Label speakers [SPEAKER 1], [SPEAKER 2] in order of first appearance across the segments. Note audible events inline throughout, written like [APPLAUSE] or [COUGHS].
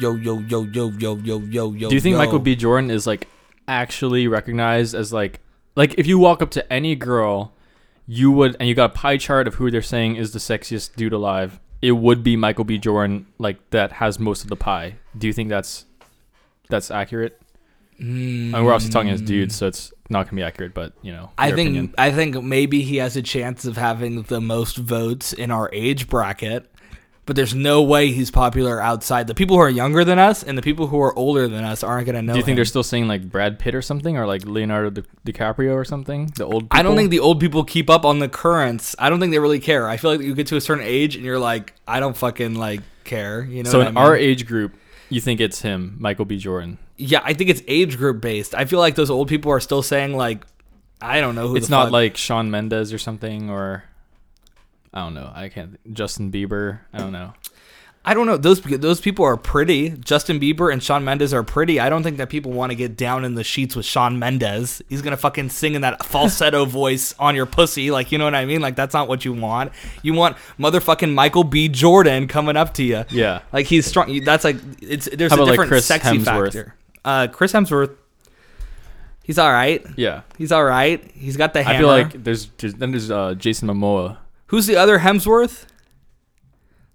[SPEAKER 1] yo yo yo yo yo yo yo yo.
[SPEAKER 2] Do you think
[SPEAKER 1] yo.
[SPEAKER 2] Michael B. Jordan is like actually recognized as like like if you walk up to any girl, you would and you got a pie chart of who they're saying is the sexiest dude alive. It would be Michael B. Jordan, like that has most of the pie. Do you think that's that's accurate?
[SPEAKER 1] Mm.
[SPEAKER 2] I mean, we're obviously talking as dudes, so it's not gonna be accurate. But you know,
[SPEAKER 1] I
[SPEAKER 2] your
[SPEAKER 1] think
[SPEAKER 2] opinion.
[SPEAKER 1] I think maybe he has a chance of having the most votes in our age bracket, but there's no way he's popular outside. The people who are younger than us and the people who are older than us aren't gonna know.
[SPEAKER 2] Do you think
[SPEAKER 1] him.
[SPEAKER 2] they're still saying like Brad Pitt or something, or like Leonardo Di- DiCaprio or something? The old.
[SPEAKER 1] I don't
[SPEAKER 2] people?
[SPEAKER 1] think the old people keep up on the currents. I don't think they really care. I feel like you get to a certain age and you're like, I don't fucking like care. You know.
[SPEAKER 2] so.
[SPEAKER 1] what
[SPEAKER 2] In
[SPEAKER 1] I mean?
[SPEAKER 2] our age group, you think it's him, Michael B. Jordan.
[SPEAKER 1] yeah, I think it's age group based. I feel like those old people are still saying like, I don't know who.
[SPEAKER 2] it's
[SPEAKER 1] the
[SPEAKER 2] not
[SPEAKER 1] fuck-
[SPEAKER 2] like Sean Mendez or something, or I don't know. I can't. Justin Bieber. I don't know.
[SPEAKER 1] I don't know. Those those people are pretty. Justin Bieber and Sean Mendes are pretty. I don't think that people want to get down in the sheets with Sean Mendes. He's gonna fucking sing in that falsetto [LAUGHS] voice on your pussy. Like you know what I mean? Like that's not what you want. You want motherfucking Michael B. Jordan coming up to you.
[SPEAKER 2] Yeah.
[SPEAKER 1] Like he's strong. you- That's like it's there's
[SPEAKER 2] How
[SPEAKER 1] a
[SPEAKER 2] about, like,
[SPEAKER 1] different
[SPEAKER 2] Chris
[SPEAKER 1] sexy
[SPEAKER 2] Hemsworth?
[SPEAKER 1] factor. Uh, Chris Hemsworth. He's all right.
[SPEAKER 2] Yeah.
[SPEAKER 1] He's all right. He's got the hammer.
[SPEAKER 2] I feel like there's, there's then there's uh, Jason Momoa.
[SPEAKER 1] who's the other Hemsworth?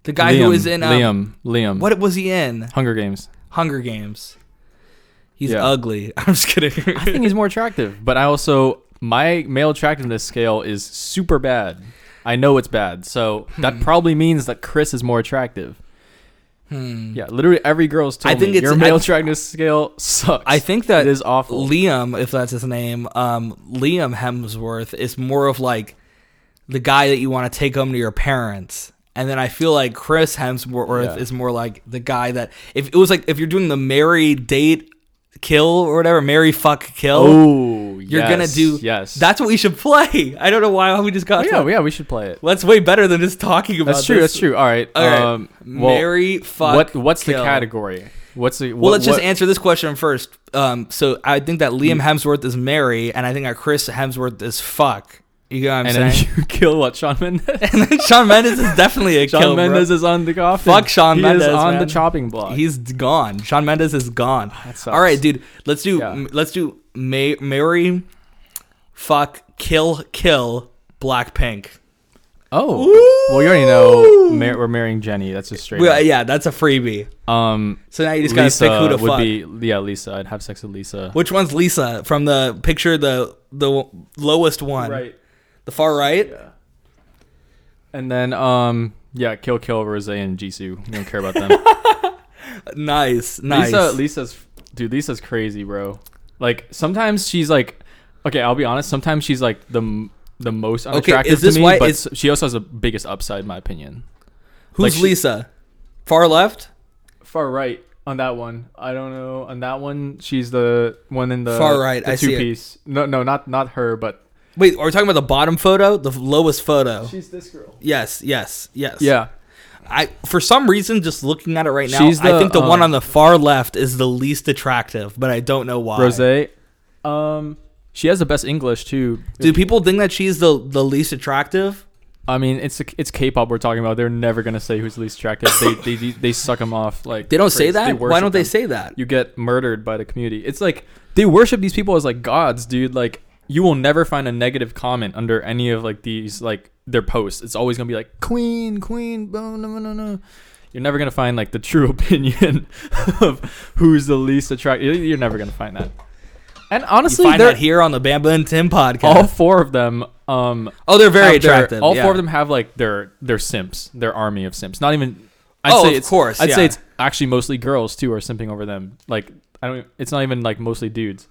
[SPEAKER 1] The guy
[SPEAKER 2] Liam,
[SPEAKER 1] who is in um,
[SPEAKER 2] Liam. Liam.
[SPEAKER 1] What was he in?
[SPEAKER 2] Hunger Games.
[SPEAKER 1] Hunger Games. He's
[SPEAKER 2] Yeah.
[SPEAKER 1] ugly. [LAUGHS] I'm just kidding. [LAUGHS]
[SPEAKER 2] I think he's more attractive, but I also my male attractiveness scale is super bad. I know it's bad, so that probably means that Chris is more attractive. Yeah, literally every girl's told
[SPEAKER 1] I think
[SPEAKER 2] me
[SPEAKER 1] it's-
[SPEAKER 2] your male
[SPEAKER 1] I-
[SPEAKER 2] attractiveness scale sucks.
[SPEAKER 1] I think that
[SPEAKER 2] it is awful.
[SPEAKER 1] Liam, if that's his name, um, Liam Hemsworth is more of like the guy that you want to take home to your parents. And then I feel like Chris Hemsworth
[SPEAKER 2] Yeah.
[SPEAKER 1] is more like the guy that if it was like if you're doing the marry date kill or whatever, marry fuck kill,
[SPEAKER 2] oh,
[SPEAKER 1] you're gonna
[SPEAKER 2] yes,
[SPEAKER 1] do
[SPEAKER 2] yes.
[SPEAKER 1] That's what we should play. [LAUGHS] I don't know why we just got
[SPEAKER 2] Oh, yeah, yeah. We should play it.
[SPEAKER 1] Well, that's way better than just talking about
[SPEAKER 2] That's true.
[SPEAKER 1] this.
[SPEAKER 2] That's true. All right.
[SPEAKER 1] All right.
[SPEAKER 2] Um, well,
[SPEAKER 1] marry fuck
[SPEAKER 2] what what's the
[SPEAKER 1] kill.
[SPEAKER 2] category? What's the
[SPEAKER 1] Well, let's just
[SPEAKER 2] what- Mm.
[SPEAKER 1] answer this question first. Um, so I think that Liam Hemsworth is Mary, and I think that Chris Hemsworth is fuck. You know what I'm
[SPEAKER 2] and then
[SPEAKER 1] saying?
[SPEAKER 2] you [LAUGHS] kill what Sean
[SPEAKER 1] [LAUGHS]
[SPEAKER 2] Mendes.
[SPEAKER 1] and then Sean Mendes is definitely a
[SPEAKER 2] [LAUGHS] Sean
[SPEAKER 1] kill. bro.
[SPEAKER 2] Mendes is on the coffin.
[SPEAKER 1] Fuck Shawn
[SPEAKER 2] he
[SPEAKER 1] Mendes,
[SPEAKER 2] is on
[SPEAKER 1] man.
[SPEAKER 2] the chopping block.
[SPEAKER 1] He's gone. Sean Mendes is gone.
[SPEAKER 2] [SIGHS] That sucks.
[SPEAKER 1] All right, dude. Let's do
[SPEAKER 2] Yeah.
[SPEAKER 1] m- let's do Ma- Mary, fuck, kill, kill, Blackpink.
[SPEAKER 2] Oh, well, you already know mar- we're marrying Jenny. That's just straight.
[SPEAKER 1] Well, yeah, that's a freebie.
[SPEAKER 2] up. Um,
[SPEAKER 1] So now you just gotta
[SPEAKER 2] Lisa
[SPEAKER 1] pick who to
[SPEAKER 2] would
[SPEAKER 1] fuck.
[SPEAKER 2] be yeah, Lisa. I'd have sex with Lisa.
[SPEAKER 1] Which one's Lisa from the picture? The the lowest one, The far right.
[SPEAKER 2] And then um, yeah, kill kill Rose and Jisoo. We don't care
[SPEAKER 1] [LAUGHS]
[SPEAKER 2] about them.
[SPEAKER 1] Nice, nice.
[SPEAKER 2] Lisa, Lisa's dude. Lisa's crazy, bro. Like sometimes she's like, okay, I'll be honest. Sometimes she's like the m- the most unattractive
[SPEAKER 1] is this
[SPEAKER 2] to me,
[SPEAKER 1] why-
[SPEAKER 2] but
[SPEAKER 1] is-
[SPEAKER 2] she also has the biggest upside, in my opinion.
[SPEAKER 1] Who's
[SPEAKER 2] Like she-
[SPEAKER 1] Lisa? Far left?
[SPEAKER 2] Far right on that one. I don't know on that one. She's the one in the
[SPEAKER 1] Far right,
[SPEAKER 2] the
[SPEAKER 1] I
[SPEAKER 2] two
[SPEAKER 1] see it.
[SPEAKER 2] piece. No, no, not not her, but
[SPEAKER 1] Wait, are we talking about the bottom photo? The lowest photo?
[SPEAKER 2] she's this girl.
[SPEAKER 1] yes, yes, yes.
[SPEAKER 2] Yeah,
[SPEAKER 1] I for some reason just looking at it right now,
[SPEAKER 2] She's
[SPEAKER 1] I
[SPEAKER 2] the,
[SPEAKER 1] think the one
[SPEAKER 2] um,
[SPEAKER 1] on the far left is the least attractive, but I don't know why.
[SPEAKER 2] Rose. Um, she has the best English too.
[SPEAKER 1] Do people think that she's the the least attractive?
[SPEAKER 2] I mean, it's it's K-pop we're talking about. They're never gonna say who's least attractive. they they they suck them off. Like
[SPEAKER 1] They don't say
[SPEAKER 2] crazy.
[SPEAKER 1] that. Why
[SPEAKER 2] worship
[SPEAKER 1] don't they
[SPEAKER 2] them.
[SPEAKER 1] say that?
[SPEAKER 2] you get murdered by the community. It's like they worship these people as like gods, dude. Like you will never find a negative comment under any of like these like their posts. It's always gonna be like queen, queen, blah, no, no, no. You're never gonna find like the true [LAUGHS] opinion of who's the least attractive. You're never gonna find that. And honestly,
[SPEAKER 1] Find
[SPEAKER 2] they're
[SPEAKER 1] that here on the Bamba and Tim podcast.
[SPEAKER 2] all four of them. Um,
[SPEAKER 1] oh, they're very
[SPEAKER 2] have their-
[SPEAKER 1] attractive.
[SPEAKER 2] all
[SPEAKER 1] yeah.
[SPEAKER 2] four of them have like their their simps, their army of simps. Not even. I'd
[SPEAKER 1] Oh,
[SPEAKER 2] say
[SPEAKER 1] of
[SPEAKER 2] it's,
[SPEAKER 1] course,
[SPEAKER 2] I'd
[SPEAKER 1] yeah.
[SPEAKER 2] say it's actually mostly girls too are simping over them. Like I don't. It's not even like mostly dudes.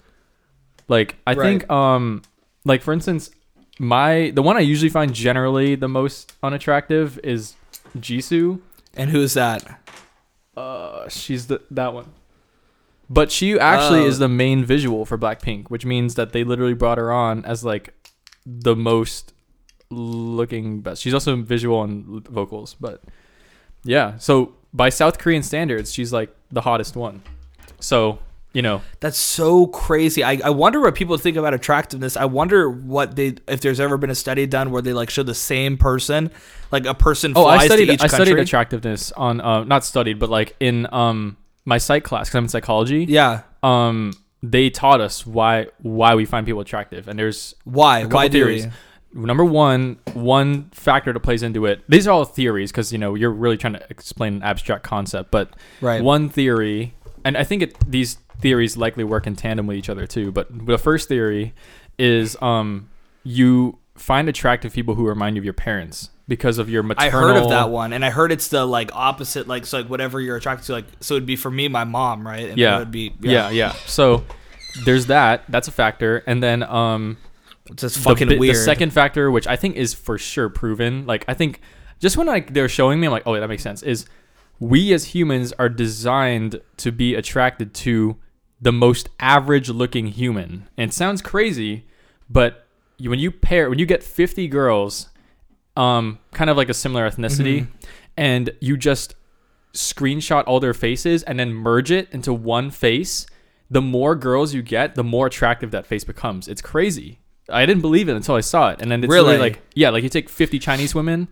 [SPEAKER 2] Like I
[SPEAKER 1] Right.
[SPEAKER 2] think um like for instance my the one I usually find generally the most unattractive is Jisoo.
[SPEAKER 1] And who's that?
[SPEAKER 2] Uh, she's the that one. But she actually
[SPEAKER 1] Oh.
[SPEAKER 2] is the main visual for Blackpink, which means that they literally brought her on as like the most looking best. She's also visual and l- vocals, but yeah. So by South Korean standards, she's like the hottest one. So you know,
[SPEAKER 1] That's so crazy. I, I wonder what people think about attractiveness. I wonder what they if there's ever been a study done where they like show the same person, like a person
[SPEAKER 2] oh,
[SPEAKER 1] flies
[SPEAKER 2] I studied
[SPEAKER 1] to each
[SPEAKER 2] I
[SPEAKER 1] country.
[SPEAKER 2] studied attractiveness on uh, not studied, but like in um my psych class because I'm in psychology.
[SPEAKER 1] Yeah.
[SPEAKER 2] Um, they taught us why why we find people attractive, and there's
[SPEAKER 1] Why?
[SPEAKER 2] a couple
[SPEAKER 1] Why do
[SPEAKER 2] theories.
[SPEAKER 1] you?
[SPEAKER 2] Number one, one factor that plays into it. These are all theories because you know you're really trying to explain an abstract concept, but
[SPEAKER 1] Right.
[SPEAKER 2] one theory, and I think it, these theories likely work in tandem with each other too. But the first theory is um, you find attractive people who remind you of your parents because of your
[SPEAKER 1] I
[SPEAKER 2] maternal.
[SPEAKER 1] heard of that one, and I heard it's the like opposite, like so like whatever you're attracted to, like so it'd be for me my mom, right? And
[SPEAKER 2] Yeah.
[SPEAKER 1] It would be
[SPEAKER 2] yeah. yeah, So there's that. That's a factor, and then um,
[SPEAKER 1] It's just
[SPEAKER 2] the
[SPEAKER 1] fucking
[SPEAKER 2] bi- the,
[SPEAKER 1] weird.
[SPEAKER 2] second factor, which I think is for sure proven, like I think just when like they're showing me, I'm like, oh, that makes sense. Is we as humans are designed to be attracted to the most average-looking human, and it sounds crazy, but you, when you pair, when you get 50 girls, um, kind of like a similar ethnicity, and you just screenshot all their faces and then merge it into one face, the more girls you get, the more attractive that face becomes. It's crazy. I didn't believe it until I saw it. And then it's really
[SPEAKER 1] Really?
[SPEAKER 2] like, yeah, like you take 50 Chinese women,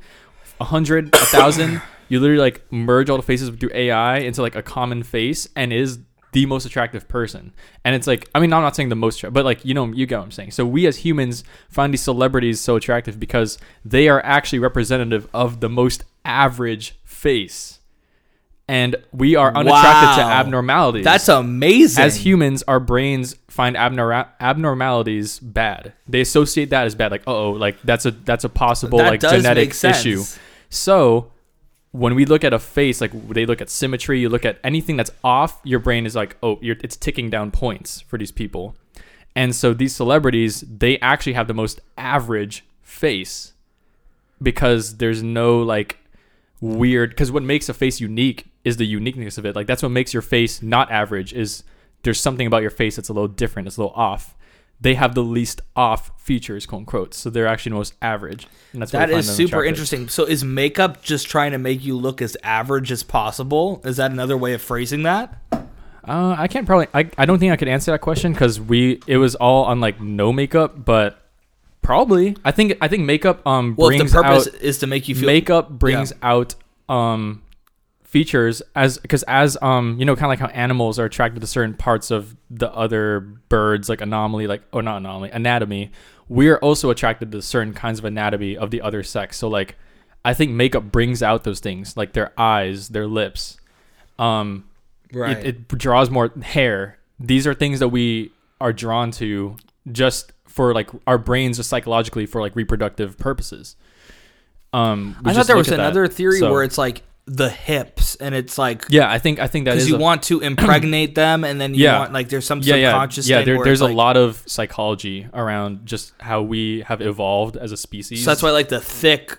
[SPEAKER 2] 100, 1,000, you literally like merge all the faces through AI into like a common face and it is the most attractive person. And it's like, I mean, I'm not saying the most, attra- but like, you know, you get what I'm saying. So we as humans find these celebrities so attractive because they are actually representative of the most average face. And we are unattracted to
[SPEAKER 1] Wow.
[SPEAKER 2] abnormalities.
[SPEAKER 1] That's amazing.
[SPEAKER 2] as humans, our brains find abnor- abnormalities bad. They associate that as bad. Like, oh, like that's a that's a possible
[SPEAKER 1] That
[SPEAKER 2] like
[SPEAKER 1] does
[SPEAKER 2] genetic
[SPEAKER 1] make sense.
[SPEAKER 2] issue. So when we look at a face, like they look at symmetry, you look at anything that's off, your brain is like, oh, you're, it's ticking down points for these people. And so these celebrities, they actually have the most average face because there's no like weird. Because what makes a face unique is the uniqueness of it. Like that's what makes your face not average. Is there's something about your face that's a little different. It's a little off. They have the least off features, quote unquote. So they're actually the most average. And that's why
[SPEAKER 1] That
[SPEAKER 2] we find
[SPEAKER 1] is
[SPEAKER 2] them
[SPEAKER 1] super
[SPEAKER 2] attractive.
[SPEAKER 1] interesting. So is makeup just trying to make you look as average as possible? Is that another way of phrasing that?
[SPEAKER 2] Uh, I can't probably. I, I don't think I could answer that question because we it was all on like no makeup, but probably I think I think makeup um
[SPEAKER 1] Well, if
[SPEAKER 2] brings
[SPEAKER 1] the purpose
[SPEAKER 2] out
[SPEAKER 1] is to make you feel
[SPEAKER 2] makeup brings out um features as because as um you know kind of like how animals are attracted to certain parts of the other birds like anomaly like oh not anomaly anatomy we're also attracted to certain kinds of anatomy of the other sex so like i think makeup brings out those things like their eyes their lips um
[SPEAKER 1] right.
[SPEAKER 2] it, it draws more hair. These are things that we are drawn to just for like our brains, just psychologically for like reproductive purposes. Um, we
[SPEAKER 1] I thought
[SPEAKER 2] just
[SPEAKER 1] there
[SPEAKER 2] look
[SPEAKER 1] was
[SPEAKER 2] at that.
[SPEAKER 1] another theory
[SPEAKER 2] So-
[SPEAKER 1] where it's like the hips, and it's like
[SPEAKER 2] yeah, I think I think that
[SPEAKER 1] because
[SPEAKER 2] is
[SPEAKER 1] you
[SPEAKER 2] a-
[SPEAKER 1] want
[SPEAKER 2] [CLEARS THROAT]
[SPEAKER 1] to impregnate them, and then you
[SPEAKER 2] Yeah.
[SPEAKER 1] want like there's some
[SPEAKER 2] yeah yeah
[SPEAKER 1] subconscious
[SPEAKER 2] yeah.
[SPEAKER 1] thing
[SPEAKER 2] There,
[SPEAKER 1] where
[SPEAKER 2] there's
[SPEAKER 1] it's
[SPEAKER 2] a
[SPEAKER 1] like-
[SPEAKER 2] lot of psychology around just how we have evolved as a species.
[SPEAKER 1] So that's why like the thick.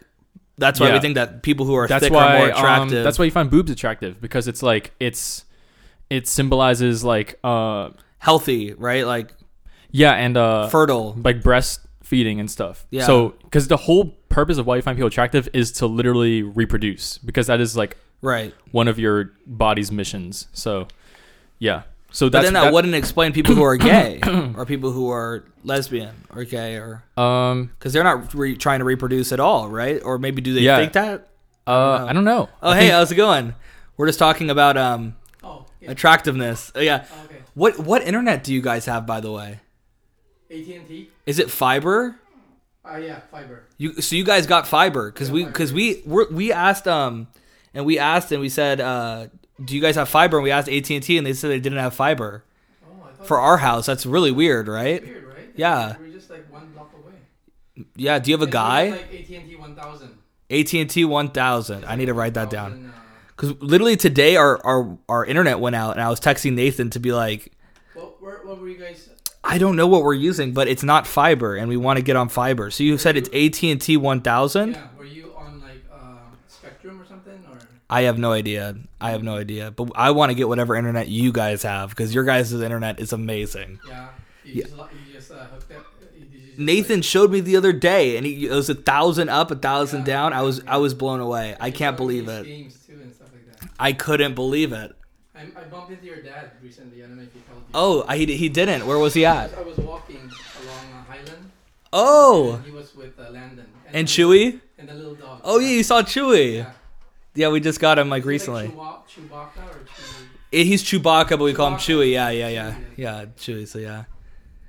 [SPEAKER 1] That's why we
[SPEAKER 2] Yeah.
[SPEAKER 1] think that people who are
[SPEAKER 2] that's
[SPEAKER 1] thick
[SPEAKER 2] why
[SPEAKER 1] are more
[SPEAKER 2] um,
[SPEAKER 1] attractive.
[SPEAKER 2] that's why you find boobs attractive because it's like it's it symbolizes like uh
[SPEAKER 1] healthy, right? Like
[SPEAKER 2] yeah and uh
[SPEAKER 1] fertile.
[SPEAKER 2] like breastfeeding and stuff.
[SPEAKER 1] Yeah.
[SPEAKER 2] So, because the whole purpose of why you find people attractive is to literally reproduce, because that is like
[SPEAKER 1] Right.
[SPEAKER 2] one of your body's missions. So, yeah. So
[SPEAKER 1] But
[SPEAKER 2] that's
[SPEAKER 1] then uh, that, wouldn't explain people
[SPEAKER 2] [COUGHS]
[SPEAKER 1] who are gay or people who are lesbian or gay or
[SPEAKER 2] um
[SPEAKER 1] because they're not re- trying to reproduce at all, right? Or maybe do they
[SPEAKER 2] Yeah.
[SPEAKER 1] think that?
[SPEAKER 2] uh I don't know.
[SPEAKER 1] Oh,
[SPEAKER 2] I
[SPEAKER 1] hey,
[SPEAKER 2] think-
[SPEAKER 1] how's it going? We're just talking about um
[SPEAKER 3] Oh, yeah.
[SPEAKER 1] attractiveness. Oh, yeah.
[SPEAKER 3] okay.
[SPEAKER 1] What what internet do you guys have, by the way?
[SPEAKER 3] AT&T.
[SPEAKER 1] Is it fiber?
[SPEAKER 3] Ah, yeah, fiber.
[SPEAKER 1] You so you guys got fiber because we because we we're, we asked um and we asked and we said uh do you guys have fiber and we asked AT and T and they said they didn't have fiber
[SPEAKER 3] Oh, I thought
[SPEAKER 1] for our house. That's really weird,
[SPEAKER 3] it
[SPEAKER 1] right?
[SPEAKER 3] was weird, right?
[SPEAKER 1] Yeah.
[SPEAKER 3] We're just like one block away.
[SPEAKER 1] Yeah. Do you have a
[SPEAKER 3] It's
[SPEAKER 1] guy?
[SPEAKER 3] Like AT&T 1000.
[SPEAKER 1] AT and T one thousand. I need to write that down
[SPEAKER 3] 1000, uh,
[SPEAKER 1] because literally today our our our internet went out and I was texting Nathan to be like.
[SPEAKER 3] what, where, what were you guys?
[SPEAKER 1] I don't know what we're using, but it's not fiber, and we want to get on fiber. So you said it's AT and T one thousand.
[SPEAKER 3] Yeah, were you on like uh, Spectrum or something? Or
[SPEAKER 1] I have no idea. I have no idea. But I want to get whatever internet you guys have because your guys' internet is amazing.
[SPEAKER 3] yeah, you just lo- you just uh, hooked up. You you just,
[SPEAKER 1] Nathan showed me the other day, and he, it was a thousand up, a thousand down. I was I was blown away. I
[SPEAKER 3] like,
[SPEAKER 1] can't
[SPEAKER 3] all these
[SPEAKER 1] believe it.
[SPEAKER 3] Games too and stuff like that.
[SPEAKER 1] I couldn't believe it.
[SPEAKER 3] I, I bumped into your dad recently. I don't know if you called. You.
[SPEAKER 1] Oh, I, he he didn't. Where was he at?
[SPEAKER 3] I was walking along uh, Highland.
[SPEAKER 1] Oh,
[SPEAKER 3] and he was with uh, Landon
[SPEAKER 1] and Chewy.
[SPEAKER 3] and the little dog.
[SPEAKER 1] Oh yeah, you saw Chewy.
[SPEAKER 3] Yeah.
[SPEAKER 1] Yeah, we just got him like
[SPEAKER 3] Is it
[SPEAKER 1] recently.
[SPEAKER 3] Like Chewa- Chewbacca or Chewy?
[SPEAKER 1] Eh, He's Chewbacca, but we call him
[SPEAKER 3] Chewbacca.
[SPEAKER 1] Chewie. Yeah, yeah, yeah, yeah, Chewie. So yeah.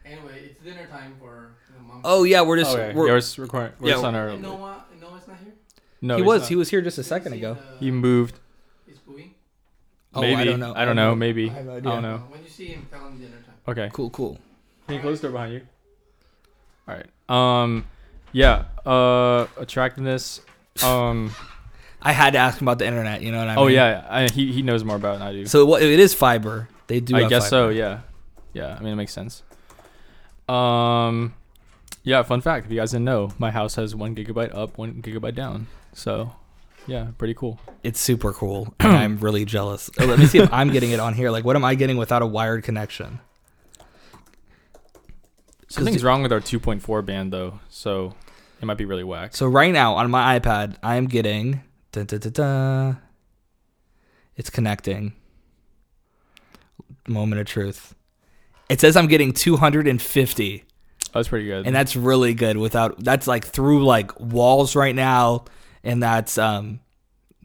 [SPEAKER 3] Anyway, it's dinner time for the mom.
[SPEAKER 1] Oh yeah, we're just.
[SPEAKER 2] okay.
[SPEAKER 1] We're,
[SPEAKER 2] yeah, we're just recording. We're
[SPEAKER 1] Yeah,
[SPEAKER 2] just on our.
[SPEAKER 3] And Noah, Noah's not here.
[SPEAKER 2] No,
[SPEAKER 1] he
[SPEAKER 2] he's
[SPEAKER 1] was
[SPEAKER 2] not.
[SPEAKER 1] he was here just a second
[SPEAKER 3] See uh,
[SPEAKER 1] ago.
[SPEAKER 3] the-
[SPEAKER 2] He moved.
[SPEAKER 3] He's moving.
[SPEAKER 1] Oh,
[SPEAKER 2] maybe.
[SPEAKER 1] I don't know.
[SPEAKER 2] I don't know. Maybe.
[SPEAKER 1] I have no
[SPEAKER 2] I
[SPEAKER 1] idea.
[SPEAKER 2] don't know.
[SPEAKER 3] When you see him, tell him dinner time.
[SPEAKER 2] Okay.
[SPEAKER 1] Cool, cool.
[SPEAKER 2] Can you close the door behind you? All right. Um, yeah. Uh, attractiveness. Um.
[SPEAKER 1] I had to ask him about the internet. You know what I mean?
[SPEAKER 2] oh yeah. I, he he knows more about it than I do.
[SPEAKER 1] So what- it is fiber. They do.
[SPEAKER 2] I
[SPEAKER 1] have
[SPEAKER 2] guess
[SPEAKER 1] fiber.
[SPEAKER 2] so. Yeah. Yeah. I mean, it makes sense. Um. Yeah. Fun fact: If you guys didn't know, my house has one gigabyte up, one gigabyte down. So, yeah, pretty cool.
[SPEAKER 1] It's super
[SPEAKER 2] [CLEARS THROAT]
[SPEAKER 1] cool. and I'm really jealous. Oh, let me see if I'm getting it on here. Like, what am I getting without a wired connection?
[SPEAKER 2] Something's wrong with our 2.4 band though, so it might be really whack.
[SPEAKER 1] So right now on my iPad, I am getting. Da, da, da, da. It's connecting. Moment of truth. It says I'm getting 250,
[SPEAKER 2] That's pretty good.
[SPEAKER 1] and that's really good. Without that's like through like walls right now, and that's um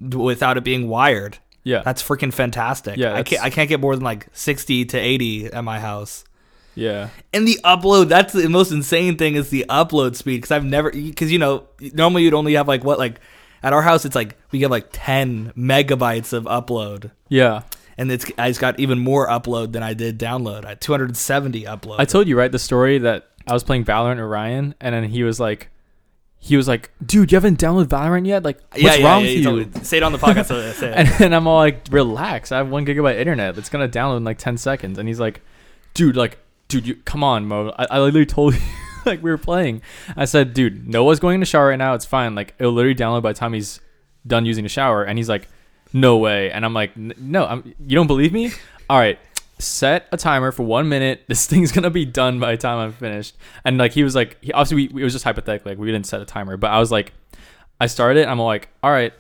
[SPEAKER 1] d- without it being wired.
[SPEAKER 2] yeah.
[SPEAKER 1] That's freaking fantastic. I
[SPEAKER 2] Yeah, that's-
[SPEAKER 1] can't I can't get more than like 60 to 80 at my house.
[SPEAKER 2] yeah.
[SPEAKER 1] And the upload, that's the most insane thing is the upload speed. Cause I've never, cause you know, normally you'd only have like what, like at our house, it's like we have like 10 megabytes of upload.
[SPEAKER 2] Yeah.
[SPEAKER 1] And it's, I just got even more upload than I did download. I had 270 upload.
[SPEAKER 2] I told you right the story that I was playing Valorant or Ryan, and then he was like, he was like, dude, you haven't downloaded Valorant yet. Like, what's wrong with you?
[SPEAKER 1] told me- Say it on the podcast. so
[SPEAKER 2] [LAUGHS]
[SPEAKER 1] say it.
[SPEAKER 2] and then I'm all like, relax. I have one gigabyte internet. It's gonna download in like ten seconds. And he's like, dude, like, dude, you come on, Mo. I, I literally told you [LAUGHS] like we were playing. I said, dude, Noah's going to shower right now. It's fine. Like, it'll literally download by the time he's done using the shower. And he's like, no way. And I'm like, "N- no, I'm, you don't believe me? [LAUGHS] All right. Set a timer for one minute. This [LAUGHS] thing's gonna be done by the time I'm finished. And like he was like, he, obviously we, we- it was just hypothetical. Like we didn't set a timer, but I was like, I started. it, I'm like, all right,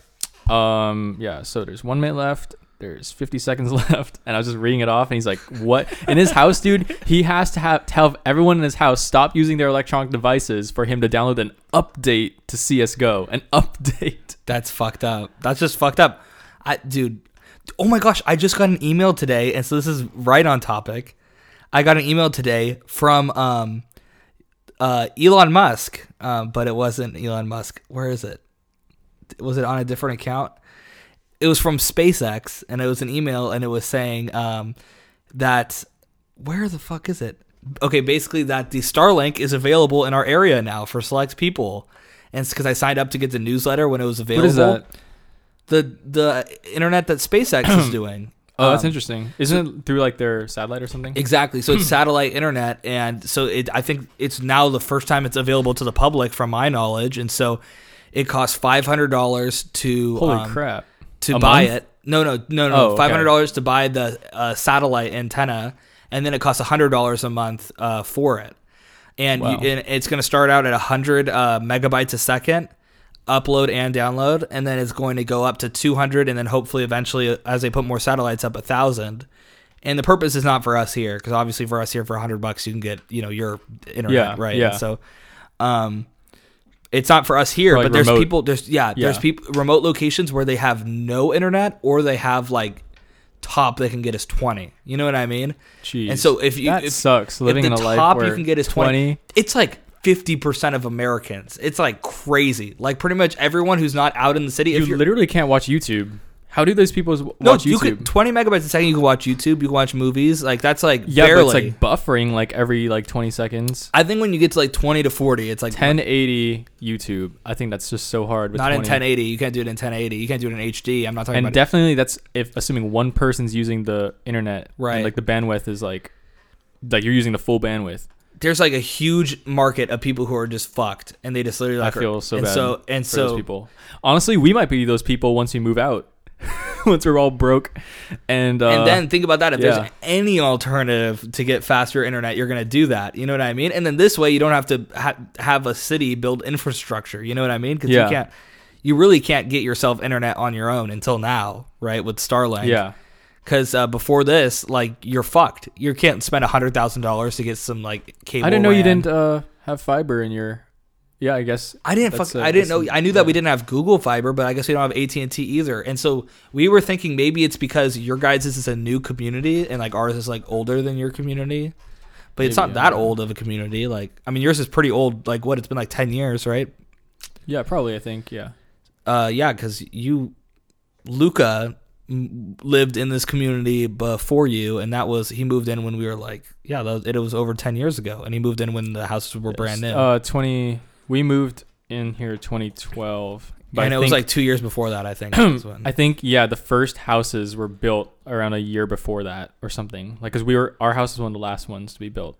[SPEAKER 2] um, yeah. So there's one minute left. There's 50 seconds [LAUGHS] left, and I was just reading it off, and he's like, "What?" In his house, dude, he has to have to have everyone in his house stop using their electronic devices for him to download an update to CS:GO, an
[SPEAKER 1] [LAUGHS]
[SPEAKER 2] update.
[SPEAKER 1] That's fucked up. That's just fucked up. I dude, oh my gosh, I just got an email today and so this is right on topic. I got an email today from um uh Elon Musk, um but it wasn't Elon Musk. Where is it? Was it on a different account? It was from SpaceX and it was an email and it was saying um that where the fuck is it? Okay, basically that the Starlink is available in our area now for select people. And it's because I signed up to get the newsletter when it was available
[SPEAKER 2] What is that?
[SPEAKER 1] the the internet that SpaceX
[SPEAKER 2] [CLEARS THROAT]
[SPEAKER 1] is doing.
[SPEAKER 2] Oh, that's
[SPEAKER 1] Um,
[SPEAKER 2] interesting. Isn't it through like their satellite or something? Hmm.
[SPEAKER 1] Exactly. So it's satellite internet, and so it. I think it's now the first time it's available to the public, from my knowledge, and so it costs five hundred dollars to
[SPEAKER 2] Holy
[SPEAKER 1] um,
[SPEAKER 2] crap!
[SPEAKER 1] to
[SPEAKER 2] A
[SPEAKER 1] buy
[SPEAKER 2] month?
[SPEAKER 1] it. No, no, no,
[SPEAKER 2] Oh,
[SPEAKER 1] no.
[SPEAKER 2] okay.
[SPEAKER 1] Five hundred dollars to buy the uh, satellite antenna, and then it costs hundred dollars a month uh, for it. And,
[SPEAKER 2] Wow.
[SPEAKER 1] you, and it's going to start out at hundred uh, megabytes a second, upload and download, and then it's going to go up to two hundred, and then hopefully eventually, uh, as they put more satellites up, a thousand. And the purpose is not for us here, because obviously for us here, for hundred bucks you can get you know your internet
[SPEAKER 2] Yeah,
[SPEAKER 1] right.
[SPEAKER 2] yeah.
[SPEAKER 1] And so, um, it's not for us here,
[SPEAKER 2] Probably
[SPEAKER 1] but there's
[SPEAKER 2] remote.
[SPEAKER 1] people. There's yeah, there's
[SPEAKER 2] Yeah.
[SPEAKER 1] people remote locations where they have no internet or they have like top they can get is twenty. You know what I mean?
[SPEAKER 2] Jeez,
[SPEAKER 1] And so if you
[SPEAKER 2] that
[SPEAKER 1] if,
[SPEAKER 2] sucks, living
[SPEAKER 1] if
[SPEAKER 2] in
[SPEAKER 1] the
[SPEAKER 2] a life
[SPEAKER 1] top
[SPEAKER 2] where
[SPEAKER 1] you can get is 20,
[SPEAKER 2] 20
[SPEAKER 1] it's like. 50% of Americans. It's like crazy. Like pretty much everyone who's not out in the city. if
[SPEAKER 2] you
[SPEAKER 1] you're,
[SPEAKER 2] literally can't watch YouTube. How do those people w-
[SPEAKER 1] no,
[SPEAKER 2] watch YouTube?
[SPEAKER 1] you could 20 megabytes a second. You can watch YouTube. You can watch movies. Like that's like
[SPEAKER 2] yeah,
[SPEAKER 1] barely.
[SPEAKER 2] but it's like buffering like every like 20 seconds.
[SPEAKER 1] I think when you get to like 20 to 40, it's like
[SPEAKER 2] 1080 YouTube. I think that's just so hard. With
[SPEAKER 1] not
[SPEAKER 2] 20.
[SPEAKER 1] in 1080. You can't do it in 1080. You can't do it in HD. I'm not talking
[SPEAKER 2] And
[SPEAKER 1] about
[SPEAKER 2] definitely, that's if assuming one person's using the internet,
[SPEAKER 1] Right.
[SPEAKER 2] And like the bandwidth is like, like you're using the full bandwidth.
[SPEAKER 1] there's like a huge market of people who are just fucked and they just literally
[SPEAKER 2] I
[SPEAKER 1] like are-
[SPEAKER 2] feel so
[SPEAKER 1] and
[SPEAKER 2] bad.
[SPEAKER 1] so and
[SPEAKER 2] for
[SPEAKER 1] so
[SPEAKER 2] those people. Honestly, we might be those people once we move out, [LAUGHS] once we're all broke, and uh,
[SPEAKER 1] and then think about that if
[SPEAKER 2] yeah.
[SPEAKER 1] there's any alternative to get faster internet you're going to do that you know what i mean and then this way you don't have to ha- have a city build infrastructure you know what i mean because
[SPEAKER 2] Yeah.
[SPEAKER 1] you can't you really can't get yourself internet on your own until now right with starlink
[SPEAKER 2] yeah,
[SPEAKER 1] because uh, before this like you're fucked you can't spend a hundred thousand dollars to get some like cable
[SPEAKER 2] I didn't know you
[SPEAKER 1] RAN.
[SPEAKER 2] didn't uh, have fiber in your Yeah, I guess.
[SPEAKER 1] I didn't
[SPEAKER 2] That's
[SPEAKER 1] fuck,
[SPEAKER 2] a-
[SPEAKER 1] I didn't
[SPEAKER 2] that's
[SPEAKER 1] know.
[SPEAKER 2] a-
[SPEAKER 1] I knew that we didn't have Google Fiber, but I guess we don't have AT and T either. And so we were thinking maybe it's because your guys this is a new community and like ours is like older than your community, but it's
[SPEAKER 2] Maybe,
[SPEAKER 1] not
[SPEAKER 2] I
[SPEAKER 1] that
[SPEAKER 2] don't know.
[SPEAKER 1] old of a community. Like I mean, yours is pretty old. Like what? It's been like ten years, right?
[SPEAKER 2] Yeah, probably. I think. Yeah.
[SPEAKER 1] Uh, yeah, because you, Luca, m- lived in this community before you, and that was he moved in when we were like yeah, that was, it was over ten years ago, and he moved in when the houses were brand new.
[SPEAKER 2] Uh, twenty. We moved in here 2012. but
[SPEAKER 1] and
[SPEAKER 2] I
[SPEAKER 1] it was
[SPEAKER 2] think-
[SPEAKER 1] like two years before that, I
[SPEAKER 2] [CLEARS THROAT]
[SPEAKER 1] think. is when-
[SPEAKER 2] I think yeah, the first houses were built around a year before that or something. Like, cause we were our house was one of the last ones to be built.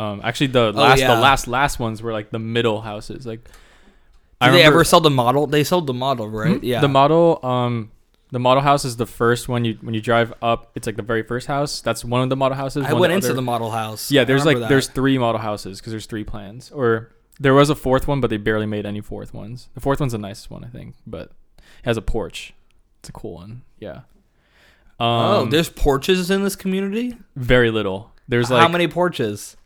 [SPEAKER 2] Um, actually, the last
[SPEAKER 1] Oh, yeah.
[SPEAKER 2] the last last ones were like the middle houses. Like,
[SPEAKER 1] Did they ever sell the model? They sold the model, right? Yeah.
[SPEAKER 2] Hmm? The model, um, the model house is the first one you when you drive up. It's like the very first house. That's one of the model
[SPEAKER 1] I
[SPEAKER 2] houses. one of
[SPEAKER 1] went
[SPEAKER 2] the
[SPEAKER 1] into
[SPEAKER 2] other-
[SPEAKER 1] the model house.
[SPEAKER 2] Yeah,
[SPEAKER 1] I
[SPEAKER 2] there's like
[SPEAKER 1] remember that.
[SPEAKER 2] there's three model houses because there's three plans, or there was a fourth one, but they barely made any fourth ones. The fourth one's the nicest one, I think, but it has a porch. It's a cool one. Yeah. Um,
[SPEAKER 1] oh, there's porches in this community.
[SPEAKER 2] very little. There's like
[SPEAKER 1] How many porches?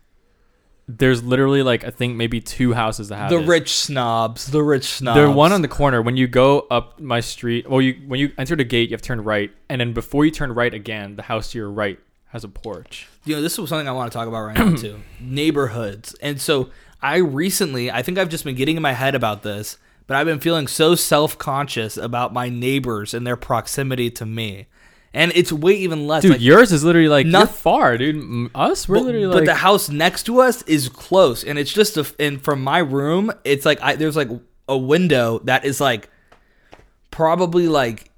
[SPEAKER 2] there's literally like I think maybe two houses that have
[SPEAKER 1] The
[SPEAKER 2] it.
[SPEAKER 1] rich snobs. The rich snobs.
[SPEAKER 2] The one on the corner when you go up my street. Well, you when you enter the gate, you have to turn right, and then before you turn right again, the house to your right has a porch.
[SPEAKER 1] you know, this was something I want to talk about right
[SPEAKER 2] [CLEARS THROAT]
[SPEAKER 1] now too. Neighborhoods. And so I recently, I think I've just been getting in my head about this, but I've been feeling so self-conscious about my neighbors and their proximity to me. And it's way even less
[SPEAKER 2] Dude,
[SPEAKER 1] like
[SPEAKER 2] yours is literally like not
[SPEAKER 1] Noth-
[SPEAKER 2] far, dude. M- Us, we're
[SPEAKER 1] but,
[SPEAKER 2] literally
[SPEAKER 1] but
[SPEAKER 2] like
[SPEAKER 1] the house next to us is close and it's just a and from my room it's like I, there's like a window that is like probably like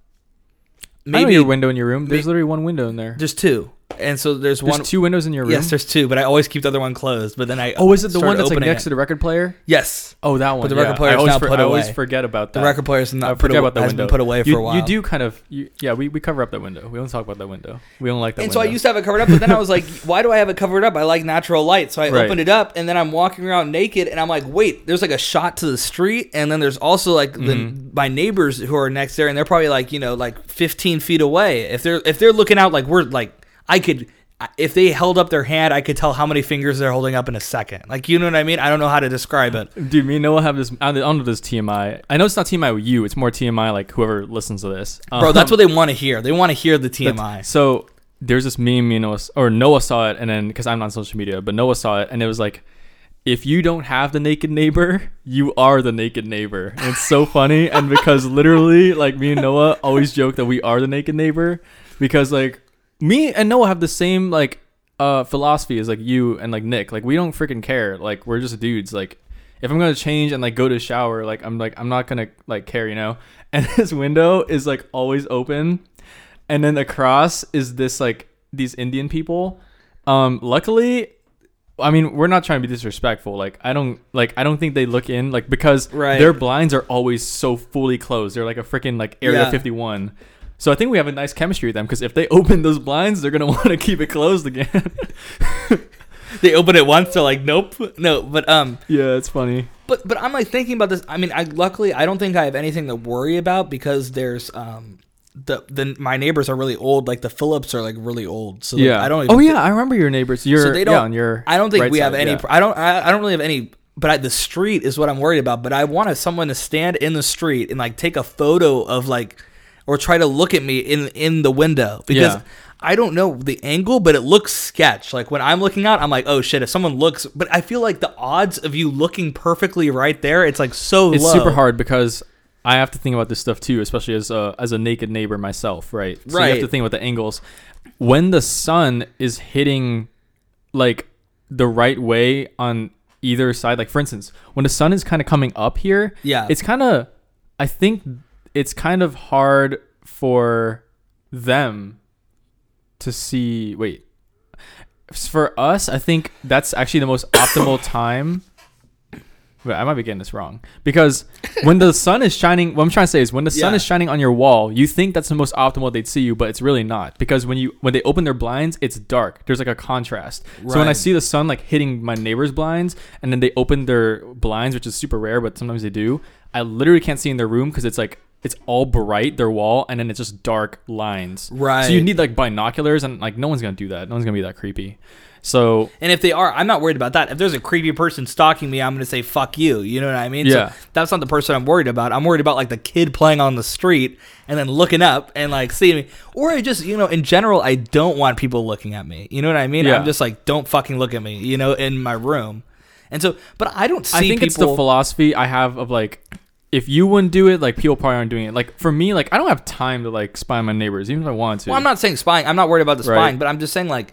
[SPEAKER 2] I know
[SPEAKER 1] maybe
[SPEAKER 2] your window in your room. There's literally one window in there.
[SPEAKER 1] there's
[SPEAKER 2] There's,
[SPEAKER 1] two and so there's, one
[SPEAKER 2] two windows in your room.
[SPEAKER 1] yes there's two but i always keep the other one closed but then i
[SPEAKER 2] oh, is it the
[SPEAKER 1] start
[SPEAKER 2] one that's like
[SPEAKER 1] opening
[SPEAKER 2] next
[SPEAKER 1] it.
[SPEAKER 2] to the record player?
[SPEAKER 1] yes
[SPEAKER 2] Oh, that one.
[SPEAKER 1] the record
[SPEAKER 2] yeah.
[SPEAKER 1] player
[SPEAKER 2] I
[SPEAKER 1] is
[SPEAKER 2] always,
[SPEAKER 1] now put
[SPEAKER 2] I always
[SPEAKER 1] away.
[SPEAKER 2] forget about that.
[SPEAKER 1] the record player is
[SPEAKER 2] I
[SPEAKER 1] not put
[SPEAKER 2] forget
[SPEAKER 1] away,
[SPEAKER 2] about that
[SPEAKER 1] has
[SPEAKER 2] window.
[SPEAKER 1] been put away for
[SPEAKER 2] you,
[SPEAKER 1] a while
[SPEAKER 2] You do kind of. You, yeah, we, we cover up that window. We don't talk about that window. We don't like that.
[SPEAKER 1] and so
[SPEAKER 2] window.
[SPEAKER 1] I used to have it covered up, but then I was like, [LAUGHS] why do I have it covered up? I like natural light. So I
[SPEAKER 2] Right.
[SPEAKER 1] opened it up, and then I'm walking around naked, and I'm like, wait, there's like a shot to the street, and then there's also like
[SPEAKER 2] Mm-hmm.
[SPEAKER 1] the, my neighbors who are next there, and they're probably like, you know, like 15 feet away. If they're if they're looking out, like we're like, I could. If they held up their hand, I could tell how many fingers they're holding up in a second. Like, you know what I mean? I don't know how to describe it.
[SPEAKER 2] Dude, me and Noah have this. I don't know this TMI. I know it's not TMI with you. It's more TMI like whoever listens to this. Um,
[SPEAKER 1] Bro, that's what they want to hear. They want to hear the TMI.
[SPEAKER 2] So there's this meme, me and Noah, s- or Noah saw it, and then because I'm not on social media, but Noah saw it, and it was like, if you don't have the naked neighbor, you are the naked neighbor. And it's so funny, and because literally, like me and Noah always joke that we are the naked neighbor, because like me and Noah have the same like uh philosophy as like you and like Nick. Like we don't freaking care. Like we're just dudes. Like if I'm gonna change and like go to shower, like I'm like I'm not gonna like care, you know. And [LAUGHS] his window is like always open, and then across is this like these Indian people. Um, luckily, I mean we're not trying to be disrespectful. Like I don't like I don't think they look in like because
[SPEAKER 1] Right.
[SPEAKER 2] their blinds are always so fully closed. They're like a freaking like Area
[SPEAKER 1] Yeah.
[SPEAKER 2] 51. So I think we have a nice chemistry with them because if they [LAUGHS] open those blinds, they're gonna [LAUGHS] want to keep it closed again.
[SPEAKER 1] They open it once, they're like, nope, no. But um,
[SPEAKER 2] yeah, it's funny.
[SPEAKER 1] But but I'm like thinking about this. I mean, I luckily I don't think I have anything to worry about because there's um the the my neighbors are really old. Like the Phillips are like really old, so like,
[SPEAKER 2] yeah,
[SPEAKER 1] I don't. Even
[SPEAKER 2] oh yeah, I remember your neighbors. Your
[SPEAKER 1] so they don't.
[SPEAKER 2] yeah, on your
[SPEAKER 1] I don't think
[SPEAKER 2] right
[SPEAKER 1] we have
[SPEAKER 2] side,
[SPEAKER 1] any.
[SPEAKER 2] yeah.
[SPEAKER 1] pr I don't. I, I don't really have any. But I, the street is what I'm worried about. But I want someone to stand in the street and like take a photo of like, or try to look at me in in the window because.
[SPEAKER 2] Yeah.
[SPEAKER 1] I don't know the angle, but it looks sketch. Like when I'm looking out, I'm like, oh shit, if someone looks, but I feel like the odds of you looking perfectly right there, it's like so
[SPEAKER 2] it's
[SPEAKER 1] low.
[SPEAKER 2] super hard because I have to think about this stuff too, especially as a as a naked neighbor myself, right? So you have
[SPEAKER 1] Right.
[SPEAKER 2] to think about the angles. When the sun is hitting like the right way on either side, like for instance, when the sun is kind of coming up here,
[SPEAKER 1] Yeah.
[SPEAKER 2] it's kind of I think it's kind of hard for them to see. Wait, for us, I think that's actually the most [COUGHS] optimal time. But I might be getting this wrong because when the sun is shining, what I'm trying to say is when the sun
[SPEAKER 1] Yeah.
[SPEAKER 2] is shining on your wall, you think that's the most optimal they'd see you, but it's really not because when you when they open their blinds, it's dark. There's like a contrast. So when I
[SPEAKER 1] Right.
[SPEAKER 2] see the sun like hitting my neighbor's blinds, and then they open their blinds, which is super rare, but sometimes they do. I literally can't see in their room because it's like it's all bright their wall, and then it's just dark lines. So you
[SPEAKER 1] Right.
[SPEAKER 2] need like binoculars, and like no one's gonna do that. No one's gonna be that creepy. So
[SPEAKER 1] And if they are, I'm not worried about that. If there's a creepy person stalking me, I'm going to say fuck you. You know what I mean?
[SPEAKER 2] Yeah.
[SPEAKER 1] So that's not the person I'm worried about. I'm worried about like the kid playing on the street and then looking up and like seeing me. Or I just, you know, in general, I don't want people looking at me. You know what I mean?
[SPEAKER 2] Yeah.
[SPEAKER 1] I'm just like, don't fucking look at me. You know, in my room. And so, but I don't see
[SPEAKER 2] I think
[SPEAKER 1] people.
[SPEAKER 2] it's the philosophy I have of like, if you wouldn't do it, like people probably aren't doing it. Like for me, like I don't have time to like spy on my neighbors, even if I want to.
[SPEAKER 1] Well, I'm not saying spying. I'm not worried about the
[SPEAKER 2] Right.
[SPEAKER 1] spying, but I'm just saying like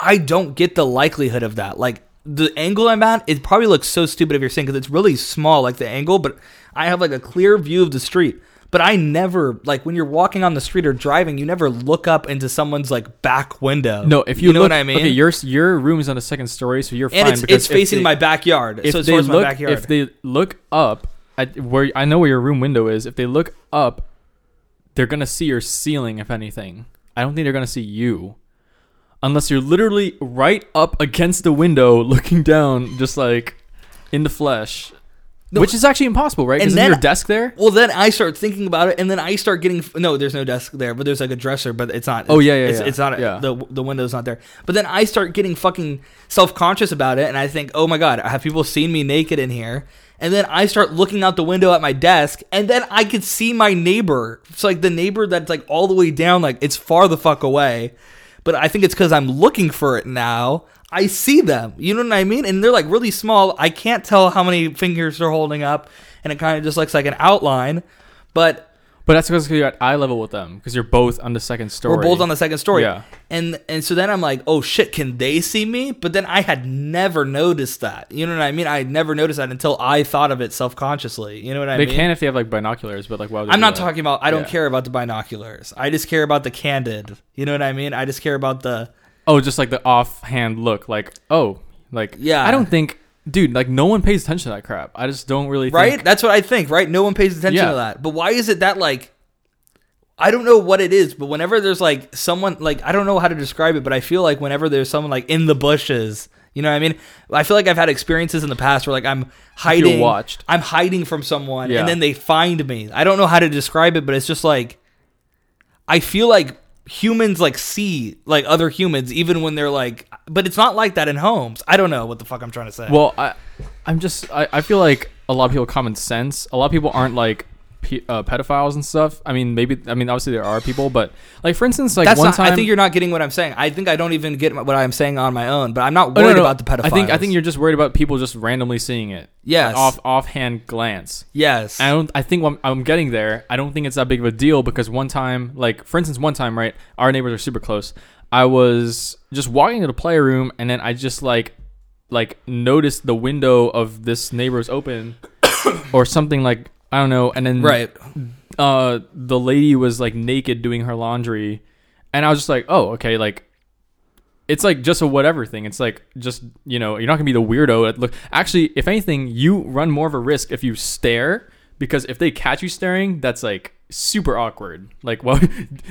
[SPEAKER 1] I don't get the likelihood of that. Like the angle I'm at, it probably looks so stupid if you're saying because it's really small, like the angle. But I have like a clear view of the street. But I never like when you're walking on the street or driving, you never look up into someone's like back window.
[SPEAKER 2] No, if you,
[SPEAKER 1] know
[SPEAKER 2] look-
[SPEAKER 1] what I mean.
[SPEAKER 2] Okay, your your room is on the second story, so you're
[SPEAKER 1] and
[SPEAKER 2] fine
[SPEAKER 1] it's,
[SPEAKER 2] because
[SPEAKER 1] it's
[SPEAKER 2] if
[SPEAKER 1] facing
[SPEAKER 2] they-
[SPEAKER 1] my backyard,
[SPEAKER 2] if
[SPEAKER 1] so it's
[SPEAKER 2] they
[SPEAKER 1] towards
[SPEAKER 2] look
[SPEAKER 1] my backyard.
[SPEAKER 2] if they look up at where I know where your room window is. If they look up, they're gonna see your ceiling. If anything, I don't think they're gonna see you, unless you're literally right up against the window, [LAUGHS] looking down, just like in the flesh,
[SPEAKER 1] No,
[SPEAKER 2] which is actually impossible, right?
[SPEAKER 1] and
[SPEAKER 2] Isn't
[SPEAKER 1] then-
[SPEAKER 2] your desk there?
[SPEAKER 1] well, then I start thinking about it, and then I start getting no. There's no desk there, but there's like a dresser, but it's not.
[SPEAKER 2] Oh, yeah, yeah,
[SPEAKER 1] it's,
[SPEAKER 2] yeah.
[SPEAKER 1] it's not
[SPEAKER 2] Yeah.
[SPEAKER 1] the the window's not there. But then I start getting fucking self conscious about it, and I think, oh my god, have people seen me naked in here? And then I start looking out the window at my desk, and then I could see my neighbor. It's like the neighbor that's like all the way down, like it's far the fuck away. But I think it's because I'm looking for it now. I see them. You know what I mean? And they're like really small. I can't tell how many fingers they're holding up, and it kind of just looks like an outline. But
[SPEAKER 2] But that's because you're at eye level with them, because you're both on the second story.
[SPEAKER 1] we're both on the second story.
[SPEAKER 2] Yeah.
[SPEAKER 1] And and so then I'm like, oh shit, can they see me? But then I had never noticed that. You know what I mean? I had never noticed that until I thought of it self consciously. You know what I
[SPEAKER 2] They
[SPEAKER 1] mean?
[SPEAKER 2] can if they have like binoculars, but like why would they
[SPEAKER 1] I'm
[SPEAKER 2] do
[SPEAKER 1] not
[SPEAKER 2] that?
[SPEAKER 1] talking about I don't
[SPEAKER 2] Yeah.
[SPEAKER 1] care about the binoculars. I just care about the candid. You know what I mean? I just care about the
[SPEAKER 2] Oh, just like the offhand look, like oh, like
[SPEAKER 1] Yeah.
[SPEAKER 2] I don't think, dude, like no one pays attention to that crap. I just don't really
[SPEAKER 1] Right?
[SPEAKER 2] Think,
[SPEAKER 1] That's what I think, right? No one pays attention
[SPEAKER 2] Yeah.
[SPEAKER 1] to that. But why is it that like I don't know what it is, but whenever there's like someone like I don't know how to describe it, but I feel like whenever there's someone like in the bushes, you know what I mean? I feel like I've had experiences in the past where like I'm hiding
[SPEAKER 2] watched.
[SPEAKER 1] I'm hiding from someone
[SPEAKER 2] Yeah.
[SPEAKER 1] and then they find me. I don't know how to describe it, but it's just like I feel like humans like see like other humans even when they're like but it's not like that in homes. I don't know what the fuck I'm trying to say.
[SPEAKER 2] Well, I, I'm just I, I feel like a lot of people have common sense. A lot of people aren't like pe- uh, pedophiles and stuff. I mean, maybe I mean obviously there are people, but like for instance, like
[SPEAKER 1] That's
[SPEAKER 2] one
[SPEAKER 1] not,
[SPEAKER 2] time
[SPEAKER 1] I think you're not getting what I'm saying. I think I don't even get what I'm saying on my own, but I'm not
[SPEAKER 2] Oh,
[SPEAKER 1] worried
[SPEAKER 2] no, no.
[SPEAKER 1] about the pedophiles.
[SPEAKER 2] I think I think you're just worried about people just randomly seeing it.
[SPEAKER 1] Yes.
[SPEAKER 2] An off offhand glance.
[SPEAKER 1] Yes.
[SPEAKER 2] I don't. I think I'm, I'm getting there. I don't think it's that big of a deal because one time, like for instance, one time, right, our neighbors are super close. I was just walking to the playroom, and then I just like, like noticed the window of this neighbor was open, [COUGHS] or something like I don't know. And then
[SPEAKER 1] Right.
[SPEAKER 2] uh, the lady was like naked doing her laundry, and I was just like, oh, okay, like it's like just a whatever thing. It's like just you know you're not gonna be the weirdo. That look, actually, if anything, you run more of a risk if you stare because if they catch you staring, that's like super awkward. Like, [LAUGHS] well,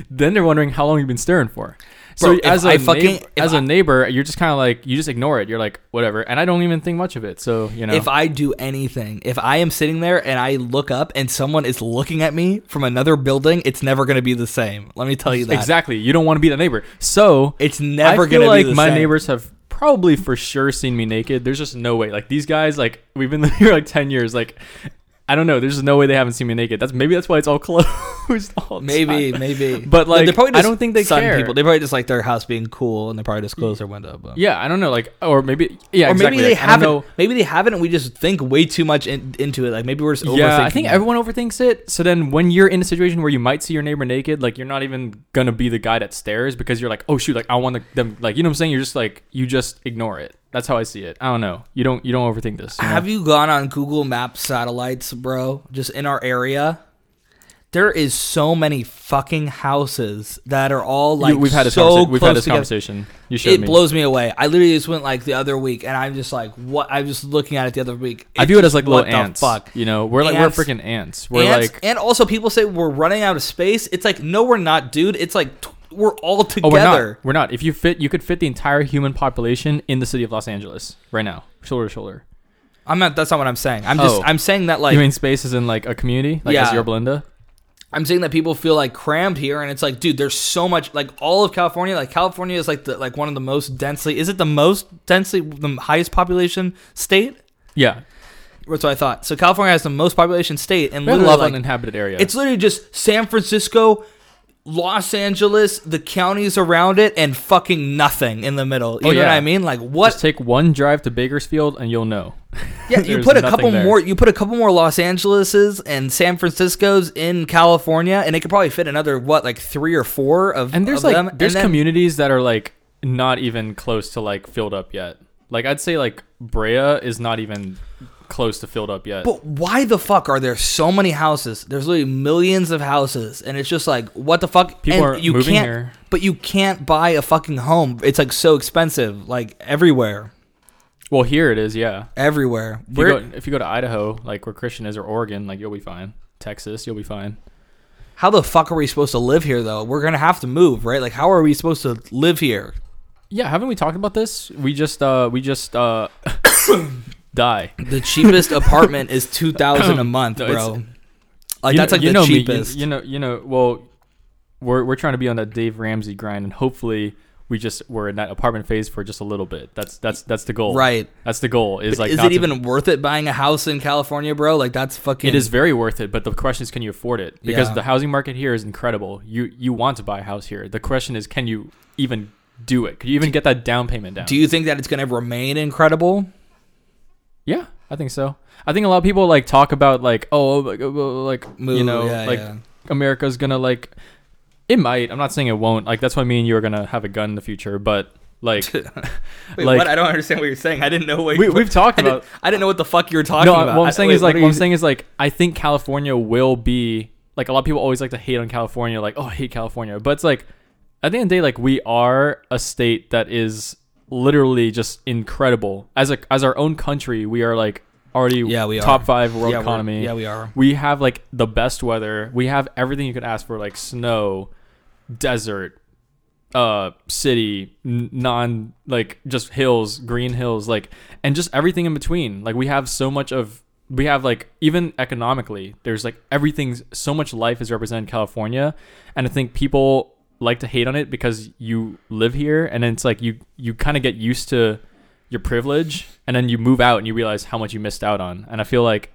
[SPEAKER 2] then they're wondering how long you've been staring for. So
[SPEAKER 1] Bro, if
[SPEAKER 2] as a
[SPEAKER 1] I fucking-
[SPEAKER 2] neighbor,
[SPEAKER 1] if
[SPEAKER 2] as
[SPEAKER 1] I-
[SPEAKER 2] a neighbor, you're just kind of like you just ignore it. You're like whatever, and I don't even think much of it. So you know,
[SPEAKER 1] If I do anything, if I am sitting there and I look up and someone is looking at me from another building, it's never going to be the same. Let me tell you that.
[SPEAKER 2] exactly, you don't want to be the neighbor. So
[SPEAKER 1] It's never
[SPEAKER 2] I feel
[SPEAKER 1] going to be
[SPEAKER 2] like
[SPEAKER 1] the
[SPEAKER 2] my
[SPEAKER 1] same.
[SPEAKER 2] neighbors have probably for sure seen me naked. There's just no way. Like these guys, like we've been [LAUGHS] here like ten years. Like I don't know. There's just no way they haven't seen me naked. That's maybe that's why it's all [LAUGHS] closed. all the
[SPEAKER 1] Maybe,
[SPEAKER 2] time.
[SPEAKER 1] maybe.
[SPEAKER 2] [LAUGHS] But,
[SPEAKER 1] No,
[SPEAKER 2] like,
[SPEAKER 1] they're probably
[SPEAKER 2] I
[SPEAKER 1] just
[SPEAKER 2] don't think they
[SPEAKER 1] sun
[SPEAKER 2] care.
[SPEAKER 1] People. They probably just like their house being cool and they probably just close their window. But.
[SPEAKER 2] Yeah, I don't know. Like or maybe yeah.
[SPEAKER 1] Or
[SPEAKER 2] exactly.
[SPEAKER 1] maybe they
[SPEAKER 2] like, I don't know.
[SPEAKER 1] haven't. Maybe they haven't, and we just think way too much in, into it. Like maybe we're just overthinking.
[SPEAKER 2] Yeah, I think
[SPEAKER 1] it.
[SPEAKER 2] everyone overthinks it. So then, when you're in a situation where you might see your neighbor naked, like you're not even gonna be the guy that stares because you're like, oh shoot, like I want them, like you know what I'm saying. You're just like you just ignore it. That's how I see it. I don't know. You don't you don't overthink this. you know?
[SPEAKER 1] Have you gone on Google Maps satellites, bro? Just in our area, there is so many fucking houses that are all
[SPEAKER 2] You-
[SPEAKER 1] like
[SPEAKER 2] we've had this,
[SPEAKER 1] so
[SPEAKER 2] conversa- we've had
[SPEAKER 1] close
[SPEAKER 2] this
[SPEAKER 1] together.
[SPEAKER 2] conversation. You showed
[SPEAKER 1] It
[SPEAKER 2] me.
[SPEAKER 1] blows me away. I literally just went like the other week, and I'm just like, what? I'm just looking at it the other week.
[SPEAKER 2] I view it as
[SPEAKER 1] just-
[SPEAKER 2] like
[SPEAKER 1] what
[SPEAKER 2] little
[SPEAKER 1] the
[SPEAKER 2] ants.
[SPEAKER 1] Fuck.
[SPEAKER 2] You know, we're like
[SPEAKER 1] Ants-
[SPEAKER 2] we're freaking ants. We're
[SPEAKER 1] Ants-
[SPEAKER 2] like
[SPEAKER 1] and also people say we're running out of space. It's like no, we're not, dude. It's like t- we're all
[SPEAKER 2] oh,
[SPEAKER 1] together.
[SPEAKER 2] we're not. We're not. If you fit, you could fit the entire human population in the city of Los Angeles right now, shoulder to shoulder.
[SPEAKER 1] I'm not. That's not what I'm saying. I'm just.
[SPEAKER 2] Oh.
[SPEAKER 1] I'm saying that like
[SPEAKER 2] you mean space is in like a community, like
[SPEAKER 1] Yeah.
[SPEAKER 2] as your Belinda?
[SPEAKER 1] I'm saying that people feel like crammed here, and it's like, dude, there's so much. Like all of California, like California is like the like one of the most densely. Is it the most densely, the highest population state?
[SPEAKER 2] Yeah,
[SPEAKER 1] That's what I thought. So California has the most population state, and
[SPEAKER 2] we
[SPEAKER 1] literally,
[SPEAKER 2] love
[SPEAKER 1] like,
[SPEAKER 2] uninhabited area.
[SPEAKER 1] it's literally just San Francisco, Los Angeles, the counties around it, and fucking nothing in the middle. You
[SPEAKER 2] Oh,
[SPEAKER 1] know what
[SPEAKER 2] yeah.
[SPEAKER 1] I mean? Like what?
[SPEAKER 2] just take one drive to Bakersfield and you'll know.
[SPEAKER 1] Yeah, you
[SPEAKER 2] There's
[SPEAKER 1] put a
[SPEAKER 2] nothing
[SPEAKER 1] couple
[SPEAKER 2] there.
[SPEAKER 1] more. You put a couple more Los Angeleses and San Francisco's in California, and it could probably fit another what, like three or four of.
[SPEAKER 2] And there's
[SPEAKER 1] of
[SPEAKER 2] like
[SPEAKER 1] them.
[SPEAKER 2] there's
[SPEAKER 1] and then-
[SPEAKER 2] communities that are like not even close to like filled up yet. Like I'd say like Brea is not even close to filled up yet.
[SPEAKER 1] But why the fuck are there so many houses? There's literally millions of houses, and it's just like, what the fuck?
[SPEAKER 2] People
[SPEAKER 1] And
[SPEAKER 2] are moving
[SPEAKER 1] can't,
[SPEAKER 2] here.
[SPEAKER 1] But you can't buy a fucking home. It's like so expensive, like everywhere,
[SPEAKER 2] Well, here it is, yeah.
[SPEAKER 1] everywhere.
[SPEAKER 2] If you,
[SPEAKER 1] Where,
[SPEAKER 2] go, if you go to Idaho, like where Christian is, or Oregon, like you'll be fine. Texas, you'll be fine.
[SPEAKER 1] how the fuck are we supposed to live here though? We're gonna have to move, right? Like, how are we supposed to live here?
[SPEAKER 2] Yeah, haven't we talked about this? We just uh we just uh [COUGHS] die.
[SPEAKER 1] The cheapest apartment is two [LAUGHS] thousand a month,
[SPEAKER 2] No, it's-
[SPEAKER 1] bro. Like
[SPEAKER 2] You-
[SPEAKER 1] that's like
[SPEAKER 2] you
[SPEAKER 1] the
[SPEAKER 2] know me, you-
[SPEAKER 1] cheapest.
[SPEAKER 2] you, know, you know. Well, we're we're trying to be on that Dave Ramsey grind, and hopefully, we just we're in that apartment phase for just a little bit. That's that's that's the goal.
[SPEAKER 1] Right.
[SPEAKER 2] That's the goal. Is like
[SPEAKER 1] is
[SPEAKER 2] not
[SPEAKER 1] it
[SPEAKER 2] to-
[SPEAKER 1] even worth it buying a house in California, bro? Like that's fucking.
[SPEAKER 2] It is very worth it, but the question is, can you afford it? Because
[SPEAKER 1] Yeah.
[SPEAKER 2] the housing market here is incredible. You you want to buy a house here. The question is, can you even do it? Could you even get that down payment down?
[SPEAKER 1] Do you think that it's gonna remain incredible?
[SPEAKER 2] yeah, I think so. I think a lot of people like talk about like, oh, like, uh, like you
[SPEAKER 1] Move,
[SPEAKER 2] know,
[SPEAKER 1] yeah,
[SPEAKER 2] like
[SPEAKER 1] yeah.
[SPEAKER 2] America's gonna like. It might. I'm not saying it won't. Like that's why me and you are gonna have a gun in the future, but
[SPEAKER 1] [LAUGHS]
[SPEAKER 2] like
[SPEAKER 1] Wait,
[SPEAKER 2] Like-
[SPEAKER 1] what? I don't understand what you're saying. I didn't know what
[SPEAKER 2] we, we've talked
[SPEAKER 1] I
[SPEAKER 2] about.
[SPEAKER 1] didn't, [LAUGHS] I didn't know what the fuck you were talking
[SPEAKER 2] No,
[SPEAKER 1] about.
[SPEAKER 2] what
[SPEAKER 1] I-
[SPEAKER 2] I'm saying
[SPEAKER 1] wait,
[SPEAKER 2] is like
[SPEAKER 1] what
[SPEAKER 2] what
[SPEAKER 1] are
[SPEAKER 2] I'm
[SPEAKER 1] you-
[SPEAKER 2] saying is like I think California will be like a lot of people always like to hate on California, like oh I hate California, but it's like at the end of the day, like we are a state that is literally just incredible as a as our own country. We are like already
[SPEAKER 1] Yeah, we are.
[SPEAKER 2] top five world
[SPEAKER 1] Yeah, we're-
[SPEAKER 2] economy.
[SPEAKER 1] yeah, we are.
[SPEAKER 2] We have like the best weather. We have everything you could ask for, like snow, desert, uh city n- non like just hills green hills like and just everything in between like we have so much of we have like even economically there's like everything's so much life is represented in california and i think people like to hate on it because you live here and then it's like you you kind of get used to your privilege and then you move out and you realize how much you missed out on and i feel like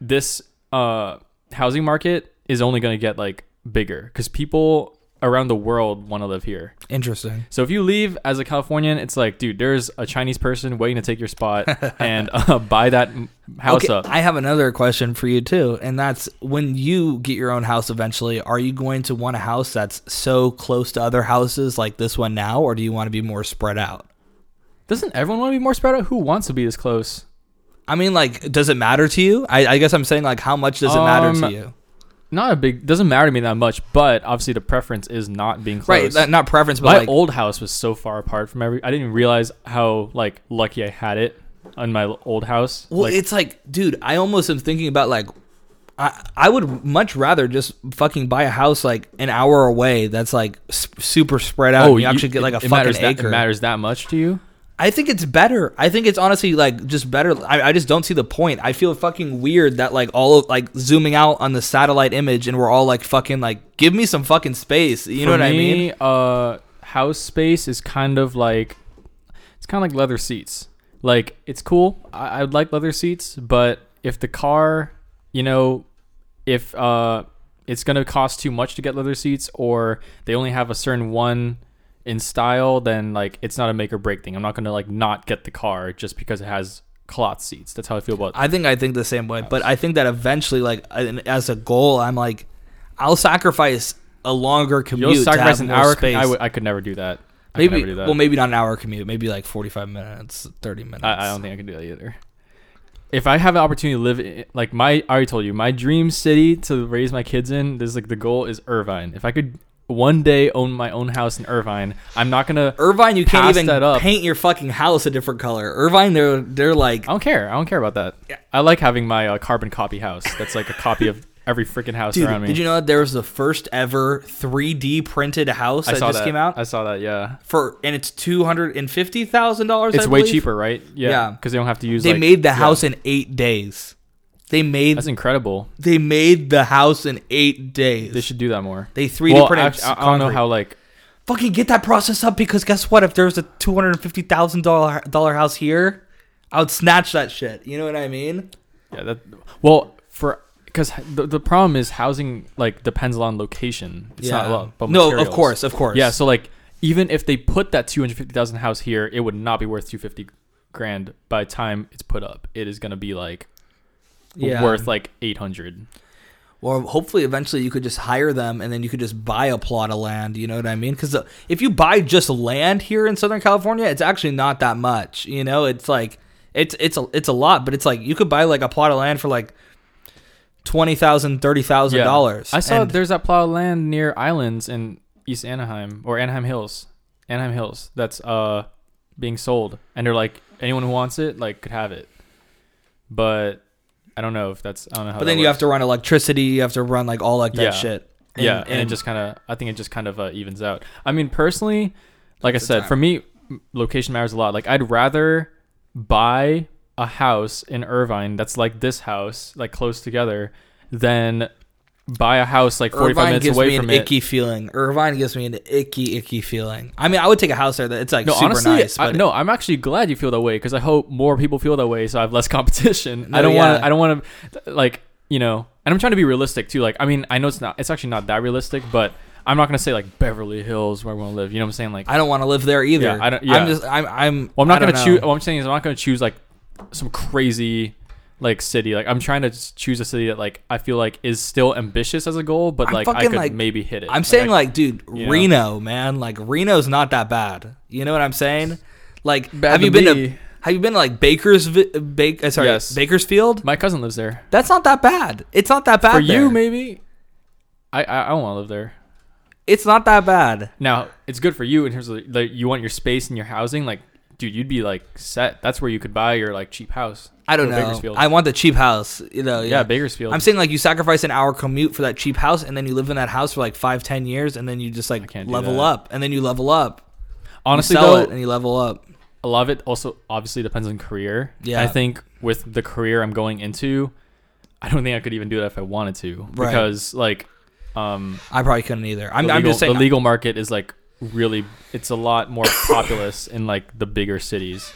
[SPEAKER 2] this uh housing market is only going to get like bigger because people around the world want to live here
[SPEAKER 1] interesting.
[SPEAKER 2] so if you leave as a californian it's like dude there's a chinese person waiting to take
[SPEAKER 1] [LAUGHS]
[SPEAKER 2] your spot and uh, buy that m- house
[SPEAKER 1] okay,
[SPEAKER 2] up
[SPEAKER 1] I have another question for you too, and that's when you get your own house eventually, are you going to want a house that's so close to other houses like this one now, or do you want to be more spread out?
[SPEAKER 2] doesn't everyone want to be more spread out who wants to be this close
[SPEAKER 1] I mean, like, does it matter to you? I, I guess I'm saying like, how much does it matter
[SPEAKER 2] Um,
[SPEAKER 1] to you?
[SPEAKER 2] not a big doesn't matter to me that much but obviously the preference is not being close
[SPEAKER 1] Right, that, not preference, but
[SPEAKER 2] my
[SPEAKER 1] like,
[SPEAKER 2] old house was so far apart from every i didn't even realize how like lucky i had it on my old house
[SPEAKER 1] well,
[SPEAKER 2] like,
[SPEAKER 1] it's like, dude, I almost am thinking about like, I I would much rather just fucking buy a house like an hour away that's like s- super spread out. and you,
[SPEAKER 2] Oh, you-
[SPEAKER 1] actually get like a
[SPEAKER 2] it
[SPEAKER 1] fucking
[SPEAKER 2] matters that,
[SPEAKER 1] acre.
[SPEAKER 2] It matters that much to you?
[SPEAKER 1] I think it's better. I think it's honestly like just better. I, I just don't see the point. I feel fucking weird that like all of like zooming out on the satellite image and we're all like fucking like give me some fucking space. You know
[SPEAKER 2] For
[SPEAKER 1] what I mean?
[SPEAKER 2] me, Uh, house space is kind of like it's kind of like leather seats. Like it's cool. I, I would like leather seats, but if the car, you know, if uh, it's gonna cost too much to get leather seats, or they only have a certain one in style, then like it's not a make or break thing. I'm not gonna like not get the car just because it has cloth seats. That's how I feel about.
[SPEAKER 1] I think I think the same way, but I think that eventually, like I- as a goal, I'm like, I'll sacrifice a longer commute.
[SPEAKER 2] You'll
[SPEAKER 1] to
[SPEAKER 2] sacrifice
[SPEAKER 1] have
[SPEAKER 2] an
[SPEAKER 1] more
[SPEAKER 2] hour.
[SPEAKER 1] Space.
[SPEAKER 2] I, would, I could never do that. I could
[SPEAKER 1] maybe
[SPEAKER 2] never do that.
[SPEAKER 1] well, maybe not an hour commute. Maybe like 45 minutes, 30 minutes.
[SPEAKER 2] I, I don't think I can do that either. If I have an opportunity to live, in, like my, I already told you, my dream city to raise my kids in. This is like the goal is Irvine. If I could one day own my own house in Irvine, I'm not gonna.
[SPEAKER 1] Irvine, you can't
[SPEAKER 2] Pass
[SPEAKER 1] even
[SPEAKER 2] that up.
[SPEAKER 1] paint your fucking house a different color. Irvine, they're they're like
[SPEAKER 2] I don't care. I don't care about that. I like having my uh, carbon copy house. That's like a copy of every freaking house
[SPEAKER 1] Dude,
[SPEAKER 2] around me.
[SPEAKER 1] did you know that there was the first ever 3D printed house
[SPEAKER 2] I
[SPEAKER 1] that
[SPEAKER 2] saw
[SPEAKER 1] just
[SPEAKER 2] that.
[SPEAKER 1] came out
[SPEAKER 2] I saw that. Yeah,
[SPEAKER 1] for, and it's two hundred and fifty thousand dollars.
[SPEAKER 2] it's way cheaper, right?
[SPEAKER 1] Yeah.
[SPEAKER 2] because they don't have to use.
[SPEAKER 1] They
[SPEAKER 2] like-
[SPEAKER 1] made the
[SPEAKER 2] yeah.
[SPEAKER 1] house in eight days. They made
[SPEAKER 2] That's incredible.
[SPEAKER 1] they made the house in eight days.
[SPEAKER 2] They should do that more.
[SPEAKER 1] They 3D
[SPEAKER 2] well,
[SPEAKER 1] printed
[SPEAKER 2] act- I, I don't know
[SPEAKER 1] concrete.
[SPEAKER 2] how like
[SPEAKER 1] fucking get that process up because guess what? If there was a two hundred and fifty thousand dollar dollar house here, I would snatch that shit. You know what I mean?
[SPEAKER 2] yeah that well for because the, the problem is housing like depends on location. It's not well, but
[SPEAKER 1] no, of
[SPEAKER 2] materials.
[SPEAKER 1] course, of course.
[SPEAKER 2] Yeah, so like even if they put that two hundred fifty thousand house here, it would not be worth two fifty grand by the time it's put up. It is gonna be like
[SPEAKER 1] Yeah.
[SPEAKER 2] worth like eight hundred.
[SPEAKER 1] Or hopefully, eventually, you could just hire them, and then you could just buy a plot of land. You know what I mean? Because if you buy just land here in Southern California, it's actually not that much. You know, it's like it's it's a it's a lot, but it's like you could buy like a plot of land for like twenty thousand, thirty thousand dollars.
[SPEAKER 2] I saw
[SPEAKER 1] and-
[SPEAKER 2] there's that plot of land near Islands in East Anaheim or Anaheim Hills, Anaheim Hills. That's uh being sold, and they're like anyone who wants it like could have it, but I don't know if that's I don't know how.
[SPEAKER 1] But then you have to run electricity. You have to run like all like that
[SPEAKER 2] Yeah.
[SPEAKER 1] shit.
[SPEAKER 2] yeah, and, it just kind of I think it just kind of uh, evens out. I mean, personally, like I
[SPEAKER 1] It's a
[SPEAKER 2] said,
[SPEAKER 1] time.
[SPEAKER 2] for me, m- location matters a lot. Like I'd rather buy a house in Irvine that's like this house, like close together, than buy a house like 45
[SPEAKER 1] Irvine
[SPEAKER 2] minutes
[SPEAKER 1] gives
[SPEAKER 2] away
[SPEAKER 1] me an
[SPEAKER 2] from it.
[SPEAKER 1] icky feeling. Irvine gives me an icky, icky feeling. I mean, I would take a house there that it's like
[SPEAKER 2] No,
[SPEAKER 1] super
[SPEAKER 2] honestly,
[SPEAKER 1] nice.
[SPEAKER 2] I,
[SPEAKER 1] But
[SPEAKER 2] no. I'm actually glad you feel that way because I hope more people feel that way, so I have less [LAUGHS] competition.
[SPEAKER 1] No,
[SPEAKER 2] I don't want.
[SPEAKER 1] yeah.
[SPEAKER 2] to I don't want to, like you know. And I'm trying to be realistic too. Like, I mean, I know it's not. It's actually not that realistic, but I'm not gonna say like Beverly Hills where I want to live. You know what I'm saying? Like,
[SPEAKER 1] I don't want to live there either.
[SPEAKER 2] Yeah, I don't-
[SPEAKER 1] I'm
[SPEAKER 2] yeah.
[SPEAKER 1] just. I'm. I'm.
[SPEAKER 2] well, I'm
[SPEAKER 1] I
[SPEAKER 2] not
[SPEAKER 1] don't
[SPEAKER 2] gonna choose.
[SPEAKER 1] know.
[SPEAKER 2] What I'm saying is, I'm not gonna choose like some crazy like city. Like, I'm trying to s- choose a city that like I feel like is still ambitious as a goal, but
[SPEAKER 1] I'm
[SPEAKER 2] like I
[SPEAKER 1] fucking,
[SPEAKER 2] could
[SPEAKER 1] like-
[SPEAKER 2] maybe hit it.
[SPEAKER 1] I'm saying
[SPEAKER 2] I-
[SPEAKER 1] like, dude,
[SPEAKER 2] you know.
[SPEAKER 1] Reno, man. Like Reno's not that bad. You know what I'm saying? Like,
[SPEAKER 2] Bad
[SPEAKER 1] have
[SPEAKER 2] to
[SPEAKER 1] you been to?
[SPEAKER 2] me.
[SPEAKER 1] Have you been to like Baker's? Bake. Uh, sorry,
[SPEAKER 2] Yes.
[SPEAKER 1] Bakersfield.
[SPEAKER 2] my cousin lives there.
[SPEAKER 1] That's not that bad. It's not that bad
[SPEAKER 2] For you,
[SPEAKER 1] there.
[SPEAKER 2] maybe. I I, I don't want to live there.
[SPEAKER 1] It's not that bad.
[SPEAKER 2] Now it's good for you in terms of like you want your space and your housing. Like, dude, you'd be like set. That's where you could buy your like cheap house.
[SPEAKER 1] I don't
[SPEAKER 2] Or
[SPEAKER 1] know.
[SPEAKER 2] Bakersfield.
[SPEAKER 1] I want the cheap house. You know.
[SPEAKER 2] yeah,
[SPEAKER 1] Yeah.
[SPEAKER 2] Bakersfield.
[SPEAKER 1] I'm saying like you sacrifice an hour commute for that cheap house, and then you live in that house for like five, ten years, and then you just like
[SPEAKER 2] can't do
[SPEAKER 1] level
[SPEAKER 2] that.
[SPEAKER 1] up, and then you level up. You
[SPEAKER 2] Honestly,
[SPEAKER 1] sell
[SPEAKER 2] though,
[SPEAKER 1] it and you level up.
[SPEAKER 2] a lot of it also obviously depends on career.
[SPEAKER 1] Yeah.
[SPEAKER 2] I think with the career I'm going into, I don't think I could even do that if I wanted to
[SPEAKER 1] Right.
[SPEAKER 2] because like, um,
[SPEAKER 1] I probably couldn't either. I'm,
[SPEAKER 2] the
[SPEAKER 1] I'm
[SPEAKER 2] legal-
[SPEAKER 1] just saying.
[SPEAKER 2] the legal market is like really it's a lot more [COUGHS] populous in like the bigger cities.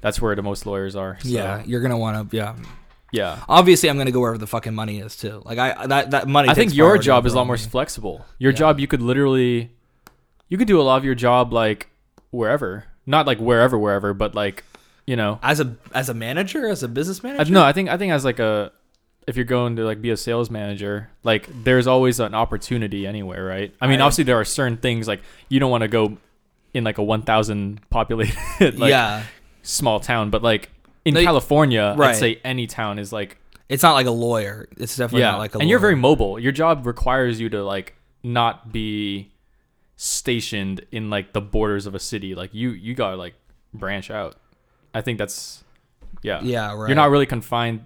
[SPEAKER 2] That's where the most lawyers are. So,
[SPEAKER 1] Yeah, you're gonna want to. Yeah.
[SPEAKER 2] yeah.
[SPEAKER 1] Obviously, I'm gonna go wherever the fucking money is too. Like I that that money.
[SPEAKER 2] I think
[SPEAKER 1] takes
[SPEAKER 2] your
[SPEAKER 1] priority
[SPEAKER 2] job is a
[SPEAKER 1] over
[SPEAKER 2] lot more
[SPEAKER 1] me.
[SPEAKER 2] flexible. Your
[SPEAKER 1] Yeah.
[SPEAKER 2] job, you could literally, you could do a lot of your job like wherever, not like wherever, wherever, but like you know,
[SPEAKER 1] As a as a manager, as a business
[SPEAKER 2] I,
[SPEAKER 1] manager.
[SPEAKER 2] no, I think I think as like a, if you're going to like be a sales manager, like there's always an opportunity anywhere, right? I mean,
[SPEAKER 1] Right.
[SPEAKER 2] obviously there are certain things like you don't want to go in like a 1,000 populated [LAUGHS] like
[SPEAKER 1] yeah,
[SPEAKER 2] small town, but like in
[SPEAKER 1] No,
[SPEAKER 2] California,
[SPEAKER 1] right.
[SPEAKER 2] I'd say any town is like
[SPEAKER 1] it's not like a lawyer. It's definitely not like a.
[SPEAKER 2] and you're
[SPEAKER 1] lawyer.
[SPEAKER 2] very mobile. Your job requires you to like not be stationed in like the borders of a city. Like you, you gotta like branch out. I think that's yeah.
[SPEAKER 1] Yeah, right.
[SPEAKER 2] You're not really confined.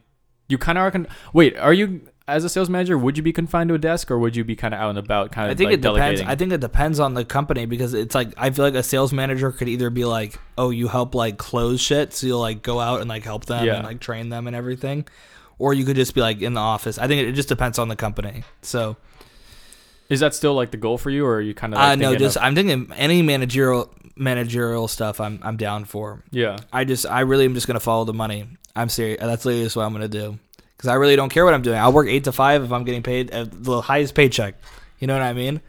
[SPEAKER 2] You kind of are. Con- Wait, are you as a sales manager? Would you be confined to a desk, or would you be kind of out and about? Kind
[SPEAKER 1] I
[SPEAKER 2] of
[SPEAKER 1] think
[SPEAKER 2] like,
[SPEAKER 1] it depends.
[SPEAKER 2] delegating?
[SPEAKER 1] I think it depends on the company because it's like I feel like a sales manager could either be like, "Oh, you help like close shit, so you'll like go out and like help them
[SPEAKER 2] Yeah.
[SPEAKER 1] and like train them and everything," or you could just be like in the office. I think it, it just depends on the company. So
[SPEAKER 2] Is that still like the goal for you, or are you kind of?
[SPEAKER 1] I
[SPEAKER 2] Like,
[SPEAKER 1] know
[SPEAKER 2] thinking
[SPEAKER 1] Uh, just
[SPEAKER 2] of-
[SPEAKER 1] I'm thinking any managerial managerial stuff. I'm I'm down for.
[SPEAKER 2] yeah.
[SPEAKER 1] I just I really am just gonna follow the money. I'm serious. That's literally just what I'm gonna do because I really don't care what I'm doing. I'll work eight to five if I'm getting paid uh, the highest paycheck. You know what I mean?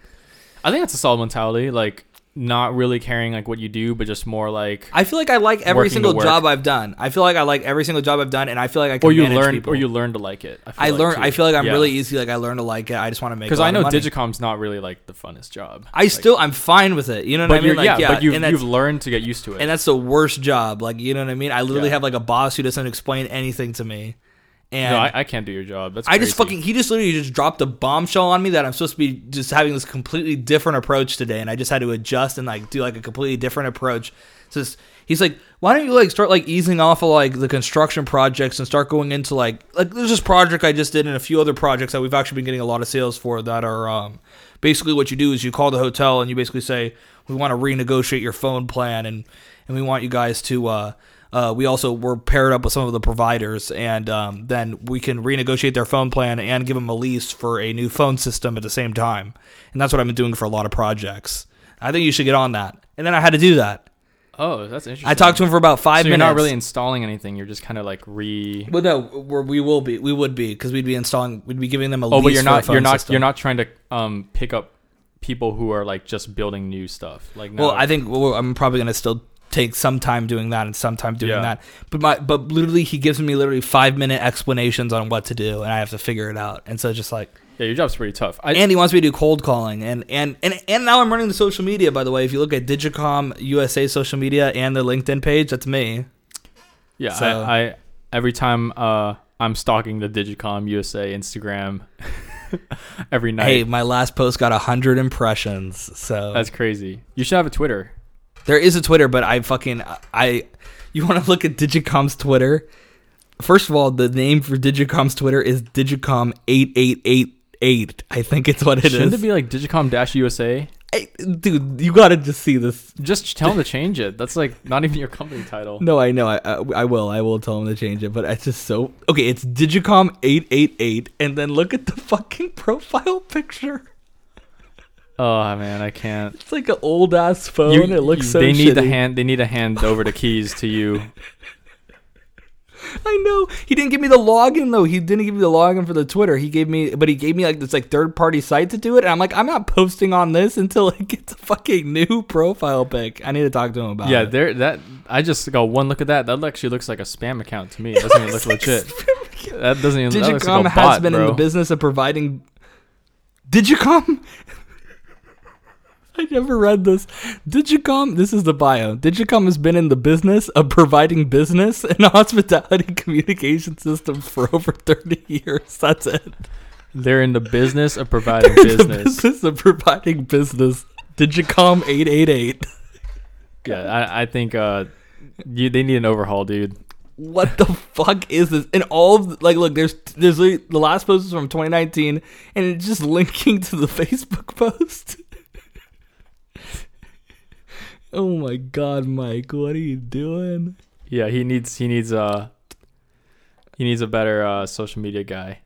[SPEAKER 2] I think that's a solid mentality. Like not really caring like what you do, but just more like.
[SPEAKER 1] I feel like I like every
[SPEAKER 2] Working to
[SPEAKER 1] single
[SPEAKER 2] work.
[SPEAKER 1] job I've done. I feel like I like every single job I've done, and I feel like I can
[SPEAKER 2] or you
[SPEAKER 1] manage
[SPEAKER 2] learn,
[SPEAKER 1] people.
[SPEAKER 2] or you learn to like it. feel
[SPEAKER 1] I
[SPEAKER 2] like,
[SPEAKER 1] learn.
[SPEAKER 2] too.
[SPEAKER 1] I feel like I'm
[SPEAKER 2] Yeah.
[SPEAKER 1] really easy. Like I learn to like it. I just want to make.
[SPEAKER 2] because
[SPEAKER 1] Because
[SPEAKER 2] I know
[SPEAKER 1] money.
[SPEAKER 2] Digicom's not really like the funnest job.
[SPEAKER 1] I still I'm fine with it. You know what
[SPEAKER 2] but
[SPEAKER 1] I mean?
[SPEAKER 2] you're,
[SPEAKER 1] Like,
[SPEAKER 2] yeah, but you've,
[SPEAKER 1] and that's,
[SPEAKER 2] you've learned to get used to it.
[SPEAKER 1] and that's the worst job. Like you know what I mean? I literally
[SPEAKER 2] Yeah.
[SPEAKER 1] have like a boss who doesn't explain anything to me, and
[SPEAKER 2] no, I, I can't do your job. That's
[SPEAKER 1] I just
[SPEAKER 2] crazy.
[SPEAKER 1] fucking he just literally just dropped a bombshell on me that I'm supposed to be just having this completely different approach today, and I just had to adjust and like do like a completely different approach. So it's- he's like, why don't you like start like easing off of like the construction projects and start going into like like there's this project I just did and a few other projects that we've actually been getting a lot of sales for that are um basically what you do is you call the hotel and you basically say we want to renegotiate your phone plan and and we want you guys to uh Uh, we also were paired up with some of the providers, and um, then we can renegotiate their phone plan and give them a lease for a new phone system at the same time. And that's what I've been doing for a lot of projects. I think you should get on that. And then I had to do that.
[SPEAKER 2] Oh, that's interesting.
[SPEAKER 1] I talked to him for about
[SPEAKER 2] So
[SPEAKER 1] five
[SPEAKER 2] you're
[SPEAKER 1] minutes.
[SPEAKER 2] not really installing anything. You're just kind of like re.
[SPEAKER 1] Well, no, we're, we will be. We would be because we'd be installing. We'd be giving them a.
[SPEAKER 2] Oh,
[SPEAKER 1] lease
[SPEAKER 2] but you're
[SPEAKER 1] for a
[SPEAKER 2] not.
[SPEAKER 1] phone
[SPEAKER 2] You're not.
[SPEAKER 1] system.
[SPEAKER 2] You're not trying to um pick up people who are like just building new stuff. Like no.
[SPEAKER 1] Well, I think well, I'm probably gonna still take some time doing that and some time doing
[SPEAKER 2] Yeah.
[SPEAKER 1] that. But my but literally, he gives me literally five minute explanations on what to do, and I have to figure it out. And so it's just like,
[SPEAKER 2] yeah, your job's pretty tough. I,
[SPEAKER 1] and he wants me to do cold calling, and and and and now I'm running the social media. By the way, if you look at Digicom USA social media and their LinkedIn page, that's me.
[SPEAKER 2] yeah,
[SPEAKER 1] so-
[SPEAKER 2] I, I every time uh I'm stalking the Digicom USA Instagram [LAUGHS] every night.
[SPEAKER 1] Hey, my last post got hundred impressions, so
[SPEAKER 2] That's crazy. You should have a Twitter.
[SPEAKER 1] There is a Twitter, but I fucking I. You want to look at Digicom's Twitter? First of all, the name for Digicom's Twitter is Digicom eight eight eight eight. I think it's what it
[SPEAKER 2] Shouldn't
[SPEAKER 1] is.
[SPEAKER 2] it be like Digicom Dash USA?
[SPEAKER 1] I- dude, you gotta just see this.
[SPEAKER 2] Just tell them to change it. That's like not even your company title.
[SPEAKER 1] [LAUGHS] No, I know. I, I I will. I will tell him to change it. But it's just so okay. It's Digicom eight eight eight, and then look at the fucking [LAUGHS] profile picture.
[SPEAKER 2] Oh man, I can't.
[SPEAKER 1] It's like an old ass phone.
[SPEAKER 2] You-
[SPEAKER 1] Oh, it looks
[SPEAKER 2] you-
[SPEAKER 1] so.
[SPEAKER 2] They need to
[SPEAKER 1] shitty.
[SPEAKER 2] hand. They need to hand over the keys
[SPEAKER 1] [LAUGHS]
[SPEAKER 2] to you.
[SPEAKER 1] I know he didn't give me the login though. He didn't give me the login for the Twitter. He gave me, but he gave me like this like third party site to do it. And I'm like, I'm not posting on this until it gets a fucking new profile pic. I need to talk to him about
[SPEAKER 2] Yeah,
[SPEAKER 1] it.
[SPEAKER 2] there. That I just got one look at that. That actually looks like a spam account to me. It doesn't
[SPEAKER 1] [LAUGHS]
[SPEAKER 2] even look legit. That doesn't even. That looks
[SPEAKER 1] Digicom
[SPEAKER 2] like a
[SPEAKER 1] has
[SPEAKER 2] bot,
[SPEAKER 1] been
[SPEAKER 2] bro.
[SPEAKER 1] in the business of providing. Digicom. [LAUGHS] I never read this. Digicom. This is the bio. Digicom has been in the business of providing business and [LAUGHS] hospitality communication systems for over 30 years. That's it.
[SPEAKER 2] They're in the
[SPEAKER 1] [LAUGHS]
[SPEAKER 2] business of providing
[SPEAKER 1] the
[SPEAKER 2] business.
[SPEAKER 1] business of providing business. Digicom 888.
[SPEAKER 2] Yeah, I, I think uh, you, they need an overhaul, dude.
[SPEAKER 1] What the fuck is this? And all of the, like, look, there's there's li- the last post is from 2019, and it's just linking to the [LAUGHS] Facebook post. [LAUGHS] oh my god, Mike, what are you doing?
[SPEAKER 2] Yeah, he needs he needs uh he needs a better uh, social media guy.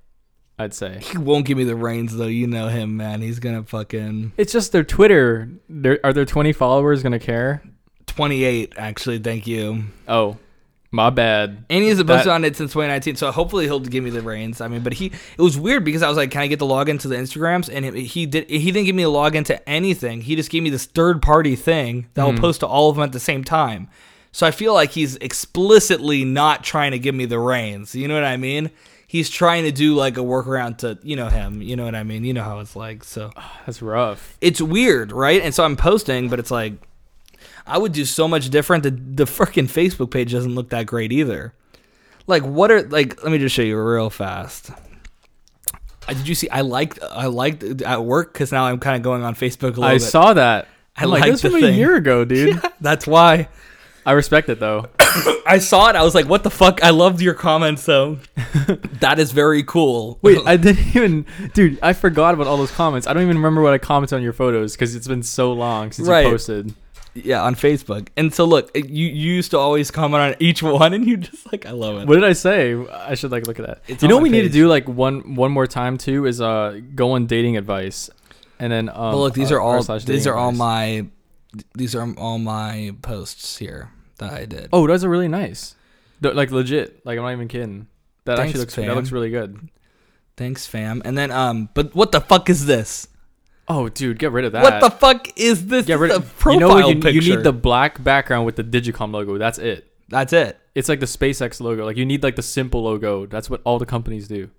[SPEAKER 2] I'd say
[SPEAKER 1] He won't give me the reins though. You know him, man. He's gonna fucking
[SPEAKER 2] it's just their Twitter. Their, are their twenty followers gonna care?
[SPEAKER 1] 28. Actually, thank you.
[SPEAKER 2] Oh, my bad.
[SPEAKER 1] And he's posted
[SPEAKER 2] That-
[SPEAKER 1] on it since 2019, so hopefully he'll give me the reins. I mean, but he it was weird because I was like, "Can I get the login to the Instagrams?" And it, he did. He didn't give me a login to anything. He just gave me this third party thing that will post to all of them at the same time. So I feel like he's explicitly not trying to give me the reins. You know what I mean? He's trying to do like a workaround to you know him. You know what I mean? You know how it's like. So
[SPEAKER 2] That's rough.
[SPEAKER 1] it's weird, right? And so I'm posting, but it's like I would do so much different. The the freaking Facebook page doesn't look that great either. Like what are like? Let me just show you real fast. Uh, Did you see? I liked I liked it at work because now I'm kind of going on Facebook a little
[SPEAKER 2] I
[SPEAKER 1] bit.
[SPEAKER 2] saw that.
[SPEAKER 1] I
[SPEAKER 2] I'm like,
[SPEAKER 1] like
[SPEAKER 2] this
[SPEAKER 1] the
[SPEAKER 2] from a
[SPEAKER 1] thing.
[SPEAKER 2] year ago, dude.
[SPEAKER 1] [LAUGHS] That's why
[SPEAKER 2] I respect
[SPEAKER 1] [LAUGHS]
[SPEAKER 2] it though.
[SPEAKER 1] I saw it. I was like, "What the fuck?" I loved your comment,
[SPEAKER 2] [LAUGHS]
[SPEAKER 1] so that is very cool.
[SPEAKER 2] Wait, I didn't even, dude. I forgot about all those comments. I don't even remember what I commented on your photos because it's been so long since
[SPEAKER 1] Right.
[SPEAKER 2] you posted.
[SPEAKER 1] yeah, on Facebook. And so look, you, you used to always comment on each [LAUGHS] one, and you just like, I love it.
[SPEAKER 2] What did I say? I should like look at that.
[SPEAKER 1] It's
[SPEAKER 2] you know
[SPEAKER 1] on
[SPEAKER 2] what we
[SPEAKER 1] my
[SPEAKER 2] need to
[SPEAKER 1] page.
[SPEAKER 2] do like one one more time too is uh go on dating advice, and then um,
[SPEAKER 1] But look, these
[SPEAKER 2] uh,
[SPEAKER 1] are all
[SPEAKER 2] r slash
[SPEAKER 1] these
[SPEAKER 2] dating
[SPEAKER 1] are all
[SPEAKER 2] advice.
[SPEAKER 1] my these are all my posts here that I did.
[SPEAKER 2] Oh, those are really nice. They're, like legit. Like I'm not even kidding. That
[SPEAKER 1] Thanks,
[SPEAKER 2] actually looks
[SPEAKER 1] fam.
[SPEAKER 2] that looks really good.
[SPEAKER 1] Thanks, fam. And then um, but what the fuck is this?
[SPEAKER 2] Oh, dude, get rid of that.
[SPEAKER 1] What the fuck is this?
[SPEAKER 2] Get
[SPEAKER 1] This
[SPEAKER 2] rid
[SPEAKER 1] is a
[SPEAKER 2] of
[SPEAKER 1] profile
[SPEAKER 2] you know what you,
[SPEAKER 1] picture.
[SPEAKER 2] you need the black background with the Digicom logo. That's it.
[SPEAKER 1] That's it.
[SPEAKER 2] It's like the SpaceX logo. Like you need like the simple logo. That's what all the companies do.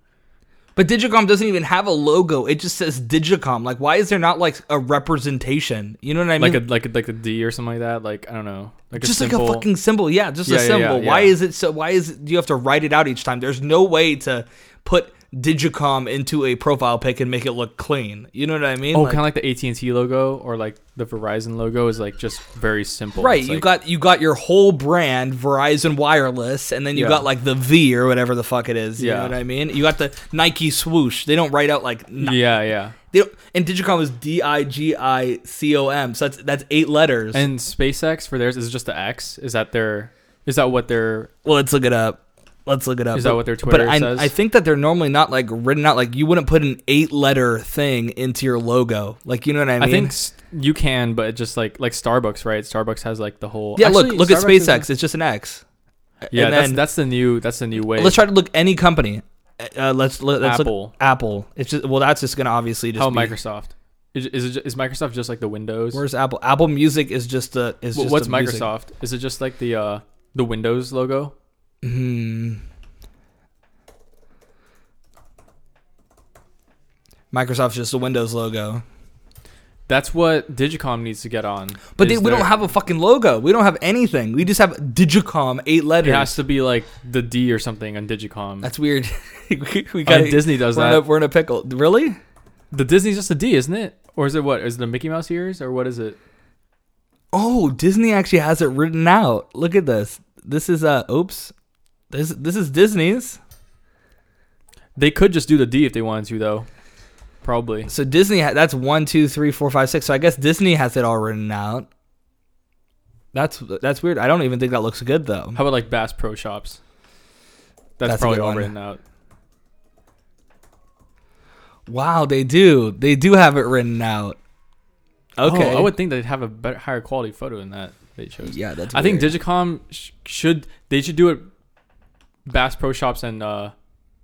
[SPEAKER 1] But Digicom doesn't even have a logo. It just says Digicom. Like, why is there not like a representation? You know what I mean?
[SPEAKER 2] like a like a, like a D or something like that. Like I don't know. Like
[SPEAKER 1] just
[SPEAKER 2] a
[SPEAKER 1] like a
[SPEAKER 2] simple-
[SPEAKER 1] fucking symbol. Yeah, just a
[SPEAKER 2] Yeah, yeah, yeah,
[SPEAKER 1] symbol. Why
[SPEAKER 2] yeah.
[SPEAKER 1] is it so? Why is it, do you have to write it out each time? There's no way to put Digicom into a profile pic and make it look clean. You know what I mean?
[SPEAKER 2] Oh,
[SPEAKER 1] Like-
[SPEAKER 2] kind of like the AT and T logo or like the Verizon logo is like just very simple.
[SPEAKER 1] Right,
[SPEAKER 2] It's
[SPEAKER 1] you
[SPEAKER 2] like-
[SPEAKER 1] got you got your whole brand Verizon Wireless, and then you
[SPEAKER 2] Yeah.
[SPEAKER 1] got like the V or whatever the fuck it is. You
[SPEAKER 2] Yeah.
[SPEAKER 1] know what I mean? You got the Nike swoosh. They don't write out like Ni-
[SPEAKER 2] yeah, yeah.
[SPEAKER 1] they don't, and Digicom is D I G I C O M. So that's that's eight letters.
[SPEAKER 2] And SpaceX for theirs is just the X. Is that their Is that what they're?
[SPEAKER 1] Well, let's look it up. Let's look it up.
[SPEAKER 2] Is that what their
[SPEAKER 1] but
[SPEAKER 2] Twitter
[SPEAKER 1] I,
[SPEAKER 2] says?
[SPEAKER 1] I think that they're normally not like written out. Like you wouldn't put an eight-letter thing into your logo. Like you know what I
[SPEAKER 2] I,
[SPEAKER 1] mean?
[SPEAKER 2] think s- you can, but it just like like Starbucks, right? Starbucks has like the whole.
[SPEAKER 1] yeah.
[SPEAKER 2] Actually,
[SPEAKER 1] look, look at
[SPEAKER 2] Starbucks is-
[SPEAKER 1] SpaceX. It's just an X.
[SPEAKER 2] Yeah,
[SPEAKER 1] and
[SPEAKER 2] that's,
[SPEAKER 1] then-
[SPEAKER 2] that's the new that's the new way.
[SPEAKER 1] Let's try to look any company. Uh, let's let, let's look
[SPEAKER 2] Apple.
[SPEAKER 1] Apple. It's just well, that's just gonna obviously just
[SPEAKER 2] How
[SPEAKER 1] be,
[SPEAKER 2] Microsoft is is, it ju- is Microsoft just like the Windows?
[SPEAKER 1] Where's Apple? Apple Music is just a is
[SPEAKER 2] Wh-
[SPEAKER 1] just
[SPEAKER 2] What's
[SPEAKER 1] a music.
[SPEAKER 2] Microsoft? Is it just like the uh the Windows logo?
[SPEAKER 1] Hmm. Microsoft's just a Windows logo.
[SPEAKER 2] That's what Digicom needs to get on.
[SPEAKER 1] But they,
[SPEAKER 2] is
[SPEAKER 1] we don't
[SPEAKER 2] their-
[SPEAKER 1] have a fucking logo. We don't have anything. We just have Digicom eight
[SPEAKER 2] It
[SPEAKER 1] letters.
[SPEAKER 2] has to be like the D or something on Digicom.
[SPEAKER 1] That's weird. [LAUGHS] we we
[SPEAKER 2] I
[SPEAKER 1] got
[SPEAKER 2] mean, Disney does
[SPEAKER 1] we're,
[SPEAKER 2] that.
[SPEAKER 1] in a- we're in a pickle. Really?
[SPEAKER 2] The Disney's just a D, isn't it? Or is it what? Is it the Mickey Mouse ears or what is it?
[SPEAKER 1] Oh, Disney actually has it written out. Look at this. This is uh oops. This this is Disney's.
[SPEAKER 2] They could just do the D if they wanted to though. Probably.
[SPEAKER 1] So Disney ha- that's one, two, three, four, five, six. So I guess Disney has it all written out. That's that's weird. I don't even think that looks good though.
[SPEAKER 2] How about like Bass Pro Shops? That's,
[SPEAKER 1] That's a
[SPEAKER 2] probably
[SPEAKER 1] good
[SPEAKER 2] all
[SPEAKER 1] one.
[SPEAKER 2] written out.
[SPEAKER 1] Wow, they do. They do have it written out. Okay.
[SPEAKER 2] Oh, I would think they'd have a better, higher quality photo than that they chose.
[SPEAKER 1] yeah, that's.
[SPEAKER 2] I think
[SPEAKER 1] weird.
[SPEAKER 2] Digicom sh- should they should do it. Bass Pro Shops and uh,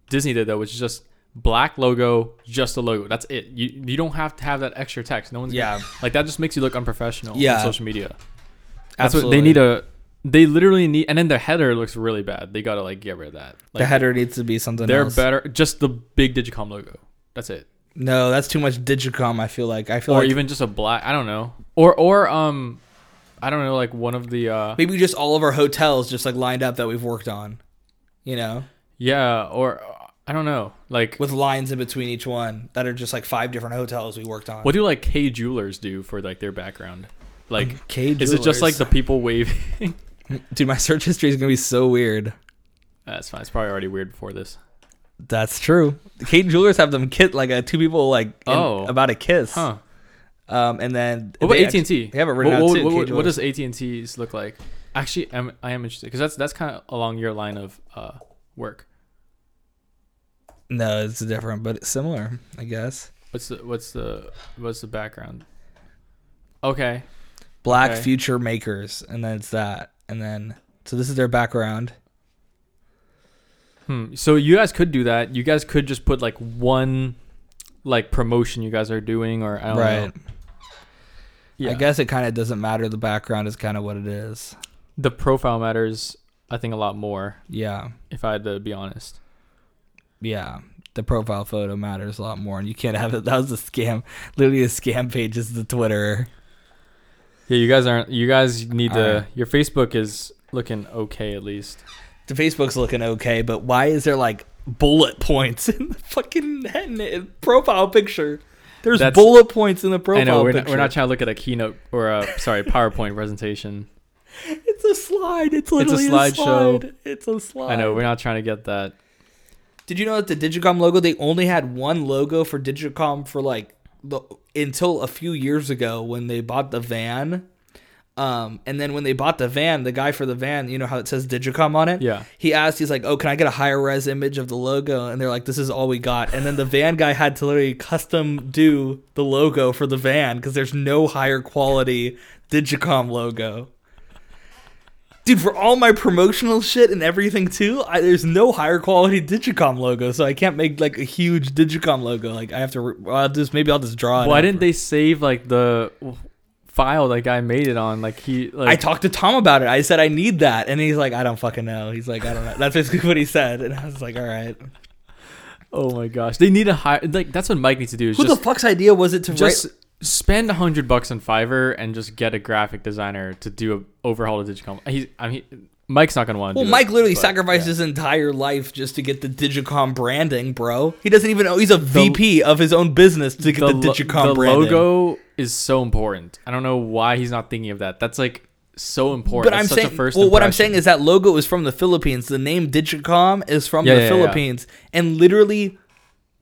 [SPEAKER 2] Disney did though, which is just black logo, just a logo. That's it. You you don't have to have that extra text. No one's gonna-
[SPEAKER 1] Yeah.
[SPEAKER 2] like that. Just makes you look unprofessional
[SPEAKER 1] Yeah.
[SPEAKER 2] on social media. That's what
[SPEAKER 1] Absolutely.
[SPEAKER 2] they need a. They literally need, and then their header looks really bad. They gotta like get rid of that. Like,
[SPEAKER 1] the header needs to be something.
[SPEAKER 2] They're
[SPEAKER 1] else.
[SPEAKER 2] better. Just the big Digicom logo. That's it.
[SPEAKER 1] No, that's too much Digicom. I feel like. I feel
[SPEAKER 2] Or
[SPEAKER 1] like
[SPEAKER 2] even just a black. I don't know. Or or um, I don't know. Like one of the uh,
[SPEAKER 1] maybe just all of our hotels just like lined up that we've worked on. You know,
[SPEAKER 2] yeah. Or uh, I don't know. Like
[SPEAKER 1] with lines in between each one that are just like five different hotels we worked on.
[SPEAKER 2] What do like K jewelers do for like their background? Like,
[SPEAKER 1] K
[SPEAKER 2] is it
[SPEAKER 1] Jewelers.
[SPEAKER 2] just like the people waving? [LAUGHS]
[SPEAKER 1] Dude, my search history is gonna be so weird.
[SPEAKER 2] That's fine. It's probably already weird before this.
[SPEAKER 1] That's true. Kate Jewelers have them kit like uh, two people like in-
[SPEAKER 2] Oh.
[SPEAKER 1] about a kiss.
[SPEAKER 2] Huh?
[SPEAKER 1] Um, and then
[SPEAKER 2] What
[SPEAKER 1] they
[SPEAKER 2] about AT and
[SPEAKER 1] actually-
[SPEAKER 2] T?
[SPEAKER 1] They have it written
[SPEAKER 2] what,
[SPEAKER 1] out
[SPEAKER 2] what-
[SPEAKER 1] too.
[SPEAKER 2] What,
[SPEAKER 1] Kate
[SPEAKER 2] what
[SPEAKER 1] Jewelers.
[SPEAKER 2] does AT and T's look like? Actually, I'm, I am interested because that's that's kind of along your line of uh, work.
[SPEAKER 1] No, it's different, but it's similar, I guess.
[SPEAKER 2] What's the what's the what's the background? Okay.
[SPEAKER 1] Black
[SPEAKER 2] Okay.
[SPEAKER 1] Future Makers, and then it's that, and then so this is their background.
[SPEAKER 2] Hmm. So you guys could do that. You guys could just put like one, like promotion you guys are doing, or I don't know.
[SPEAKER 1] Right.
[SPEAKER 2] Oh, Yeah.
[SPEAKER 1] I guess it kind of doesn't matter. The background is kind of what it is.
[SPEAKER 2] the profile matters. I think a lot more.
[SPEAKER 1] Yeah,
[SPEAKER 2] if I had to be honest.
[SPEAKER 1] yeah. The profile photo matters a lot more, and you can't have it. That was a scam. Literally, a scam page is the Twitter.
[SPEAKER 2] Yeah, you guys aren't. You guys need to.
[SPEAKER 1] Alright.
[SPEAKER 2] Your Facebook is looking okay at least.
[SPEAKER 1] The Facebook's looking okay, but why is there like bullet points [LAUGHS] in the fucking head- profile picture? There's
[SPEAKER 2] That's-
[SPEAKER 1] bullet points in the profile
[SPEAKER 2] I know we're
[SPEAKER 1] picture.
[SPEAKER 2] not, we're not trying to look at a keynote or
[SPEAKER 1] [LAUGHS]
[SPEAKER 2] a sorry PowerPoint presentation.
[SPEAKER 1] It's a slide. It's literally a, slide
[SPEAKER 2] slideshow.
[SPEAKER 1] slide. It's a slide.
[SPEAKER 2] I know we're not trying to get that.
[SPEAKER 1] Did you know that the Digicom logo they only had one logo for Digicom for like the until a few years ago when they bought the van. Um, and then when they bought the van, the guy for the van, you know how it says Digicom on it?
[SPEAKER 2] Yeah.
[SPEAKER 1] He asked, he's like, Oh, can I get a higher res image of the logo? And they're like, This is all we got. And then the van guy had to literally custom do the logo for the van because there's no higher quality Digicom logo dude for all my promotional shit and everything too I, there's no higher quality digicom logo so i can't make like a huge digicom logo like i have to re- well, I'll just maybe i'll just draw it
[SPEAKER 2] Why
[SPEAKER 1] out.
[SPEAKER 2] didn't they save like the file that guy made it on? Like he like
[SPEAKER 1] i talked to tom about it i said i need that and he's like i don't fucking know he's like i don't know that's basically what he said and i was like all right
[SPEAKER 2] oh my gosh, they need a high like that's what Mike needs to do. Is
[SPEAKER 1] who
[SPEAKER 2] just
[SPEAKER 1] the fuck's idea was it to
[SPEAKER 2] just
[SPEAKER 1] write
[SPEAKER 2] spend a hundred bucks on Fiverr and just get a graphic designer to do a overhaul of Digicom. He's I mean Mike's not gonna want.
[SPEAKER 1] well,
[SPEAKER 2] do
[SPEAKER 1] Mike
[SPEAKER 2] it,
[SPEAKER 1] literally
[SPEAKER 2] but,
[SPEAKER 1] sacrificed
[SPEAKER 2] yeah.
[SPEAKER 1] his entire life just to get the Digicom branding, bro. He doesn't even know he's a VP of his own business to get the,
[SPEAKER 2] lo-
[SPEAKER 1] Digicom
[SPEAKER 2] the
[SPEAKER 1] branding.
[SPEAKER 2] logo is so important. I don't know why he's not thinking of that. That's like so important.
[SPEAKER 1] But I'm
[SPEAKER 2] That's such
[SPEAKER 1] saying,
[SPEAKER 2] a first
[SPEAKER 1] well, what I'm
[SPEAKER 2] impression.
[SPEAKER 1] saying is that logo is from the Philippines. The name Digicom is from
[SPEAKER 2] Yeah,
[SPEAKER 1] the
[SPEAKER 2] yeah, yeah.
[SPEAKER 1] Philippines, and literally,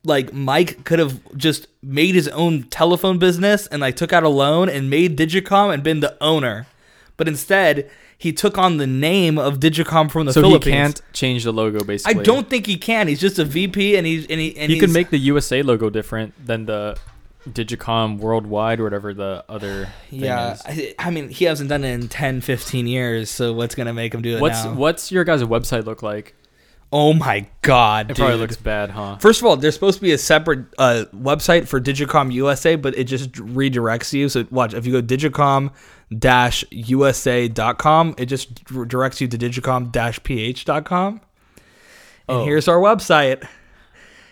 [SPEAKER 1] like Mike could have just made his own telephone business and like took out a loan and made Digicom and been the owner, but instead he took on the name of Digicom from the
[SPEAKER 2] so he
[SPEAKER 1] Philippines.
[SPEAKER 2] can't change the logo
[SPEAKER 1] I
[SPEAKER 2] basically.
[SPEAKER 1] don't think he can. He's just a VP, and he's and he and
[SPEAKER 2] He could
[SPEAKER 1] he's-
[SPEAKER 2] make the USA logo different than the Digicom Worldwide or whatever the
[SPEAKER 1] [SIGHS]
[SPEAKER 2] other. Thing
[SPEAKER 1] Yeah,
[SPEAKER 2] Is.
[SPEAKER 1] I, I mean, he hasn't done it in 10, 15 years. So what's gonna make him do it
[SPEAKER 2] What's
[SPEAKER 1] now?
[SPEAKER 2] what's your guys' website look like?
[SPEAKER 1] Oh my god,
[SPEAKER 2] It
[SPEAKER 1] dude!
[SPEAKER 2] probably looks bad, huh?
[SPEAKER 1] First of all, there's supposed to be a separate uh, website for Digicom USA, but it just redirects you. So watch, if you go digicom-usa.com, it just dir- directs you to digicom-ph.com. And
[SPEAKER 2] Oh.
[SPEAKER 1] here's our website.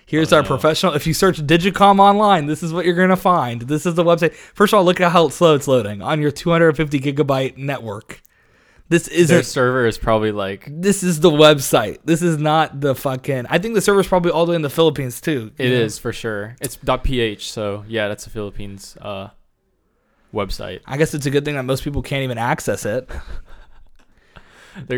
[SPEAKER 1] Here's
[SPEAKER 2] Oh,
[SPEAKER 1] our
[SPEAKER 2] no.
[SPEAKER 1] professional. If you search Digicom online, this is what you're gonna find. This is the website. First of all, look at how slow it's loading on your 250 gigabyte network. This
[SPEAKER 2] Their
[SPEAKER 1] isn't
[SPEAKER 2] server is probably like
[SPEAKER 1] this is the website. This is not the fucking. I think the server's probably all the way in the Philippines too.
[SPEAKER 2] It is for sure. It's .ph, so yeah, that's the Philippines uh, website.
[SPEAKER 1] I guess it's a good thing that most people can't even access it.
[SPEAKER 2] They're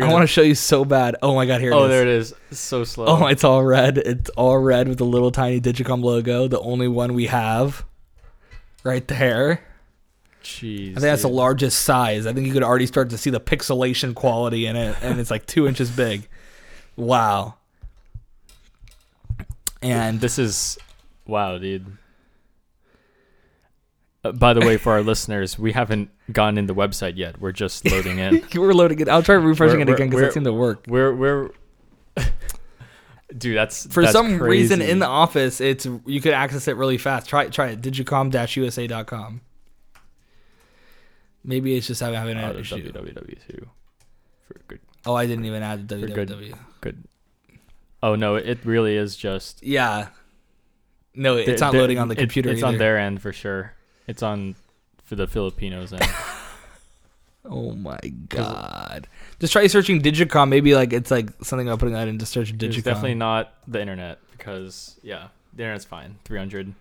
[SPEAKER 1] I
[SPEAKER 2] gonna-
[SPEAKER 1] want to show you so bad. Oh my god, here it
[SPEAKER 2] oh,
[SPEAKER 1] is.
[SPEAKER 2] there it is. It's so slow.
[SPEAKER 1] Oh, it's all red. It's all red with the little tiny Digicom logo, the only one we have. Right there.
[SPEAKER 2] jeez.
[SPEAKER 1] I think that's the
[SPEAKER 2] dude.
[SPEAKER 1] largest size. I think you could already start to see the pixelation quality in it, and it's like two inches big. Wow. And
[SPEAKER 2] This is wow, dude. Uh, by the way, for our listeners, we haven't gone in the website yet. We're just
[SPEAKER 1] [LAUGHS]
[SPEAKER 2] loading in.
[SPEAKER 1] [LAUGHS] we're loading it. I'll try refreshing
[SPEAKER 2] We're-
[SPEAKER 1] it again because
[SPEAKER 2] we're-
[SPEAKER 1] that seemed to work.
[SPEAKER 2] We're we're. Dude, that's
[SPEAKER 1] For
[SPEAKER 2] that's
[SPEAKER 1] some reason,
[SPEAKER 2] crazy.
[SPEAKER 1] in the office, it's you could access it really fast. Try try it. Digicom-USA.com. Maybe it's just having having
[SPEAKER 2] Out
[SPEAKER 1] an
[SPEAKER 2] of
[SPEAKER 1] issue.
[SPEAKER 2] www two for good
[SPEAKER 1] Oh, I didn't even add the E.
[SPEAKER 2] We're E. good.
[SPEAKER 1] www.
[SPEAKER 2] good. Oh no, it really is just
[SPEAKER 1] Yeah. No, it- it's
[SPEAKER 2] They're-
[SPEAKER 1] not
[SPEAKER 2] they're-
[SPEAKER 1] loading on the
[SPEAKER 2] it-
[SPEAKER 1] computer.
[SPEAKER 2] It's
[SPEAKER 1] either.
[SPEAKER 2] on their end for sure. It's on for the
[SPEAKER 1] [LAUGHS]
[SPEAKER 2] Filipinos end.
[SPEAKER 1] Oh my god! Just try searching Digicom. Maybe like it's like something I'm putting that in. Just search Digicom.
[SPEAKER 2] it's definitely not the internet because yeah, the internet's fine. Three hundred,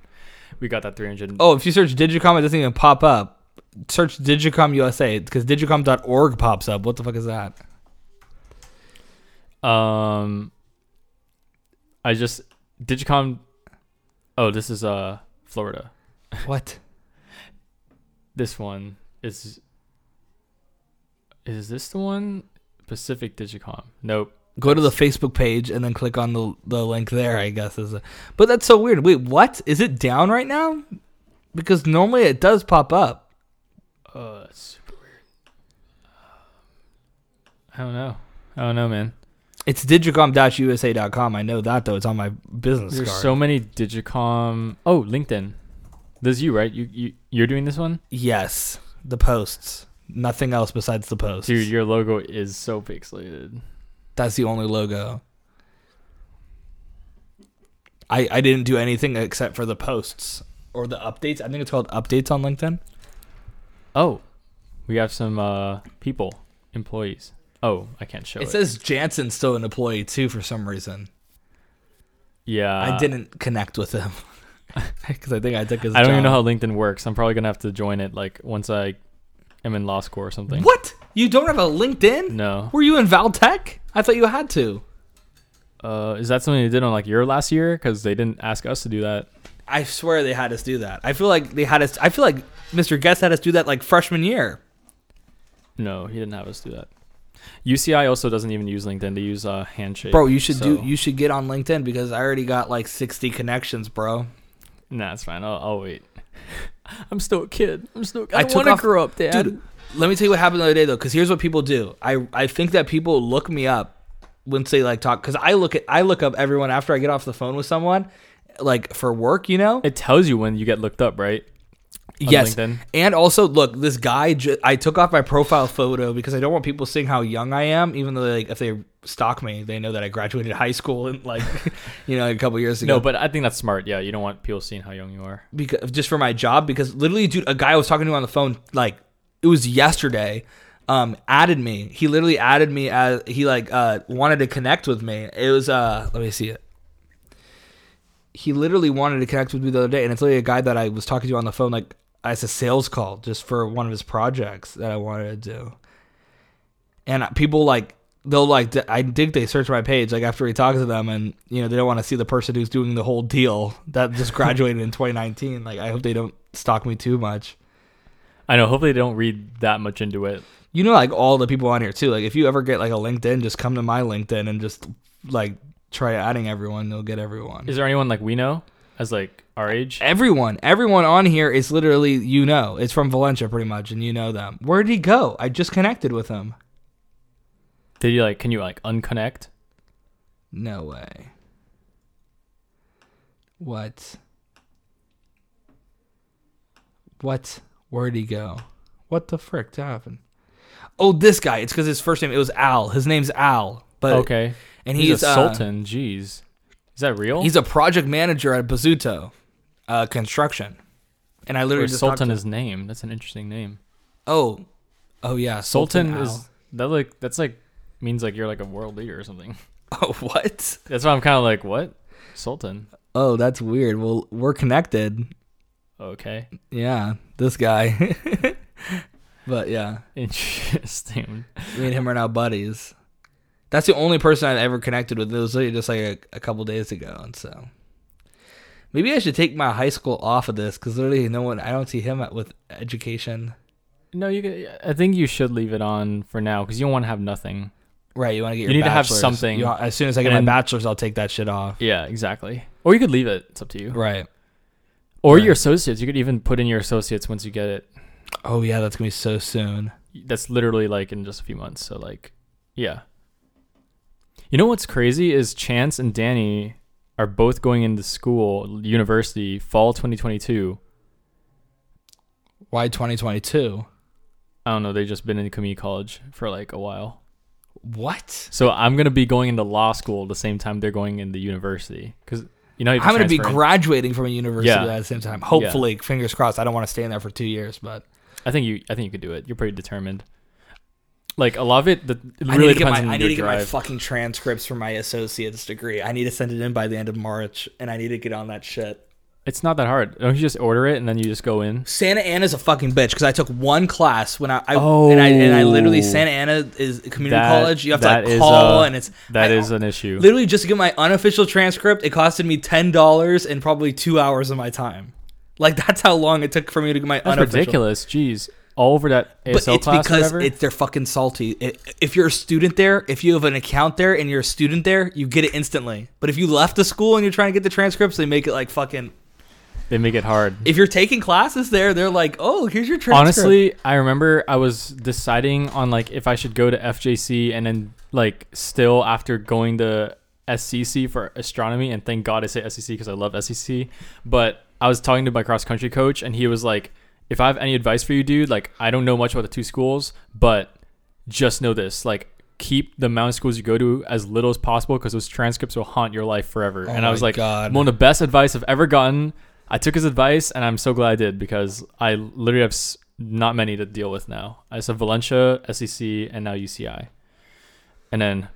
[SPEAKER 2] we got that three hundred.
[SPEAKER 1] Oh, if you search Digicom, it doesn't even pop up. Search Digicom USA because Digicom.org pops up. What the fuck is
[SPEAKER 2] [LAUGHS]
[SPEAKER 1] that?
[SPEAKER 2] Um, I just Digicom. Oh, this is uh Florida.
[SPEAKER 1] What?
[SPEAKER 2] This one is. Is this the one? Pacific Digicom. Nope.
[SPEAKER 1] go to the Facebook page and then click on the the link there. I guess is, a, but that's so weird. Wait, what is it down right now? Because normally it does pop up.
[SPEAKER 2] Uh, that's super weird. Um, I don't know. I don't know, man.
[SPEAKER 1] It's digicom-usa.com. I know that though. It's on my business
[SPEAKER 2] There's
[SPEAKER 1] card.
[SPEAKER 2] so many Digicom. Oh, LinkedIn. This is you, right? You you you're doing this one,
[SPEAKER 1] yes, the posts. Nothing else besides the posts.
[SPEAKER 2] dude. Your logo is so pixelated.
[SPEAKER 1] That's the only logo. I I didn't do anything except for the posts or the updates. I think it's called updates on LinkedIn.
[SPEAKER 2] Oh, we have some uh people, employees. Oh, I can't show it.
[SPEAKER 1] It says Jansen's still an employee too for some reason.
[SPEAKER 2] yeah,
[SPEAKER 1] I didn't connect with [LAUGHS] him because Uh, I think I took his.
[SPEAKER 2] I don't even know how
[SPEAKER 1] job.
[SPEAKER 2] LinkedIn works. I'm probably gonna have to join it like once I am in law school or something.
[SPEAKER 1] What? You don't have a LinkedIn?
[SPEAKER 2] No.
[SPEAKER 1] Were you in Valtech? I thought you had to.
[SPEAKER 2] Uh, is that something they did on like your last year? Because they didn't ask us to do that.
[SPEAKER 1] I swear they had us do that. I feel like they had us. I feel like Mr. Guest had us do that like freshman year.
[SPEAKER 2] No, he didn't have us do that. UCI also doesn't even use LinkedIn. They use uh, Handshake.
[SPEAKER 1] Bro, you should
[SPEAKER 2] so-
[SPEAKER 1] do. You should get on LinkedIn because I already got like sixty connections, bro.
[SPEAKER 2] Nah, it's fine. I'll, I'll wait. [LAUGHS] I'm still a kid. I'm still.
[SPEAKER 1] I
[SPEAKER 2] I,
[SPEAKER 1] took
[SPEAKER 2] want to
[SPEAKER 1] off-
[SPEAKER 2] grow up, Dad.
[SPEAKER 1] Dude, let me tell you what happened the other day though, because here's what people do. I I think that people look me up once they like talk, because I look at I look up everyone after I get off the phone with someone, like for work, you know.
[SPEAKER 2] It tells you when you get looked up, right? on
[SPEAKER 1] yes.
[SPEAKER 2] LinkedIn.
[SPEAKER 1] And also, look, this guy. Ju- I took off my profile photo because I don't want people seeing how young I am. Even though, like, if they stalk me, they know that I graduated high school and like, [LAUGHS] you know, a couple years ago.
[SPEAKER 2] No, but I think that's smart. Yeah, you don't want people seeing how young you are.
[SPEAKER 1] because just for my job because literally dude a guy I was talking to on the phone like it was yesterday um added me he literally added me as he like uh wanted to connect with me it was uh let me see it he literally wanted to connect with me the other day and it's literally a guy that I was talking to on the phone like as a sales call just for one of his projects that I wanted to do and people like they'll like d- I think they search my page like after we talk to them and you know they don't want to see the person who's doing the whole deal that just graduated in 2019 like I hope they don't stalk me too much
[SPEAKER 2] I know. Hopefully, they don't read that much into it.
[SPEAKER 1] you know like all the people on here too. Like if you ever get like a LinkedIn, just come to my LinkedIn and just like try adding everyone. You'll get everyone.
[SPEAKER 2] Is there anyone like we know as like our age?
[SPEAKER 1] Everyone, everyone on here is literally you know. It's from Valencia pretty much, and you know them. Where would he go? I just connected with him.
[SPEAKER 2] Did you like? Can you like unconnect?
[SPEAKER 1] No way. What? What? Where'd he go? What the frick happened? Oh, this guy. It's because his first name. It was Al. His name's Al. But
[SPEAKER 2] Okay.
[SPEAKER 1] and
[SPEAKER 2] he's,
[SPEAKER 1] he's,
[SPEAKER 2] a
[SPEAKER 1] uh,
[SPEAKER 2] sultan. Jeez, is that real?
[SPEAKER 1] He's a project manager at Bazuto uh, Construction. And I
[SPEAKER 2] Or
[SPEAKER 1] literally
[SPEAKER 2] is
[SPEAKER 1] just talked
[SPEAKER 2] sultan
[SPEAKER 1] to-
[SPEAKER 2] is name. That's an interesting name.
[SPEAKER 1] Oh, oh yeah,
[SPEAKER 2] Sultan,
[SPEAKER 1] Al.
[SPEAKER 2] is that like that's like means like you're like a world leader or something.
[SPEAKER 1] [LAUGHS]
[SPEAKER 2] [LAUGHS]
[SPEAKER 1] Oh what?
[SPEAKER 2] That's why I'm kind of like what sultan.
[SPEAKER 1] Oh, that's weird. Well, we're connected.
[SPEAKER 2] Okay, [LAUGHS]
[SPEAKER 1] Yeah, this guy. [LAUGHS] but yeah.
[SPEAKER 2] interesting.
[SPEAKER 1] Me and him are now buddies. That's the only person I've ever connected with. It was literally just like a, a couple days ago, and so maybe I should take my high school off of this because literally no one. I don't see him at, with education.
[SPEAKER 2] No, you. Could, I think you should leave it on for now because you don't want to have nothing.
[SPEAKER 1] Right, you want to get.
[SPEAKER 2] You
[SPEAKER 1] your
[SPEAKER 2] need to have
[SPEAKER 1] bachelor's.
[SPEAKER 2] something.
[SPEAKER 1] You want- as soon as I get
[SPEAKER 2] And-
[SPEAKER 1] my bachelor's, I'll take that shit off.
[SPEAKER 2] Yeah, exactly. Or you could leave it. It's up to you.
[SPEAKER 1] Right.
[SPEAKER 2] Or
[SPEAKER 1] Right.
[SPEAKER 2] your associates. You could even put in your associates once you get it.
[SPEAKER 1] Oh yeah, that's gonna be so soon.
[SPEAKER 2] That's literally like in just a few months. So like, yeah. You know what's crazy is Chance and Danny are both going into school, university, fall 2022.
[SPEAKER 1] Why 2022?
[SPEAKER 2] I don't know. They've just been in community college for like a while.
[SPEAKER 1] What?
[SPEAKER 2] So I'm gonna be going into law school the same time they're going into university because you know you have
[SPEAKER 1] I'm gonna be
[SPEAKER 2] transfer in.
[SPEAKER 1] graduating from a university
[SPEAKER 2] Yeah.
[SPEAKER 1] at the same time. Hopefully, fingers crossed. I don't want to stay in there for two years, but
[SPEAKER 2] I think you. I think you could do it. You're pretty determined. Like a lot of it, the, it
[SPEAKER 1] I
[SPEAKER 2] really
[SPEAKER 1] need to get
[SPEAKER 2] depends
[SPEAKER 1] my
[SPEAKER 2] on
[SPEAKER 1] I
[SPEAKER 2] your
[SPEAKER 1] need to get my
[SPEAKER 2] drive.
[SPEAKER 1] fucking transcripts for my associate's degree. I need to send it in by the end of March, and I need to get on that shit.
[SPEAKER 2] it's not that hard. Don't you just order it and then you just go in?
[SPEAKER 1] Santa Ana's a fucking bitch because I took one class when I, I and I and I literally
[SPEAKER 2] Oh.
[SPEAKER 1] Santa Ana is a community
[SPEAKER 2] That-
[SPEAKER 1] college. You have to
[SPEAKER 2] that
[SPEAKER 1] like,
[SPEAKER 2] is
[SPEAKER 1] call,
[SPEAKER 2] a-
[SPEAKER 1] and it's
[SPEAKER 2] That
[SPEAKER 1] I-
[SPEAKER 2] is an issue.
[SPEAKER 1] literally just to get my unofficial transcript. It costed me ten dollars and probably two hours of my time. Like that's how long it took for me to get my
[SPEAKER 2] That's
[SPEAKER 1] unofficial.
[SPEAKER 2] ridiculous. Jeez, all over that
[SPEAKER 1] But
[SPEAKER 2] ASL
[SPEAKER 1] it's
[SPEAKER 2] class. or
[SPEAKER 1] because
[SPEAKER 2] whatever?
[SPEAKER 1] it's they're fucking salty. I if you're a student there, if you have an account there and you're a student there, you get it instantly. But if you left the school and you're trying to get the transcripts, they make it like fucking.
[SPEAKER 2] they make it hard.
[SPEAKER 1] If you're taking classes there, they're like, "Oh, here's your transcript."
[SPEAKER 2] Honestly, I remember I was deciding on like if I should go to FJC and then like still after going to SCC for astronomy and thank God I say SCC because I love SEC. But I was talking to my cross country coach and he was like, "If I have any advice for you, dude, like I don't know much about the two schools, but just know this, like." Keep the amount of schools you go to as little as possible because those transcripts will haunt your life forever. and I
[SPEAKER 1] Oh my
[SPEAKER 2] was like,
[SPEAKER 1] God.
[SPEAKER 2] one of the best advice I've ever gotten. I took his advice, and I'm so glad I did because I literally have s- not many to deal with now. I just have Valencia, SEC, and now UCI, and then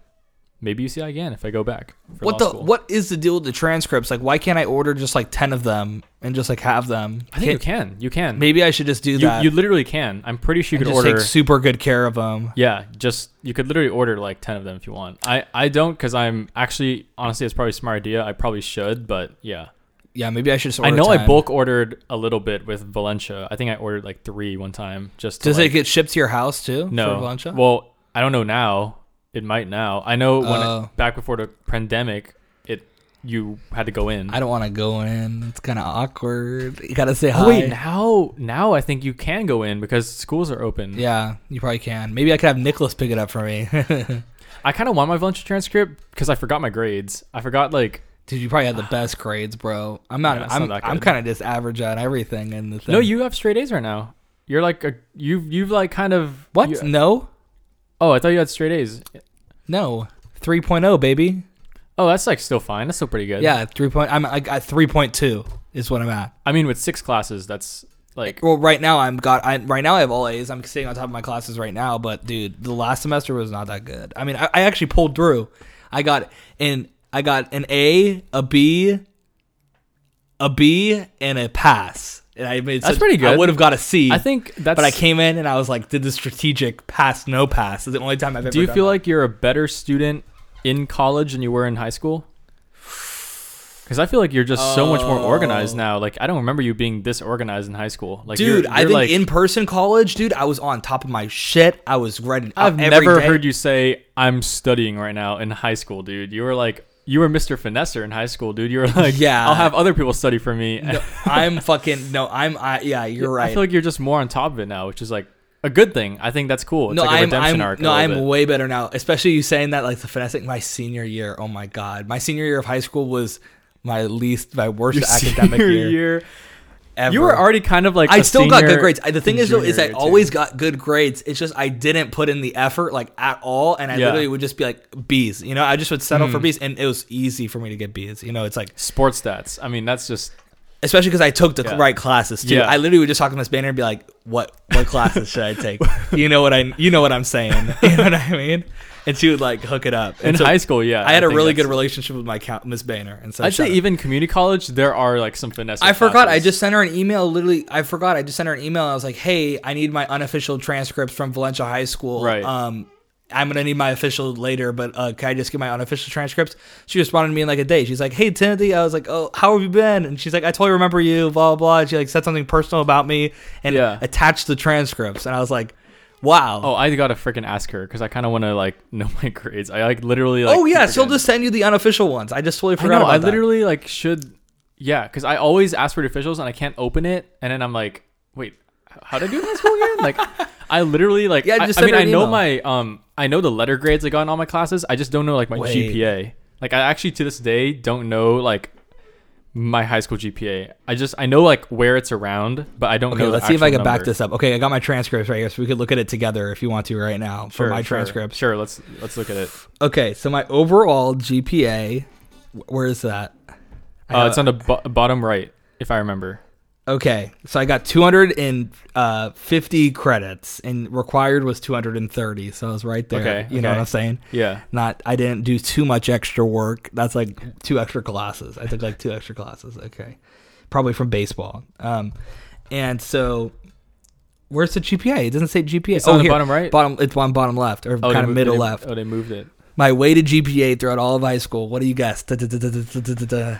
[SPEAKER 2] maybe UCI again if I go back. For
[SPEAKER 1] what
[SPEAKER 2] law
[SPEAKER 1] the
[SPEAKER 2] school.
[SPEAKER 1] what is the deal with the transcripts? Like, why can't I order just like ten of them and just like have them?
[SPEAKER 2] I think you can. You can.
[SPEAKER 1] Maybe I should just do
[SPEAKER 2] you,
[SPEAKER 1] that.
[SPEAKER 2] you literally can. I'm pretty sure you
[SPEAKER 1] and
[SPEAKER 2] could
[SPEAKER 1] just
[SPEAKER 2] order.
[SPEAKER 1] take super good care of them.
[SPEAKER 2] yeah, just you could literally order like ten of them if you want. I I don't because I'm actually honestly it's probably a smart idea. I probably should, but yeah.
[SPEAKER 1] Yeah, maybe I should. Just
[SPEAKER 2] I
[SPEAKER 1] order
[SPEAKER 2] know
[SPEAKER 1] 10.
[SPEAKER 2] I bulk ordered a little bit with Valencia. I think I ordered like three one time just. To,
[SPEAKER 1] Does
[SPEAKER 2] like,
[SPEAKER 1] it get shipped to your house too?
[SPEAKER 2] No.
[SPEAKER 1] For Valencia?
[SPEAKER 2] Well, I don't know now. It might now. I know when
[SPEAKER 1] Oh.
[SPEAKER 2] back before the pandemic, it you had to go in.
[SPEAKER 1] I don't want to go in. It's kind of awkward. You gotta say hi.
[SPEAKER 2] oh, wait, now now I think you can go in because schools are open.
[SPEAKER 1] Yeah, you probably can. Maybe I could have Nicholas pick it up for me. [LAUGHS]
[SPEAKER 2] I kind of want my Valencia transcript because I forgot my grades. I forgot like
[SPEAKER 1] Dude, you probably had the best grades, bro. I'm not.
[SPEAKER 2] Yeah, it's
[SPEAKER 1] I'm.
[SPEAKER 2] not that
[SPEAKER 1] I'm
[SPEAKER 2] good.
[SPEAKER 1] kind of just average at everything. And the thing.
[SPEAKER 2] no, you have straight A's right now. You're like a you've you've like kind of
[SPEAKER 1] What?
[SPEAKER 2] you-
[SPEAKER 1] No.
[SPEAKER 2] oh, I thought you had straight A's.
[SPEAKER 1] No. 3.0 baby.
[SPEAKER 2] Oh, that's like still fine. That's still pretty good.
[SPEAKER 1] Yeah, three point. I'm like at 3.2 is what I'm at.
[SPEAKER 2] I mean, with six classes, that's like
[SPEAKER 1] Well, right now I'm got. I right now I have all A's. I'm sitting on top of my classes right now. But dude, the last semester was not that good. I mean, I, I actually pulled through. I got an I got an A, a B, a B, and a pass. And I made
[SPEAKER 2] That's
[SPEAKER 1] such-
[SPEAKER 2] pretty
[SPEAKER 1] I
[SPEAKER 2] good.
[SPEAKER 1] would have got a C.
[SPEAKER 2] I think that's.
[SPEAKER 1] but I came in and I was like, did the strategic pass no pass? Is the only time I've ever.
[SPEAKER 2] Do you
[SPEAKER 1] done
[SPEAKER 2] feel
[SPEAKER 1] that.
[SPEAKER 2] like you're a better student in college than you were in high school? Because I feel like you're just so much more organized
[SPEAKER 1] Oh.
[SPEAKER 2] now. Like I don't remember you being this organized in high school. Like,
[SPEAKER 1] dude,
[SPEAKER 2] you're,
[SPEAKER 1] I
[SPEAKER 2] you're,
[SPEAKER 1] think
[SPEAKER 2] like,
[SPEAKER 1] in person college, dude, I was on top of my shit. I was ready.
[SPEAKER 2] I've never heard you say I'm studying right now in high school, dude. You were like you were Mr. Finesser in high school, dude. You were [LAUGHS] like,
[SPEAKER 1] Yeah.
[SPEAKER 2] I'll have other people study for [LAUGHS] me.
[SPEAKER 1] I'm fucking no. I'm. I yeah. You're
[SPEAKER 2] I
[SPEAKER 1] right.
[SPEAKER 2] feel like you're just more on top of it now, which is like a good thing. I think that's cool. It's
[SPEAKER 1] no,
[SPEAKER 2] like a
[SPEAKER 1] I'm.
[SPEAKER 2] redemption
[SPEAKER 1] I'm
[SPEAKER 2] arc. a
[SPEAKER 1] no, I'm
[SPEAKER 2] little bit.
[SPEAKER 1] way better now. Especially you saying that, like the finessing. My senior year. Oh my god. My senior year of high school was my least, my worst
[SPEAKER 2] [LAUGHS] Your [LAUGHS]
[SPEAKER 1] academic
[SPEAKER 2] senior
[SPEAKER 1] year, ever.
[SPEAKER 2] You were already kind of like
[SPEAKER 1] I
[SPEAKER 2] a
[SPEAKER 1] still got good
[SPEAKER 2] senior
[SPEAKER 1] grades. I, the thing
[SPEAKER 2] and
[SPEAKER 1] is though, is
[SPEAKER 2] junior
[SPEAKER 1] I
[SPEAKER 2] year, too.
[SPEAKER 1] always got good grades. It's just I didn't put in the effort like at all, and I
[SPEAKER 2] Yeah. Hmm.
[SPEAKER 1] literally would just be like B's. You know, I just would settle for B's, and it was easy for me to get B's. You know, it's like
[SPEAKER 2] sports stats. I mean, that's just
[SPEAKER 1] especially because I took the
[SPEAKER 2] Yeah.
[SPEAKER 1] right classes too.
[SPEAKER 2] Yeah.
[SPEAKER 1] I literally would just talk to Miss Banner and be like, "What what classes should I
[SPEAKER 2] [LAUGHS]
[SPEAKER 1] take?" You know what I you know what I'm saying? You know what I mean? And she would like hook it up. And
[SPEAKER 2] in
[SPEAKER 1] so
[SPEAKER 2] high school. Yeah,
[SPEAKER 1] I had
[SPEAKER 2] a
[SPEAKER 1] a really good relationship with my count Miss Banner, and so
[SPEAKER 2] I'd say
[SPEAKER 1] shout out.
[SPEAKER 2] even community college, there are like some finesse.
[SPEAKER 1] I forgot. I
[SPEAKER 2] classes.
[SPEAKER 1] just sent her an email. Literally, I forgot. I just sent her an email. I was like, "Hey, I need my unofficial transcripts from Valencia High School.
[SPEAKER 2] Right.
[SPEAKER 1] Um, I'm gonna need my official later, but uh, can I just get my unofficial transcripts?" She responded to me in like a day. She's like, "Hey, Timothy." I was like, "Oh, how have you been?" And she's like, "I totally remember you." Blah blah. blah. And she like said something personal about me and
[SPEAKER 2] Yeah.
[SPEAKER 1] attached the transcripts, and I was like, "Wow."
[SPEAKER 2] Oh, I gotta freaking ask her because I kind of want to like [LAUGHS] know my grades. I like literally. Like,
[SPEAKER 1] Oh, yeah, she'll
[SPEAKER 2] freaking-
[SPEAKER 1] just send you the unofficial ones. I just totally
[SPEAKER 2] I
[SPEAKER 1] forgot
[SPEAKER 2] know.
[SPEAKER 1] about
[SPEAKER 2] I
[SPEAKER 1] that.
[SPEAKER 2] literally like should. Yeah, because I always ask for the officials and I can't open it, and then I'm like, wait, h- how did I do in high school again? like, I literally like.
[SPEAKER 1] Yeah,
[SPEAKER 2] I-
[SPEAKER 1] just
[SPEAKER 2] I,
[SPEAKER 1] send
[SPEAKER 2] mean,
[SPEAKER 1] her
[SPEAKER 2] I
[SPEAKER 1] an
[SPEAKER 2] know
[SPEAKER 1] email.
[SPEAKER 2] my um, I know the letter grades I got in all my classes. I just don't know like my
[SPEAKER 1] Wait.
[SPEAKER 2] GPA. Like, I actually to this day don't know like my high school GPA. I just I know like where it's around, but I don't
[SPEAKER 1] Okay,
[SPEAKER 2] know. the
[SPEAKER 1] let's see if I
[SPEAKER 2] actual
[SPEAKER 1] can back
[SPEAKER 2] number.
[SPEAKER 1] this up. Okay, I got my transcripts right here, so we could look at it together if you want to right now for
[SPEAKER 2] Sure,
[SPEAKER 1] my
[SPEAKER 2] sure,
[SPEAKER 1] transcripts.
[SPEAKER 2] Sure, let's let's look at it.
[SPEAKER 1] Okay, so my overall GPA, wh- where is that? I
[SPEAKER 2] Uh,
[SPEAKER 1] have-
[SPEAKER 2] it's on the bo- bottom right, if I remember.
[SPEAKER 1] okay, so I got 250 uh, credits, and required was 230, so I was right there.
[SPEAKER 2] Okay,
[SPEAKER 1] you know what
[SPEAKER 2] okay.
[SPEAKER 1] I'm saying?
[SPEAKER 2] Yeah.
[SPEAKER 1] Not, I didn't do too much extra work. That's like two extra classes. I took like two extra classes. Okay, probably from baseball. Um, and so. Where's the GPA? It doesn't say GPA.
[SPEAKER 2] It's on the bottom right?
[SPEAKER 1] Oh, Bottom, it's on bottom left or
[SPEAKER 2] they
[SPEAKER 1] kind of
[SPEAKER 2] moved-
[SPEAKER 1] middle
[SPEAKER 2] they-
[SPEAKER 1] left.
[SPEAKER 2] Oh, they moved it.
[SPEAKER 1] my weighted GPA throughout all of high school. What do you guess? Da, da, da, da, da, da, da, da, da.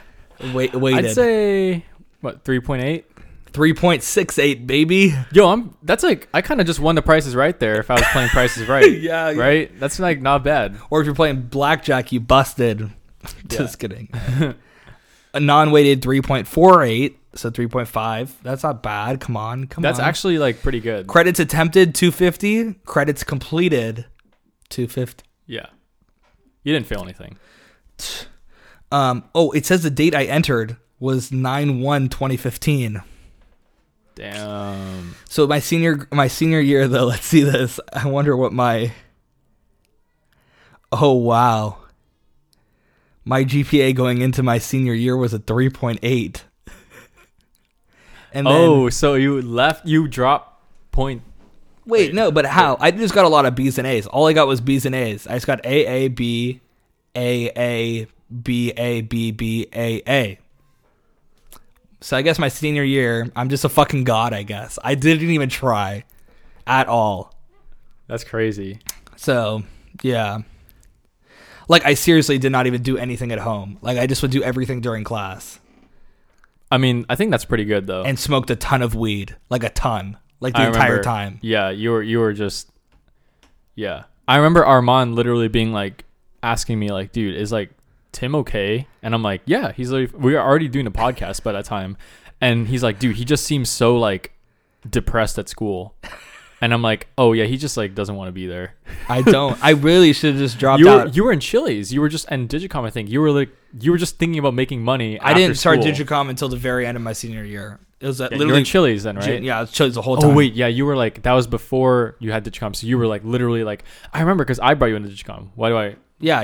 [SPEAKER 1] Wait, weighted.
[SPEAKER 2] I'd say what three point eight.
[SPEAKER 1] three point six eight, baby.
[SPEAKER 2] Yo, I'm. That's like I kind of just won the prices right there. If I was playing prices right,
[SPEAKER 1] [LAUGHS] Yeah, yeah.
[SPEAKER 2] right. That's like not bad.
[SPEAKER 1] Or if you're playing blackjack, you busted. [LAUGHS] Just kidding. A non-weighted three point four eight, so three point five. That's not bad. Come on, come
[SPEAKER 2] That's
[SPEAKER 1] on.
[SPEAKER 2] actually like pretty good.
[SPEAKER 1] credits attempted two fifty, credits completed two fifty.
[SPEAKER 2] Yeah, you didn't fail anything.
[SPEAKER 1] Um. Oh, it says the date I entered was nine one 2015.
[SPEAKER 2] Damn.
[SPEAKER 1] So my senior my senior year though, [LAUGHS] let's see this. I wonder what my Oh wow. My GPA going into my senior year was a 3.8. And then
[SPEAKER 2] oh, so you left. You dropped point.
[SPEAKER 1] wait, no, but how? I just got a lot of B's and A's. All I got was B's and A's. I just got A A B A A B A B B A A. So I guess my senior year, I'm just a fucking god, I guess. I didn't even try at all.
[SPEAKER 2] That's crazy.
[SPEAKER 1] So, yeah. Like I seriously did not even do anything at home. Like I just would do everything during class
[SPEAKER 2] I mean, I think that's pretty good though.
[SPEAKER 1] and smoked a ton of weed, like a ton, like the
[SPEAKER 2] Oh. I
[SPEAKER 1] entire
[SPEAKER 2] remember-
[SPEAKER 1] time.
[SPEAKER 2] [LAUGHS] Yeah, you were you were just Yeah. I remember Armand literally being like asking me like, dude, is like Tim okay? And I'm like, Yeah, he's like we were already doing a podcast by that time. And he's like, dude, he just seems so like depressed at school. And I'm like, oh yeah, he just like doesn't want to be there.
[SPEAKER 1] I don't. I really should have just dropped
[SPEAKER 2] You were,
[SPEAKER 1] out.
[SPEAKER 2] you were in Chili's. You were just and Digicom, I think. You were like you were just thinking about making money.
[SPEAKER 1] I didn't
[SPEAKER 2] after
[SPEAKER 1] start
[SPEAKER 2] school.
[SPEAKER 1] Digicom until the very end of my senior year. It was at
[SPEAKER 2] Yeah, you were
[SPEAKER 1] literally
[SPEAKER 2] in Chili's then, right?
[SPEAKER 1] June- Yeah, I chose the whole time.
[SPEAKER 2] Oh wait, yeah, you were like that was before you had Digicom, so you were like literally like I remember because I brought you into Digicom. Why do I? Yeah,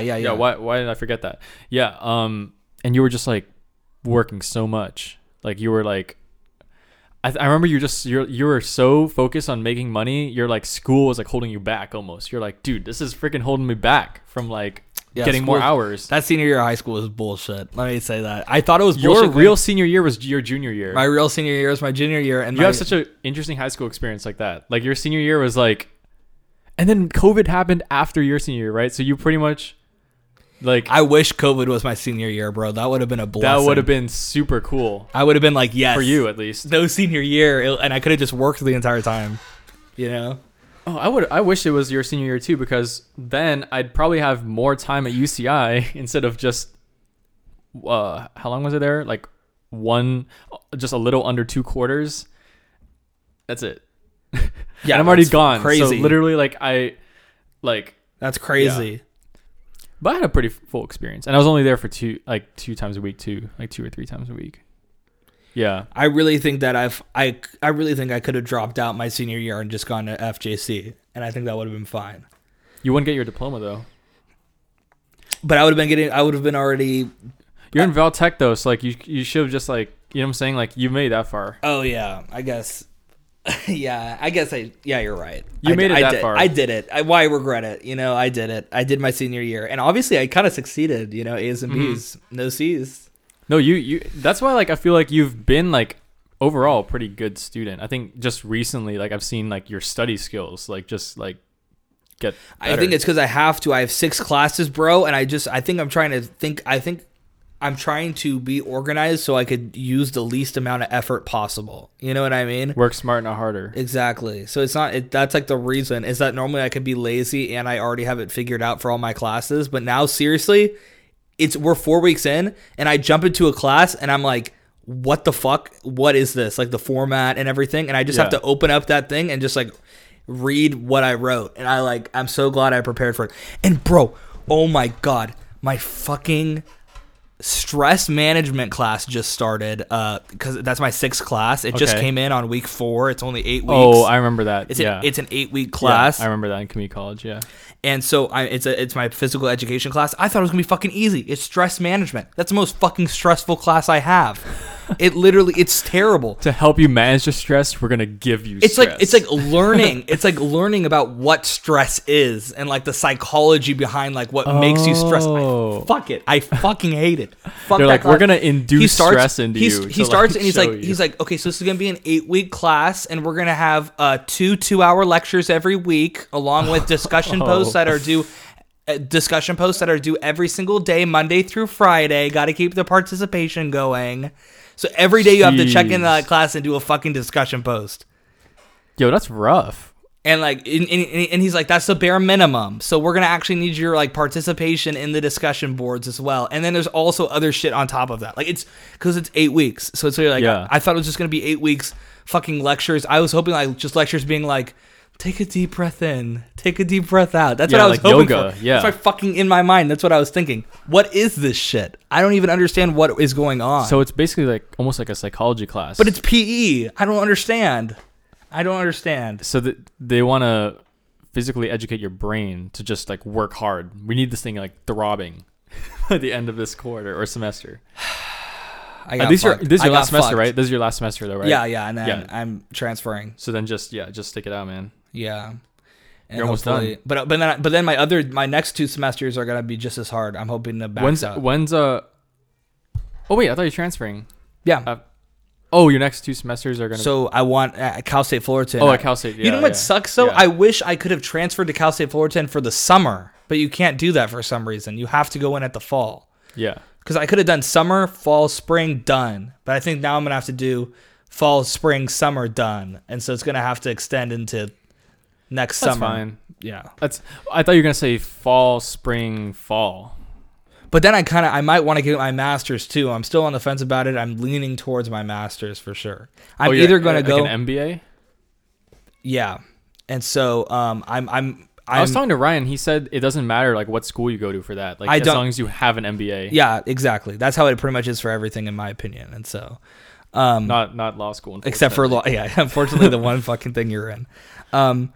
[SPEAKER 1] Yeah, yeah, yeah.
[SPEAKER 2] why why did I forget that? Yeah, um, and you were just like working so much, like you were like, I, th- I remember you just you're you were so focused on making money, your like school was like holding you back almost. You're like, dude, this is freaking holding me back from like
[SPEAKER 1] Yeah,
[SPEAKER 2] getting more
[SPEAKER 1] school's-
[SPEAKER 2] hours.
[SPEAKER 1] That senior year of high school was bullshit. Let me say that. I thought it was bullshit.
[SPEAKER 2] your
[SPEAKER 1] when-
[SPEAKER 2] real senior year was your junior year.
[SPEAKER 1] my real senior year was my junior year, and
[SPEAKER 2] you
[SPEAKER 1] my,
[SPEAKER 2] have such an interesting high school experience like that. Like your senior year was like, and then COVID happened after your senior year, right? So you pretty much Like
[SPEAKER 1] I wish COVID was my senior year, bro. That would have been a blessing.
[SPEAKER 2] that would have been super cool
[SPEAKER 1] I would have been like, yes,
[SPEAKER 2] for you at least.
[SPEAKER 1] No senior year, it- and I could have just worked the entire time. You know,
[SPEAKER 2] Oh, I would. I wish it was your senior year too, because then I'd probably have more time at UCI [LAUGHS] instead of just. Uh, how long was it there? Like one, just a little under two quarters. That's it. Yeah, and I'm already
[SPEAKER 1] that's
[SPEAKER 2] gone. Crazy. So
[SPEAKER 1] crazy.
[SPEAKER 2] literally, like I, like,
[SPEAKER 1] that's crazy.
[SPEAKER 2] but I had a pretty full experience, and I was only there for two, like two times a week too, like two or three times a week. Yeah.
[SPEAKER 1] I really think that I've I I really think I could have dropped out my senior year and just gone to FJC, and I think that would have been fine.
[SPEAKER 2] You wouldn't get your diploma though.
[SPEAKER 1] But I would have been getting I would have been already.
[SPEAKER 2] You're
[SPEAKER 1] Uh,
[SPEAKER 2] in Valtech though, so like you you should have just like you know what I'm saying like you made it that far.
[SPEAKER 1] Oh yeah, I guess. [LAUGHS] yeah, I guess I. Yeah, you're right.
[SPEAKER 2] You
[SPEAKER 1] I
[SPEAKER 2] made
[SPEAKER 1] d-
[SPEAKER 2] it
[SPEAKER 1] I
[SPEAKER 2] that
[SPEAKER 1] did-
[SPEAKER 2] far.
[SPEAKER 1] I did it. I, why regret it? You know, I did it. I did my senior year, and obviously I kind of succeeded. You know, A's and
[SPEAKER 2] Mhm.
[SPEAKER 1] B's, no C's.
[SPEAKER 2] No, you you. That's why like I feel like you've been like overall a pretty good student. I think just recently like I've seen like your study skills like just like get.
[SPEAKER 1] I think
[SPEAKER 2] better.
[SPEAKER 1] it's because I have to. I have six classes, bro, and I just I think I'm trying to think. I think I'm trying to be organized so I could use the least amount of effort possible. You know what I mean?
[SPEAKER 2] work smart not harder.
[SPEAKER 1] Exactly. So it's not it, that's like the reason is that normally I could be lazy and I already have it figured out for all my classes, but now seriously, it's we're 4 weeks in and I jump into a class and I'm like what the fuck? What is this? Like the format and everything and I just have
[SPEAKER 2] Yeah.
[SPEAKER 1] to open up that thing and just like read what I wrote and I like I'm so glad I prepared for it. And bro, oh my god, my fucking stress management class just started uh cuz that's my 6th class. It just
[SPEAKER 2] Okay.
[SPEAKER 1] came in on week 4. It's only 8 weeks.
[SPEAKER 2] Oh, I remember that.
[SPEAKER 1] It's
[SPEAKER 2] yeah,
[SPEAKER 1] an, it's an eight week
[SPEAKER 2] Yeah,
[SPEAKER 1] class,
[SPEAKER 2] I remember that in community college. Yeah,
[SPEAKER 1] and so I, it's a, it's my physical education class. I thought it was gonna be fucking easy. It's stress management. That's the most fucking stressful class I
[SPEAKER 2] [LAUGHS]
[SPEAKER 1] have. it literally, it's terrible.
[SPEAKER 2] to help you manage the stress, we're gonna give you.
[SPEAKER 1] It's like
[SPEAKER 2] stress.
[SPEAKER 1] it's like learning. it's like learning about what stress is and like the psychology behind like what makes you stressed. I,
[SPEAKER 2] Oh.
[SPEAKER 1] fuck it. I fucking hate
[SPEAKER 2] [LAUGHS]
[SPEAKER 1] it. Fuck that
[SPEAKER 2] They're like, "We're
[SPEAKER 1] class."
[SPEAKER 2] gonna induce stress into
[SPEAKER 1] he's-
[SPEAKER 2] you
[SPEAKER 1] He
[SPEAKER 2] to,
[SPEAKER 1] starts
[SPEAKER 2] like,
[SPEAKER 1] and he's
[SPEAKER 2] show
[SPEAKER 1] like
[SPEAKER 2] you.
[SPEAKER 1] he's like okay, so this is gonna be an eight week class, and we're gonna have uh two two hour lectures every week, along with
[SPEAKER 2] [LAUGHS] Oh.
[SPEAKER 1] discussion posts that are due. uh, Discussion posts that are due every single day, Monday through Friday. Got to keep the participation going. So every day you have to check into
[SPEAKER 2] Jeez.
[SPEAKER 1] that class and do a fucking discussion post.
[SPEAKER 2] yo, that's rough.
[SPEAKER 1] And like, and, and, and he's like, that's the bare minimum. So we're gonna actually need your like participation in the discussion boards as well. And then there's also other shit on top of that. Like it's because it's eight weeks. So it's really like
[SPEAKER 2] Yeah.
[SPEAKER 1] I, I thought it was just gonna be eight weeks fucking lectures. I was hoping like just lectures being like, take a deep breath in, take a deep breath out. That's
[SPEAKER 2] Yeah,
[SPEAKER 1] what I was
[SPEAKER 2] like
[SPEAKER 1] hoping
[SPEAKER 2] yoga,
[SPEAKER 1] for.
[SPEAKER 2] yeah.
[SPEAKER 1] That's my fucking in my mind. That's what I was thinking. What is this shit? I don't even understand what is going on.
[SPEAKER 2] So it's basically like almost like a psychology class.
[SPEAKER 1] but it's PE. I don't understand. I don't understand.
[SPEAKER 2] so that they want to physically educate your brain to just like work hard. We need this thing like throbbing [LAUGHS] at the end of this quarter or semester.
[SPEAKER 1] I
[SPEAKER 2] At
[SPEAKER 1] got
[SPEAKER 2] least your
[SPEAKER 1] fucked.
[SPEAKER 2] Uh, this is
[SPEAKER 1] I
[SPEAKER 2] your
[SPEAKER 1] got
[SPEAKER 2] last semester,
[SPEAKER 1] fucked.
[SPEAKER 2] right? This is your last semester though, right?
[SPEAKER 1] Yeah, yeah, and then
[SPEAKER 2] Yeah.
[SPEAKER 1] I'm transferring.
[SPEAKER 2] So then just yeah, just stick it out, man.
[SPEAKER 1] Yeah. And
[SPEAKER 2] You're almost
[SPEAKER 1] hopefully- But but then but then my other my next two semesters are gonna be just as hard. I'm hoping to back
[SPEAKER 2] When's
[SPEAKER 1] up.
[SPEAKER 2] when's uh Oh wait, I thought you're transferring.
[SPEAKER 1] yeah.
[SPEAKER 2] uh, Oh, your next two semesters are gonna.
[SPEAKER 1] so I want uh, Cal State Fullerton.
[SPEAKER 2] Oh, at Cal State,
[SPEAKER 1] you
[SPEAKER 2] yeah,
[SPEAKER 1] know what
[SPEAKER 2] yeah,
[SPEAKER 1] sucks though?
[SPEAKER 2] yeah.
[SPEAKER 1] I wish I could have transferred to Cal State Fullerton for the summer, but you can't do that for some reason. You have to go in at the fall
[SPEAKER 2] yeah,
[SPEAKER 1] because I could have done summer, fall, spring, done. But I think now I'm gonna have to do fall, spring, summer, done, and so it's gonna have to extend into next
[SPEAKER 2] that's
[SPEAKER 1] summer.
[SPEAKER 2] fine.
[SPEAKER 1] Yeah.
[SPEAKER 2] That's. I thought you were gonna say fall, spring, fall.
[SPEAKER 1] But then I kind of I might want to get my masters too. I'm still on the fence about it. I'm leaning towards my masters for sure. I'm
[SPEAKER 2] Oh, you're-
[SPEAKER 1] either going to
[SPEAKER 2] like
[SPEAKER 1] go
[SPEAKER 2] an MBA.
[SPEAKER 1] yeah, and so um I'm I'm
[SPEAKER 2] i
[SPEAKER 1] I'm
[SPEAKER 2] was talking to Ryan. He said it doesn't matter like what school you go to for that. Like
[SPEAKER 1] I
[SPEAKER 2] as
[SPEAKER 1] don't-
[SPEAKER 2] long as you have an MBA.
[SPEAKER 1] yeah exactly. That's how it pretty much is for everything in my opinion. And so um
[SPEAKER 2] Not not law school.
[SPEAKER 1] except for
[SPEAKER 2] unfortunately.
[SPEAKER 1] law yeah [LAUGHS] unfortunately the one fucking thing you're in, um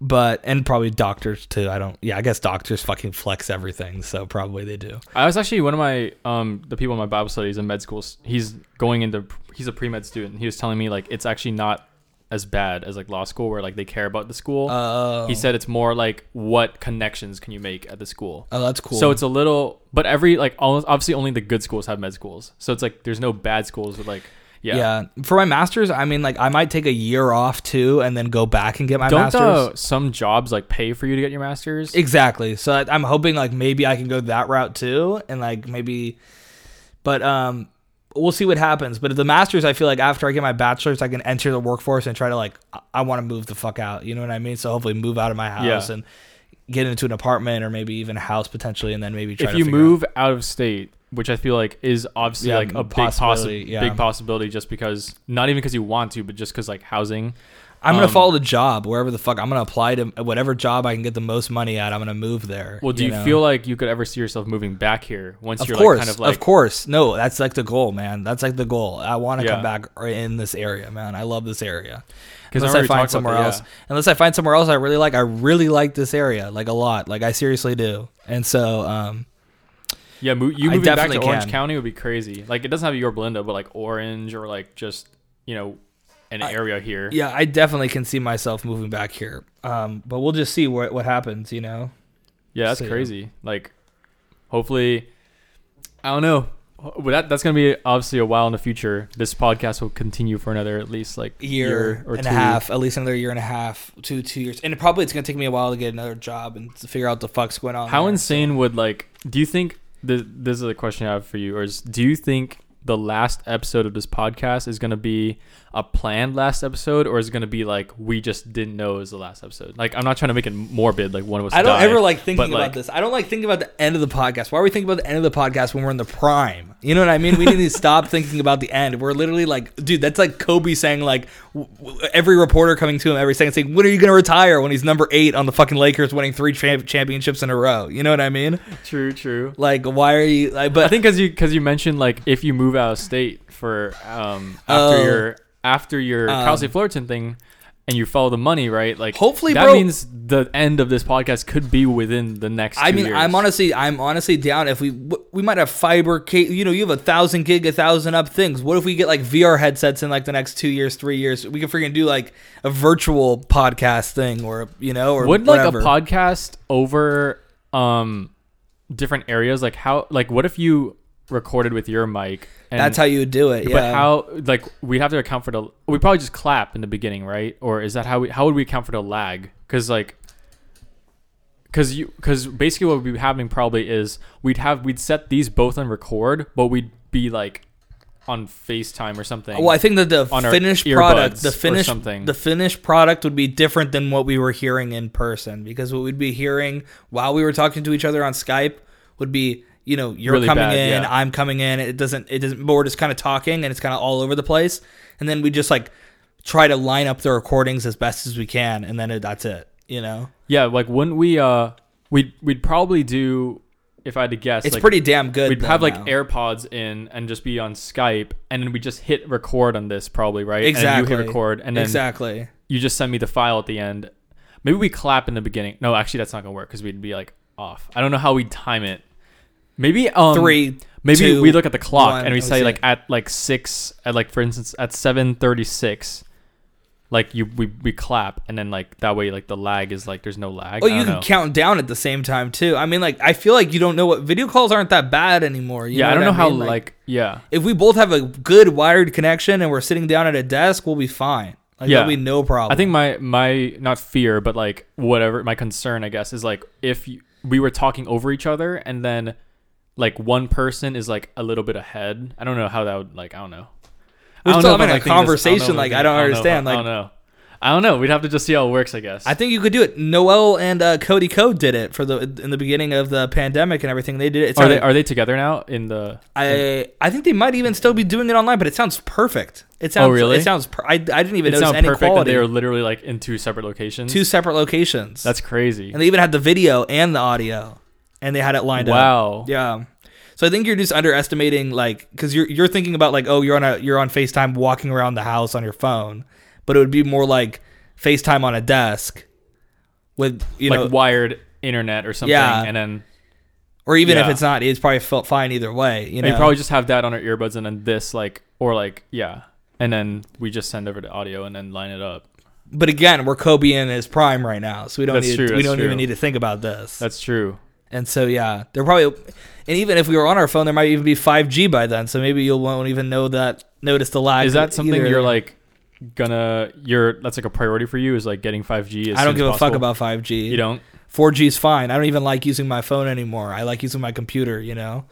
[SPEAKER 1] but and probably doctors too. I don't yeah I guess doctors fucking flex everything so probably they do.
[SPEAKER 2] I was actually one of my um the people in my Bible studies in med school. s- He's going into he's a pre med student. He was telling me like it's actually not as bad as like law school where like they care about the school.
[SPEAKER 1] Oh
[SPEAKER 2] he said it's more like what connections can you make at the school.
[SPEAKER 1] oh that's cool.
[SPEAKER 2] So it's a little, but every like almost obviously only the good schools have med schools. So it's like there's no bad schools with like Yeah.
[SPEAKER 1] For my masters, I mean, like I might take a year off too, and then go back and get my
[SPEAKER 2] Don't
[SPEAKER 1] masters.
[SPEAKER 2] uh, some jobs like pay for you to get your masters?
[SPEAKER 1] Exactly. So I- I'm hoping like maybe I can go that route too, and like maybe, but um, we'll see what happens. But at the masters, I feel like after I get my bachelor's, I can enter the workforce and try to like I- I want to move the fuck out. You know what I mean? So hopefully move out of my house
[SPEAKER 2] Yeah.
[SPEAKER 1] and get into an apartment or maybe even a house potentially, and then maybe try
[SPEAKER 2] if
[SPEAKER 1] to
[SPEAKER 2] you
[SPEAKER 1] figure out-
[SPEAKER 2] move out of state, which I feel like is obviously
[SPEAKER 1] Yeah,
[SPEAKER 2] like a big
[SPEAKER 1] possibility,
[SPEAKER 2] possibility,
[SPEAKER 1] yeah.
[SPEAKER 2] big possibility, just because not even because you want to, but just because like housing.
[SPEAKER 1] I'm gonna
[SPEAKER 2] um,
[SPEAKER 1] follow the job wherever the fuck I'm gonna apply to whatever job I can get the most money at. I'm gonna move there.
[SPEAKER 2] Well, do you,
[SPEAKER 1] know?
[SPEAKER 2] feel like you could ever see yourself moving back here once
[SPEAKER 1] Of
[SPEAKER 2] you're
[SPEAKER 1] course,
[SPEAKER 2] like kind of like
[SPEAKER 1] of course. No, that's like the goal, man. That's like the goal. I want to come
[SPEAKER 2] Yeah.
[SPEAKER 1] back or in this area, man. I love this area.
[SPEAKER 2] 'Cause
[SPEAKER 1] Unless I,
[SPEAKER 2] I remember we
[SPEAKER 1] find
[SPEAKER 2] talked about
[SPEAKER 1] somewhere
[SPEAKER 2] that,
[SPEAKER 1] else,
[SPEAKER 2] yeah.
[SPEAKER 1] unless I find somewhere else I really like. I really like this area, like a lot. Like I seriously do. And so, um,
[SPEAKER 2] yeah, mo- you
[SPEAKER 1] I
[SPEAKER 2] moving back to
[SPEAKER 1] definitely
[SPEAKER 2] Orange
[SPEAKER 1] can.
[SPEAKER 2] County would be crazy. Like it doesn't have to be your Belinda, but like Orange or like just you know an area here.
[SPEAKER 1] yeah, I definitely can see myself moving back here. Um, but we'll just see what what happens. You know,
[SPEAKER 2] Yeah, that's
[SPEAKER 1] So, yeah.
[SPEAKER 2] crazy. Like, hopefully, I don't know. Ho- But that that's gonna be obviously a while in the future. This podcast will continue for another at least like
[SPEAKER 1] year,
[SPEAKER 2] or
[SPEAKER 1] and
[SPEAKER 2] two.
[SPEAKER 1] a half, at least another year and a half, two two years, and it probably it's gonna take me a while to get another job and to figure out the fuck's going on.
[SPEAKER 2] How
[SPEAKER 1] there.
[SPEAKER 2] insane would like? Do you think this, this is a question I have for you, or is, do you think the last episode of this podcast is gonna be a planned last episode, or is it gonna be like we just didn't know it was the last episode? Like, I'm not trying to make it morbid. Like one of us.
[SPEAKER 1] I don't
[SPEAKER 2] died,
[SPEAKER 1] ever like
[SPEAKER 2] but,
[SPEAKER 1] thinking about this. I don't like thinking about the end of the podcast. Why are we thinking about the end of the podcast when we're in the prime? You know what I mean? We need to stop thinking about the end. We're literally like, dude, that's like Kobe saying like w- w- every reporter coming to him every second saying, "When are you going to retire?" When he's number eight on the fucking Lakers, winning three champ- championships in a row. You know what I mean?
[SPEAKER 2] True, true.
[SPEAKER 1] Like, why are you? Like, but
[SPEAKER 2] I think because you because you mentioned like if you move out of state for um after
[SPEAKER 1] Oh.
[SPEAKER 2] your after your
[SPEAKER 1] Um,
[SPEAKER 2] Cal State Fullerton thing, and you follow the money right, like
[SPEAKER 1] Hopefully,
[SPEAKER 2] that
[SPEAKER 1] bro-
[SPEAKER 2] means the end of this podcast could be within the next.
[SPEAKER 1] I
[SPEAKER 2] two
[SPEAKER 1] mean,
[SPEAKER 2] years.
[SPEAKER 1] I'm honestly, I'm honestly down. If we we might have fiber, ca- you know, you have a thousand gig, a thousand up things. What if we get like VR headsets in like the next two years, three years? We can freaking do like a virtual podcast thing, or you know, or
[SPEAKER 2] would like
[SPEAKER 1] whatever.
[SPEAKER 2] a podcast over um different areas like how like what if you recorded with your mic and
[SPEAKER 1] That's how you would do it. Yeah.
[SPEAKER 2] but how like we have to account for the we probably just clap in the beginning right or is that how we how would we account for the lag because like because you because basically what would be happening probably is we'd have we'd set these both on record but we'd be like on facetime or something
[SPEAKER 1] well, Oh, I think that the
[SPEAKER 2] on our
[SPEAKER 1] finished
[SPEAKER 2] earbuds
[SPEAKER 1] product, the
[SPEAKER 2] or
[SPEAKER 1] finished,
[SPEAKER 2] something.
[SPEAKER 1] the finished product would be different than what we were hearing in person because what we'd be hearing while we were talking to each other on Skype would be, you know, you're
[SPEAKER 2] Really
[SPEAKER 1] coming
[SPEAKER 2] bad,
[SPEAKER 1] in,
[SPEAKER 2] yeah.
[SPEAKER 1] I'm coming in. It doesn't, it doesn't. But we're just kind of talking, and it's kind of all over the place. And then we just like try to line up the recordings as best as we can, and then it, that's it. You know,
[SPEAKER 2] yeah like wouldn't we uh we'd we'd probably do if i had to guess
[SPEAKER 1] it's
[SPEAKER 2] like,
[SPEAKER 1] pretty damn good.
[SPEAKER 2] We'd
[SPEAKER 1] though
[SPEAKER 2] have like
[SPEAKER 1] now.
[SPEAKER 2] AirPods in and just be on Skype, and then we just hit record on this probably, right? And
[SPEAKER 1] exactly
[SPEAKER 2] then you hit record, and then
[SPEAKER 1] exactly.
[SPEAKER 2] you just send me the file at the end. Maybe we clap in the beginning. No, actually, that's not gonna work because we'd be like off. I don't know how we'd time it. Maybe um,
[SPEAKER 1] Three,
[SPEAKER 2] Maybe
[SPEAKER 1] two,
[SPEAKER 2] we look at the clock
[SPEAKER 1] one,
[SPEAKER 2] and we
[SPEAKER 1] oh,
[SPEAKER 2] say
[SPEAKER 1] shit.
[SPEAKER 2] like at like six, at like for instance at seven thirty six. Like you, we, we clap and then like that way like the lag is like there's no lag.
[SPEAKER 1] Oh,
[SPEAKER 2] I
[SPEAKER 1] you
[SPEAKER 2] don't
[SPEAKER 1] can
[SPEAKER 2] know.
[SPEAKER 1] count down at the same time too. I mean, like I feel like you don't know what video calls aren't that bad anymore. You
[SPEAKER 2] yeah, I don't
[SPEAKER 1] what
[SPEAKER 2] know how
[SPEAKER 1] mean?
[SPEAKER 2] like, yeah
[SPEAKER 1] if we both have a good wired connection and we're sitting down at a desk, we'll be fine. Like
[SPEAKER 2] Yeah.
[SPEAKER 1] there'll be no problem.
[SPEAKER 2] I think my my not fear, but like whatever my concern, I guess, is like if you, we were talking over each other and then like one person is like a little bit ahead. I don't know how that would like. I don't know.
[SPEAKER 1] We're still
[SPEAKER 2] if
[SPEAKER 1] having
[SPEAKER 2] I'm,
[SPEAKER 1] a
[SPEAKER 2] like, thinking this-
[SPEAKER 1] conversation,
[SPEAKER 2] I
[SPEAKER 1] like,
[SPEAKER 2] don't
[SPEAKER 1] I don't
[SPEAKER 2] know if I'm
[SPEAKER 1] understand,
[SPEAKER 2] thinking- I
[SPEAKER 1] like-
[SPEAKER 2] don't know. I don't know. We'd have to just see how it works, I guess.
[SPEAKER 1] I think you could do it. Noel and uh, Cody Code did it for the in the beginning of the pandemic and everything. They did it. It's
[SPEAKER 2] are
[SPEAKER 1] not-
[SPEAKER 2] they are they together now in the?
[SPEAKER 1] I I think they might even still be doing it online, but it sounds perfect. It sounds.
[SPEAKER 2] Oh, really?
[SPEAKER 1] It sounds. Per- I, I didn't even
[SPEAKER 2] It's
[SPEAKER 1] notice
[SPEAKER 2] not
[SPEAKER 1] any
[SPEAKER 2] perfect
[SPEAKER 1] quality.
[SPEAKER 2] that they are literally like in two separate locations.
[SPEAKER 1] Two separate locations.
[SPEAKER 2] That's crazy.
[SPEAKER 1] and they even had the video and the audio, and they had it lined up.
[SPEAKER 2] Wow.
[SPEAKER 1] Yeah. So I think you're just underestimating like cuz you're you're thinking about like oh you're on a you're on FaceTime walking around the house on your phone, but it would be more like FaceTime on a desk with you
[SPEAKER 2] like
[SPEAKER 1] know
[SPEAKER 2] wired internet or something,
[SPEAKER 1] Yeah.
[SPEAKER 2] and then
[SPEAKER 1] or even if
[SPEAKER 2] yeah.
[SPEAKER 1] it's not it's probably felt fine either way, you
[SPEAKER 2] And
[SPEAKER 1] know.
[SPEAKER 2] you probably just have that on our earbuds and then this like or like yeah. And then we just send over to audio and then line it up.
[SPEAKER 1] but again, we're Kobe in his prime right now, so we don't
[SPEAKER 2] That's
[SPEAKER 1] need
[SPEAKER 2] true,
[SPEAKER 1] we
[SPEAKER 2] that's
[SPEAKER 1] don't
[SPEAKER 2] true.
[SPEAKER 1] even need to think about this.
[SPEAKER 2] That's true.
[SPEAKER 1] And so yeah, they're probably and even if we were on our phone, there might even be 5G by then. So maybe you won't even know that notice the lag.
[SPEAKER 2] Is that something
[SPEAKER 1] either.
[SPEAKER 2] you're like gonna? You're that's like a priority for you is like getting 5G.
[SPEAKER 1] I
[SPEAKER 2] As soon
[SPEAKER 1] don't
[SPEAKER 2] as
[SPEAKER 1] give a fuck
[SPEAKER 2] possible?
[SPEAKER 1] about 5G.
[SPEAKER 2] You don't.
[SPEAKER 1] 4G is fine. I don't even like using my phone anymore. I like using my computer, you know?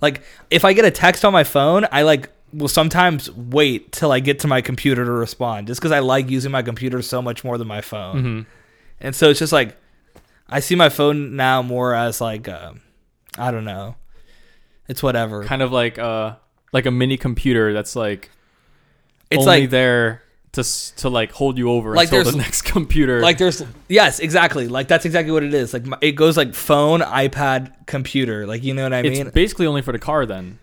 [SPEAKER 1] Like if I get a text on my phone, I like will sometimes wait till I get to my computer to respond just cuz I like using my computer so much more than my phone.
[SPEAKER 2] hmm
[SPEAKER 1] And so it's just like I see my phone now more as like um I don't know. It's whatever.
[SPEAKER 2] Kind of like uh like a mini computer that's like
[SPEAKER 1] it's
[SPEAKER 2] only
[SPEAKER 1] like
[SPEAKER 2] there to s- to like hold you over
[SPEAKER 1] Like
[SPEAKER 2] until the
[SPEAKER 1] there's-
[SPEAKER 2] [LAUGHS] next computer.
[SPEAKER 1] like there's yes, exactly. Like that's exactly what it is. Like my, it goes like phone, iPad, computer. Like you know what I
[SPEAKER 2] it's
[SPEAKER 1] mean?
[SPEAKER 2] basically only for the car then.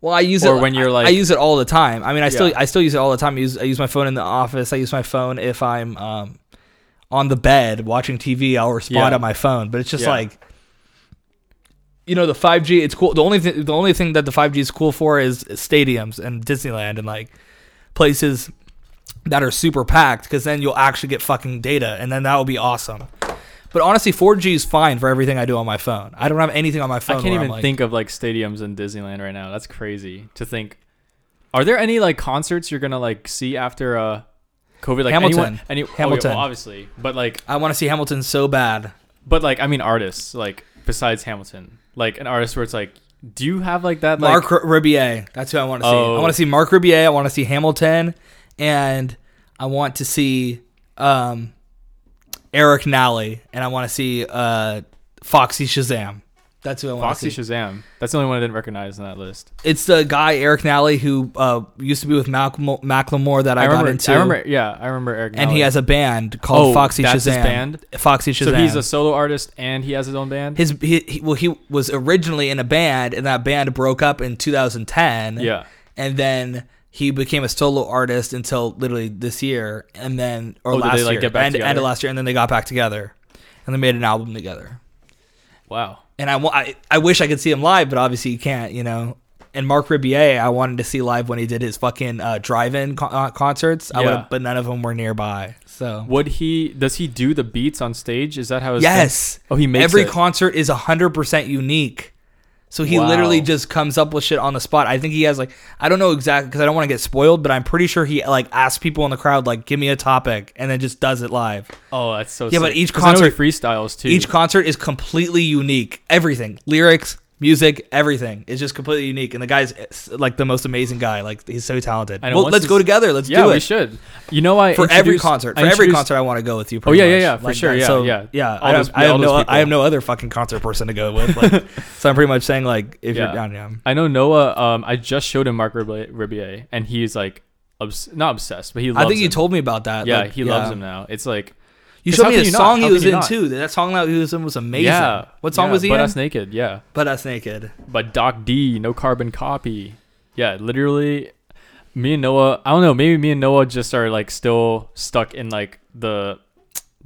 [SPEAKER 1] Well, I use
[SPEAKER 2] Or
[SPEAKER 1] it
[SPEAKER 2] when you're,
[SPEAKER 1] I-
[SPEAKER 2] like-
[SPEAKER 1] I use it all the time. I mean, I still
[SPEAKER 2] Yeah.
[SPEAKER 1] I still use it all the time. I use I use my phone in the office. I use my phone if I'm um on the bed watching TV. I'll respond
[SPEAKER 2] Yeah.
[SPEAKER 1] on my phone, but it's just
[SPEAKER 2] Yeah.
[SPEAKER 1] like you know the 5G. It's cool. The only thing the only thing that the 5G is cool for is stadiums and Disneyland and like places that are super packed because then you'll actually get fucking data and then that will be awesome. But honestly, 4G is fine for everything I do on my phone. I don't have anything on my
[SPEAKER 2] I
[SPEAKER 1] phone.
[SPEAKER 2] can't
[SPEAKER 1] where I'm
[SPEAKER 2] even
[SPEAKER 1] like-
[SPEAKER 2] think of like stadiums in Disneyland right now. That's crazy to think. Are there any like concerts you're gonna like see after uh COVID? Like
[SPEAKER 1] Hamilton.
[SPEAKER 2] Anyone, any, oh, yeah,
[SPEAKER 1] Hamilton.
[SPEAKER 2] well, obviously, but like,
[SPEAKER 1] I want to see Hamilton so bad.
[SPEAKER 2] but like, I mean, artists like besides Hamilton, like an artist where it's like, do you have like that? Like,
[SPEAKER 1] Mark R- Ribier. That's who I want to see. I
[SPEAKER 2] Oh.
[SPEAKER 1] want to see Mark Ribier. I want to see Hamilton, and I want to see um, Eric Nally, and I want to see uh, Foxy Shazam. That's who I want
[SPEAKER 2] Foxy
[SPEAKER 1] to see.
[SPEAKER 2] Shazam. That's the only one I didn't recognize in that list.
[SPEAKER 1] it's the guy Eric Nally who uh, used to be with Malcolm Macklemore that I,
[SPEAKER 2] I
[SPEAKER 1] got
[SPEAKER 2] remember.
[SPEAKER 1] into.
[SPEAKER 2] I remember. Yeah, I remember Eric.
[SPEAKER 1] and he
[SPEAKER 2] Nolly.
[SPEAKER 1] has a band called
[SPEAKER 2] Oh,
[SPEAKER 1] Foxy
[SPEAKER 2] that's
[SPEAKER 1] Shazam.
[SPEAKER 2] his band?
[SPEAKER 1] Foxy Shazam.
[SPEAKER 2] So he's a solo artist and he has his own band.
[SPEAKER 1] his he, he, well he was originally in a band and that band broke up in 2010.
[SPEAKER 2] yeah.
[SPEAKER 1] and then he became a solo artist until literally this year, and then or
[SPEAKER 2] Oh, did they,
[SPEAKER 1] last
[SPEAKER 2] like,
[SPEAKER 1] year,
[SPEAKER 2] get back
[SPEAKER 1] end, end
[SPEAKER 2] together?
[SPEAKER 1] of last year, and then they got back together, and they made an album together.
[SPEAKER 2] Wow.
[SPEAKER 1] And I, wa- I, I wish I could see him live, but obviously you can't, you know. And Mark Ribier, I wanted to see live when he did his fucking uh, drive-in con- uh, concerts. I
[SPEAKER 2] Yeah.
[SPEAKER 1] would, but none of them were nearby. So
[SPEAKER 2] Would he? Does he do the beats on stage? Is that how? His
[SPEAKER 1] yes,
[SPEAKER 2] Oh, he makes
[SPEAKER 1] every
[SPEAKER 2] it.
[SPEAKER 1] concert is hundred percent unique. So he literally
[SPEAKER 2] Wow.
[SPEAKER 1] just comes up with shit on the spot. I think he has like I don't know exactly because I don't want to get spoiled, but I'm pretty sure he like asks people in the crowd like give me a topic and then just does it live.
[SPEAKER 2] Oh, that's so.
[SPEAKER 1] Yeah, but
[SPEAKER 2] sick.
[SPEAKER 1] each
[SPEAKER 2] 'Cause I know he
[SPEAKER 1] concert-
[SPEAKER 2] freestyles too.
[SPEAKER 1] Each concert is completely unique. Everything, lyrics, music, everything is just completely unique. And the guy's eh, like the most amazing guy. Like he's so talented.
[SPEAKER 2] I know,
[SPEAKER 1] Well,
[SPEAKER 2] once
[SPEAKER 1] let's
[SPEAKER 2] this-
[SPEAKER 1] go together. Let's
[SPEAKER 2] yeah,
[SPEAKER 1] do
[SPEAKER 2] we
[SPEAKER 1] it
[SPEAKER 2] should. You know, I
[SPEAKER 1] for every
[SPEAKER 2] introduced-
[SPEAKER 1] concert.
[SPEAKER 2] I
[SPEAKER 1] For every
[SPEAKER 2] introduced-
[SPEAKER 1] concert, I want to go with you.
[SPEAKER 2] Oh, yeah,
[SPEAKER 1] pretty
[SPEAKER 2] yeah,
[SPEAKER 1] much.
[SPEAKER 2] yeah, for sure,
[SPEAKER 1] that.
[SPEAKER 2] yeah,
[SPEAKER 1] so,
[SPEAKER 2] yeah.
[SPEAKER 1] yeah.
[SPEAKER 2] All
[SPEAKER 1] I,
[SPEAKER 2] those-
[SPEAKER 1] have, I have
[SPEAKER 2] all
[SPEAKER 1] no,
[SPEAKER 2] those
[SPEAKER 1] I have
[SPEAKER 2] people.
[SPEAKER 1] no other fucking concert person to go with.
[SPEAKER 2] [LAUGHS]
[SPEAKER 1] Like, so I'm pretty much saying like, if you're
[SPEAKER 2] Yeah.
[SPEAKER 1] down, yeah.
[SPEAKER 2] I know Noah. Um, I just showed him Mark Ribier, Ribier and he's like, obs- not obsessed, but he. Loves
[SPEAKER 1] I think
[SPEAKER 2] him.
[SPEAKER 1] you told me about that.
[SPEAKER 2] Yeah,
[SPEAKER 1] like,
[SPEAKER 2] he loves him now. It's like
[SPEAKER 1] You
[SPEAKER 2] 'Cause
[SPEAKER 1] showed
[SPEAKER 2] how
[SPEAKER 1] me
[SPEAKER 2] can
[SPEAKER 1] the
[SPEAKER 2] you not?
[SPEAKER 1] song
[SPEAKER 2] How
[SPEAKER 1] he
[SPEAKER 2] can
[SPEAKER 1] was
[SPEAKER 2] you
[SPEAKER 1] in
[SPEAKER 2] not?
[SPEAKER 1] too. That song that he was in was amazing.
[SPEAKER 2] yeah.
[SPEAKER 1] What song
[SPEAKER 2] yeah,
[SPEAKER 1] was he
[SPEAKER 2] Butt
[SPEAKER 1] in?
[SPEAKER 2] Ass Naked. Yeah,
[SPEAKER 1] Butt ass naked.
[SPEAKER 2] but Doc D, no carbon copy. Yeah, literally. Me and Noah, I don't know. Maybe me and Noah just are like still stuck in like the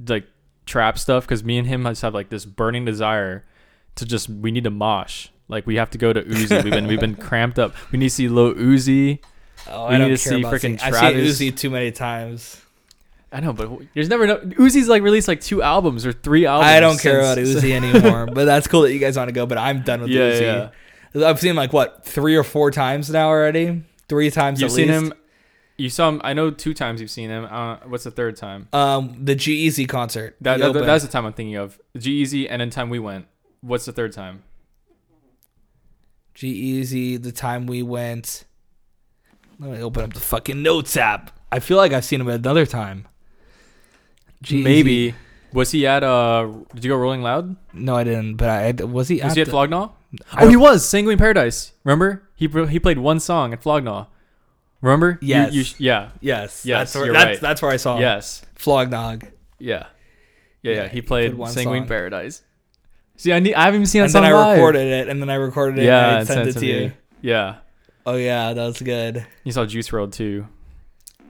[SPEAKER 2] like trap stuff because me and him just have like this burning desire to just we need to mosh. Like we have to go to Uzi. We've been we've been cramped up. We need to see Lil Uzi.
[SPEAKER 1] Oh,
[SPEAKER 2] We need to see freaking
[SPEAKER 1] seeing- I've
[SPEAKER 2] Travis.
[SPEAKER 1] seen Uzi too many times.
[SPEAKER 2] I know, but there's never no Uzi's like released like two albums or three albums.
[SPEAKER 1] I don't care about
[SPEAKER 2] since-
[SPEAKER 1] Uzi
[SPEAKER 2] [LAUGHS]
[SPEAKER 1] anymore, but that's cool that you guys want to go. But I'm done with
[SPEAKER 2] Yeah,
[SPEAKER 1] Uzi. I've seen him like what three or four times now already. Three times.
[SPEAKER 2] You've
[SPEAKER 1] at
[SPEAKER 2] seen
[SPEAKER 1] least.
[SPEAKER 2] him. You saw him. I know two times you've seen him. Uh, what's the third time?
[SPEAKER 1] Um, the G Easy concert.
[SPEAKER 2] That,
[SPEAKER 1] the
[SPEAKER 2] that,
[SPEAKER 1] open.
[SPEAKER 2] that's the time I'm thinking of. G Easy and then time we went. What's the third time?
[SPEAKER 1] G Easy. The time we went. Let me open up the fucking notes app. I feel like I've seen him another time. G-Eazy.
[SPEAKER 2] Maybe. Was he at uh? Did you go Rolling Loud?
[SPEAKER 1] No, I didn't. But I was he.
[SPEAKER 2] Was
[SPEAKER 1] at
[SPEAKER 2] he at
[SPEAKER 1] the-
[SPEAKER 2] Flognaw?
[SPEAKER 1] I
[SPEAKER 2] Oh, he was. Sanguine Paradise. Remember? He pr- he played one song at Flognaw. Remember? You-
[SPEAKER 1] Yes.
[SPEAKER 2] you sh- yeah.
[SPEAKER 1] Yes.
[SPEAKER 2] Yes,
[SPEAKER 1] That's where,
[SPEAKER 2] you're
[SPEAKER 1] that's,
[SPEAKER 2] right.
[SPEAKER 1] that's where I saw him.
[SPEAKER 2] Yes.
[SPEAKER 1] Flognog.
[SPEAKER 2] Yeah. Yeah. Yeah.
[SPEAKER 1] Yeah,
[SPEAKER 2] He
[SPEAKER 1] he
[SPEAKER 2] played
[SPEAKER 1] played one
[SPEAKER 2] Sanguine
[SPEAKER 1] song.
[SPEAKER 2] Paradise. See, I need. I haven't even seen that
[SPEAKER 1] And
[SPEAKER 2] song
[SPEAKER 1] then I
[SPEAKER 2] live.
[SPEAKER 1] recorded it, and then I recorded it,
[SPEAKER 2] Yeah,
[SPEAKER 1] and I
[SPEAKER 2] and
[SPEAKER 1] sent it
[SPEAKER 2] sent
[SPEAKER 1] to
[SPEAKER 2] me.
[SPEAKER 1] you.
[SPEAKER 2] Yeah.
[SPEAKER 1] Oh yeah, that was good.
[SPEAKER 2] You saw Juice World too.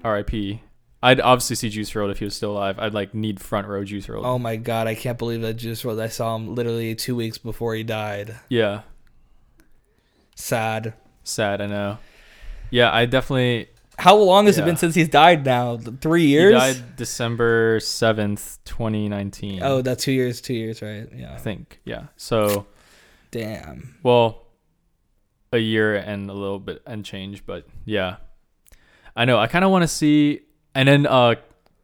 [SPEAKER 2] R.I.P. I'd obviously see Juice World if he was still alive. I'd like need front row Juice World.
[SPEAKER 1] Oh my god, I can't believe that Juice World. I saw him literally two weeks before he died.
[SPEAKER 2] Yeah.
[SPEAKER 1] Sad.
[SPEAKER 2] Sad, I know. Yeah, I definitely.
[SPEAKER 1] How long has it
[SPEAKER 2] Yeah.
[SPEAKER 1] been since he's died now? Th- Three
[SPEAKER 2] He
[SPEAKER 1] years?
[SPEAKER 2] died December seventh, twenty nineteen.
[SPEAKER 1] Oh, that's two years, two years, right? Yeah.
[SPEAKER 2] I think yeah. So
[SPEAKER 1] Damn.
[SPEAKER 2] well, a year and a little bit and change, but yeah. I know. I kind of want to see, and then uh,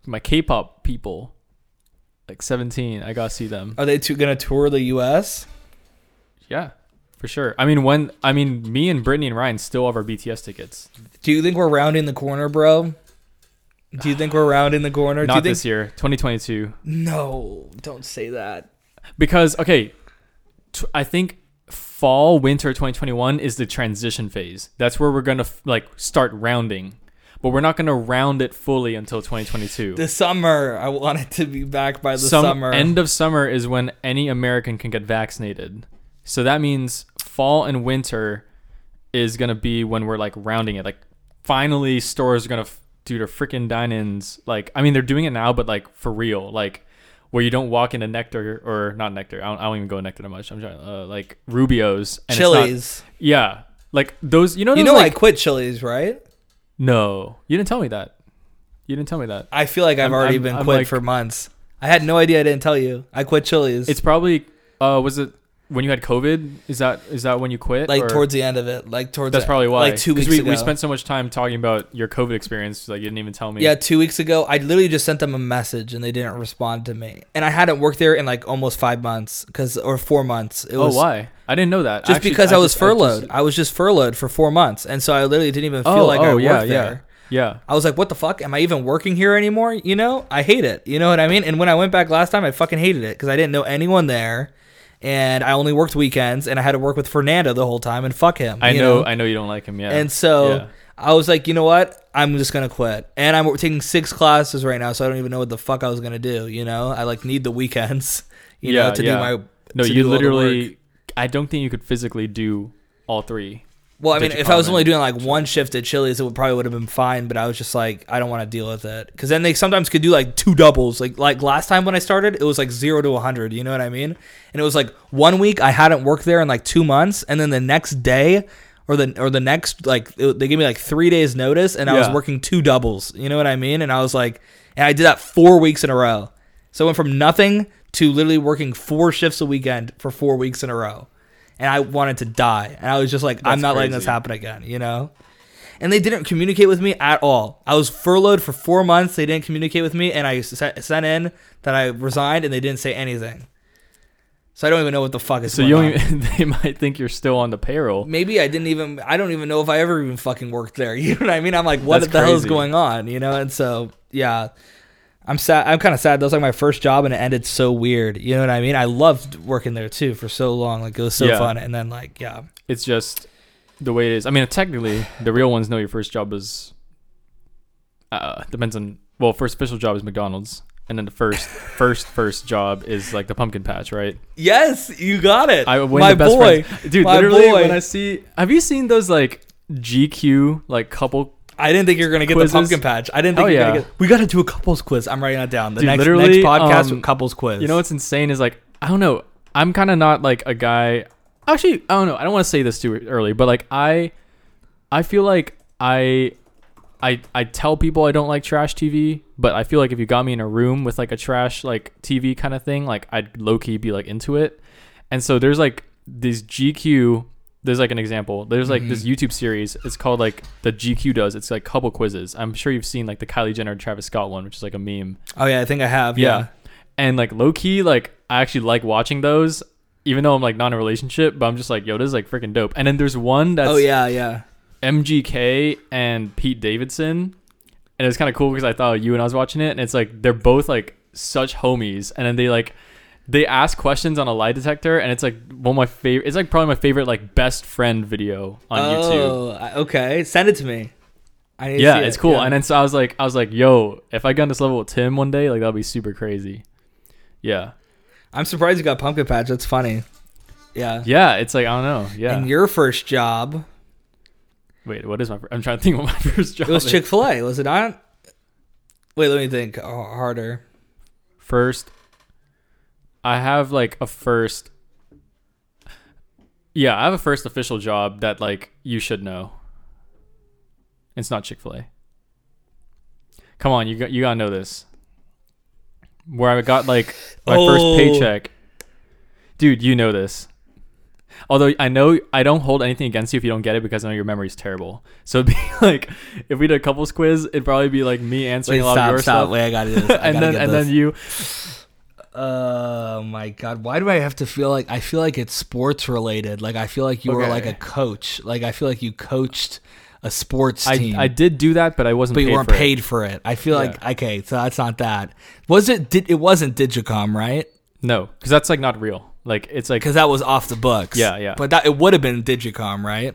[SPEAKER 2] my K-pop people, like seventeen. I gotta see them.
[SPEAKER 1] Are they two gonna tour the U.S.?
[SPEAKER 2] Yeah, for sure. I mean, when I mean, me and Brittany and Ryan still have our BTS tickets.
[SPEAKER 1] Do you think we're rounding the corner, bro? Do you think we're rounding the corner?
[SPEAKER 2] Not
[SPEAKER 1] Do you
[SPEAKER 2] this
[SPEAKER 1] think?
[SPEAKER 2] year, 2022.
[SPEAKER 1] No, don't say that.
[SPEAKER 2] Because okay, t- I think fall winter 2021 is the transition phase. That's where we're gonna f- like start rounding, but we're not gonna round it fully until 2022.
[SPEAKER 1] The summer, I want it to be back by the
[SPEAKER 2] Some-
[SPEAKER 1] summer.
[SPEAKER 2] end of summer is when any American can get vaccinated. So that means fall and winter is gonna be when we're like rounding it. Like finally, stores are gonna f- do their freaking dine-ins. Like I mean, they're doing it now, but like for real, like where you don't walk into Nectar or not Nectar. I don't, I don't even go to Nectar that much. I'm trying uh, like Rubio's and it's not-
[SPEAKER 1] Chili's.
[SPEAKER 2] yeah, like those. You know,
[SPEAKER 1] you
[SPEAKER 2] those,
[SPEAKER 1] know
[SPEAKER 2] like
[SPEAKER 1] I quit Chili's, right?
[SPEAKER 2] no, you didn't tell me that. You didn't tell me that.
[SPEAKER 1] I feel like I've
[SPEAKER 2] I'm-
[SPEAKER 1] already
[SPEAKER 2] I'm-
[SPEAKER 1] been
[SPEAKER 2] I'm
[SPEAKER 1] quit
[SPEAKER 2] like-
[SPEAKER 1] for months. I had no idea. I didn't tell you. I quit Chili's.
[SPEAKER 2] It's probably uh was it when you had COVID? Is that is that when you quit?
[SPEAKER 1] like
[SPEAKER 2] or-
[SPEAKER 1] towards the end of it. Like towards
[SPEAKER 2] that's probably why.
[SPEAKER 1] Like two
[SPEAKER 2] 'Cause
[SPEAKER 1] weeks
[SPEAKER 2] we,
[SPEAKER 1] ago.
[SPEAKER 2] we spent so much time talking about your COVID experience, like you didn't even tell me.
[SPEAKER 1] Yeah, two weeks ago, I literally just sent them a message and they didn't respond to me. And I hadn't worked there in like almost five months, cause or four months. It was
[SPEAKER 2] oh, why? I didn't know that.
[SPEAKER 1] just
[SPEAKER 2] Actually,
[SPEAKER 1] because I, was
[SPEAKER 2] just-
[SPEAKER 1] furloughed. I,
[SPEAKER 2] just-
[SPEAKER 1] was just furloughed for four months, and so I literally didn't even feel
[SPEAKER 2] oh,
[SPEAKER 1] like I
[SPEAKER 2] oh,
[SPEAKER 1] worked
[SPEAKER 2] yeah,
[SPEAKER 1] there.
[SPEAKER 2] yeah, yeah.
[SPEAKER 1] I was like, what the fuck? Am I even working here anymore? You know, I hate it. You know what I mean? And when I went back last time, I fucking hated it because I didn't know anyone there. And I only worked weekends and I had to work with Fernando the whole time and fuck him.
[SPEAKER 2] I
[SPEAKER 1] you
[SPEAKER 2] know, I know you don't like him. Yeah,
[SPEAKER 1] And so
[SPEAKER 2] Yeah.
[SPEAKER 1] I was like, you know what? I'm just going to quit. And I'm taking six classes right now, so I don't even know what the fuck I was going to do. You know, I like need the weekends, [LAUGHS] you
[SPEAKER 2] yeah,
[SPEAKER 1] know, to
[SPEAKER 2] yeah.
[SPEAKER 1] do my.
[SPEAKER 2] no,
[SPEAKER 1] to
[SPEAKER 2] you
[SPEAKER 1] do all the work.
[SPEAKER 2] literally. I don't think you could physically do all three.
[SPEAKER 1] Well, I mean,
[SPEAKER 2] did you
[SPEAKER 1] if I was
[SPEAKER 2] comment?
[SPEAKER 1] only doing like one shift at Chili's, it would probably would have been fine. But I was just like, I don't want to deal with it because then they sometimes could do like two doubles. Like like last time when I started, it was like zero to hundred. You know what I mean? And it was like one week I hadn't worked there in like two months, and then the next day. Or the, or the next like it- they gave me like three days notice and I was
[SPEAKER 2] Yeah.
[SPEAKER 1] working two doubles you know what I mean and I was like and I did that four weeks in a row so I went from nothing to literally working four shifts a weekend for four weeks in a row and I wanted to die and I was just like I'm
[SPEAKER 2] That's
[SPEAKER 1] not letting this
[SPEAKER 2] crazy.
[SPEAKER 1] happen again, you know? And they didn't communicate with me at all. I was furloughed for four months. They didn't communicate with me, and I se- sent in that I resigned, and they didn't say anything. So I don't even know what the fuck is
[SPEAKER 2] So
[SPEAKER 1] going
[SPEAKER 2] you
[SPEAKER 1] on.
[SPEAKER 2] don't even, [LAUGHS] they might think you're still on the payroll.
[SPEAKER 1] Maybe I didn't even. I don't even know if I ever even fucking worked there. [LAUGHS] You know what I mean? I'm like, what
[SPEAKER 2] That's
[SPEAKER 1] the hell is
[SPEAKER 2] crazy.
[SPEAKER 1] going on? You know? And so yeah, I'm sad. I'm kind of sad. That was like my first job, and it ended so weird. You know what I mean? I loved working there too for so long. Like it was so
[SPEAKER 2] Yeah.
[SPEAKER 1] fun, and then like yeah,
[SPEAKER 2] It's just the way it is. I mean, technically, the real ones know your first job is. Uh, depends on well, first official job is McDonald's, and then
[SPEAKER 1] [LAUGHS]
[SPEAKER 2] the first first first job is like the pumpkin patch, right?
[SPEAKER 1] yes, you got it.
[SPEAKER 2] I when
[SPEAKER 1] my
[SPEAKER 2] the best
[SPEAKER 1] boy,
[SPEAKER 2] friends- dude.
[SPEAKER 1] My
[SPEAKER 2] literally,
[SPEAKER 1] boy.
[SPEAKER 2] when I see, have you seen those like GQ like couple?
[SPEAKER 1] I didn't think you were gonna get
[SPEAKER 2] Quizzes?
[SPEAKER 1] the pumpkin patch. I didn't think
[SPEAKER 2] Hell
[SPEAKER 1] you were
[SPEAKER 2] yeah.
[SPEAKER 1] gonna get. We gotta do a couples quiz. I'm writing that down. The
[SPEAKER 2] Dude,
[SPEAKER 1] next, next
[SPEAKER 2] literally,
[SPEAKER 1] podcast,
[SPEAKER 2] um,
[SPEAKER 1] couples quiz.
[SPEAKER 2] You know what's insane is like I don't know. I'm kind of not like a guy. Actually, I don't know. I don't want to say this too early, but like I, I feel like I. I, I tell people I don't like trash TV, but I feel like if you got me in a room with like a trash like TV kind of thing, like I'd low key be like into it. And so there's like these GQ. There's like an example. There's like this YouTube series. It's called like the GQ does. It's like couple quizzes. I'm sure you've seen like the Kylie Jenner Travis Scott one, which is like a meme.
[SPEAKER 1] Oh yeah, I think I have.
[SPEAKER 2] Yeah.
[SPEAKER 1] Yeah.
[SPEAKER 2] And like low key, like I actually like watching those, even though I'm like not in a relationship, but I'm just like, yo, this is like freaking dope. And then there's one that's
[SPEAKER 1] Oh yeah, yeah.
[SPEAKER 2] MGK and Pete Davidson. And it was kind of cool because I thought you and I was watching it, and it's like they're both like such homies. And then they like they ask questions on a lie detector, and it's like one of my favorite. It's like probably my favorite like best friend video on YouTube
[SPEAKER 1] oh, I- okay. Send it to me. I need to
[SPEAKER 2] yeah,
[SPEAKER 1] see
[SPEAKER 2] it's
[SPEAKER 1] it,
[SPEAKER 2] cool.
[SPEAKER 1] yeah.
[SPEAKER 2] And then so I was like, I was like, yo, if I got on this level with Tim one day, like that'd be super crazy. Yeah,
[SPEAKER 1] I'm surprised you got pumpkin patch. That's funny. Yeah.
[SPEAKER 2] yeah. It's like I don't know. Yeah.
[SPEAKER 1] And your first job,
[SPEAKER 2] Wait, what is my? fir- I'm trying to think what my [LAUGHS] first job.
[SPEAKER 1] it was
[SPEAKER 2] is.
[SPEAKER 1] Chick Fil A, was it not? Wait, let me think h- harder.
[SPEAKER 2] first. I have like a first. Yeah, I have a first official job that like you should know. It's not Chick Fil A. Come on, you got you gotta know this. Where I got like my
[SPEAKER 1] Oh.
[SPEAKER 2] first paycheck, dude. You know this. Although I know I don't hold anything against you if you don't get it because I know your memory's terrible. So it'd be [LAUGHS] like if we did a couples quiz, it'd probably be like me answering
[SPEAKER 1] Wait,
[SPEAKER 2] a lot of
[SPEAKER 1] stop,
[SPEAKER 2] your
[SPEAKER 1] stop.
[SPEAKER 2] stuff,
[SPEAKER 1] Wait, I gotta do this. I
[SPEAKER 2] [LAUGHS] and
[SPEAKER 1] gotta
[SPEAKER 2] then
[SPEAKER 1] get
[SPEAKER 2] and
[SPEAKER 1] this.
[SPEAKER 2] then you.
[SPEAKER 1] Oh my god, why do I have to feel like I feel like it's sports related? Like I feel like you were
[SPEAKER 2] Okay.
[SPEAKER 1] like a coach. Like I feel like you coached a sports
[SPEAKER 2] I,
[SPEAKER 1] team.
[SPEAKER 2] I did do that, but I wasn't.
[SPEAKER 1] but you
[SPEAKER 2] paid
[SPEAKER 1] weren't
[SPEAKER 2] for it.
[SPEAKER 1] paid for it. I feel like
[SPEAKER 2] Yeah.
[SPEAKER 1] okay, so that's not that. Was it did it wasn't Digicom, right?
[SPEAKER 2] No, because that's like not real. Like it's like
[SPEAKER 1] Cuz that was off the books.
[SPEAKER 2] Yeah, yeah.
[SPEAKER 1] But that it would have been Digicom, right?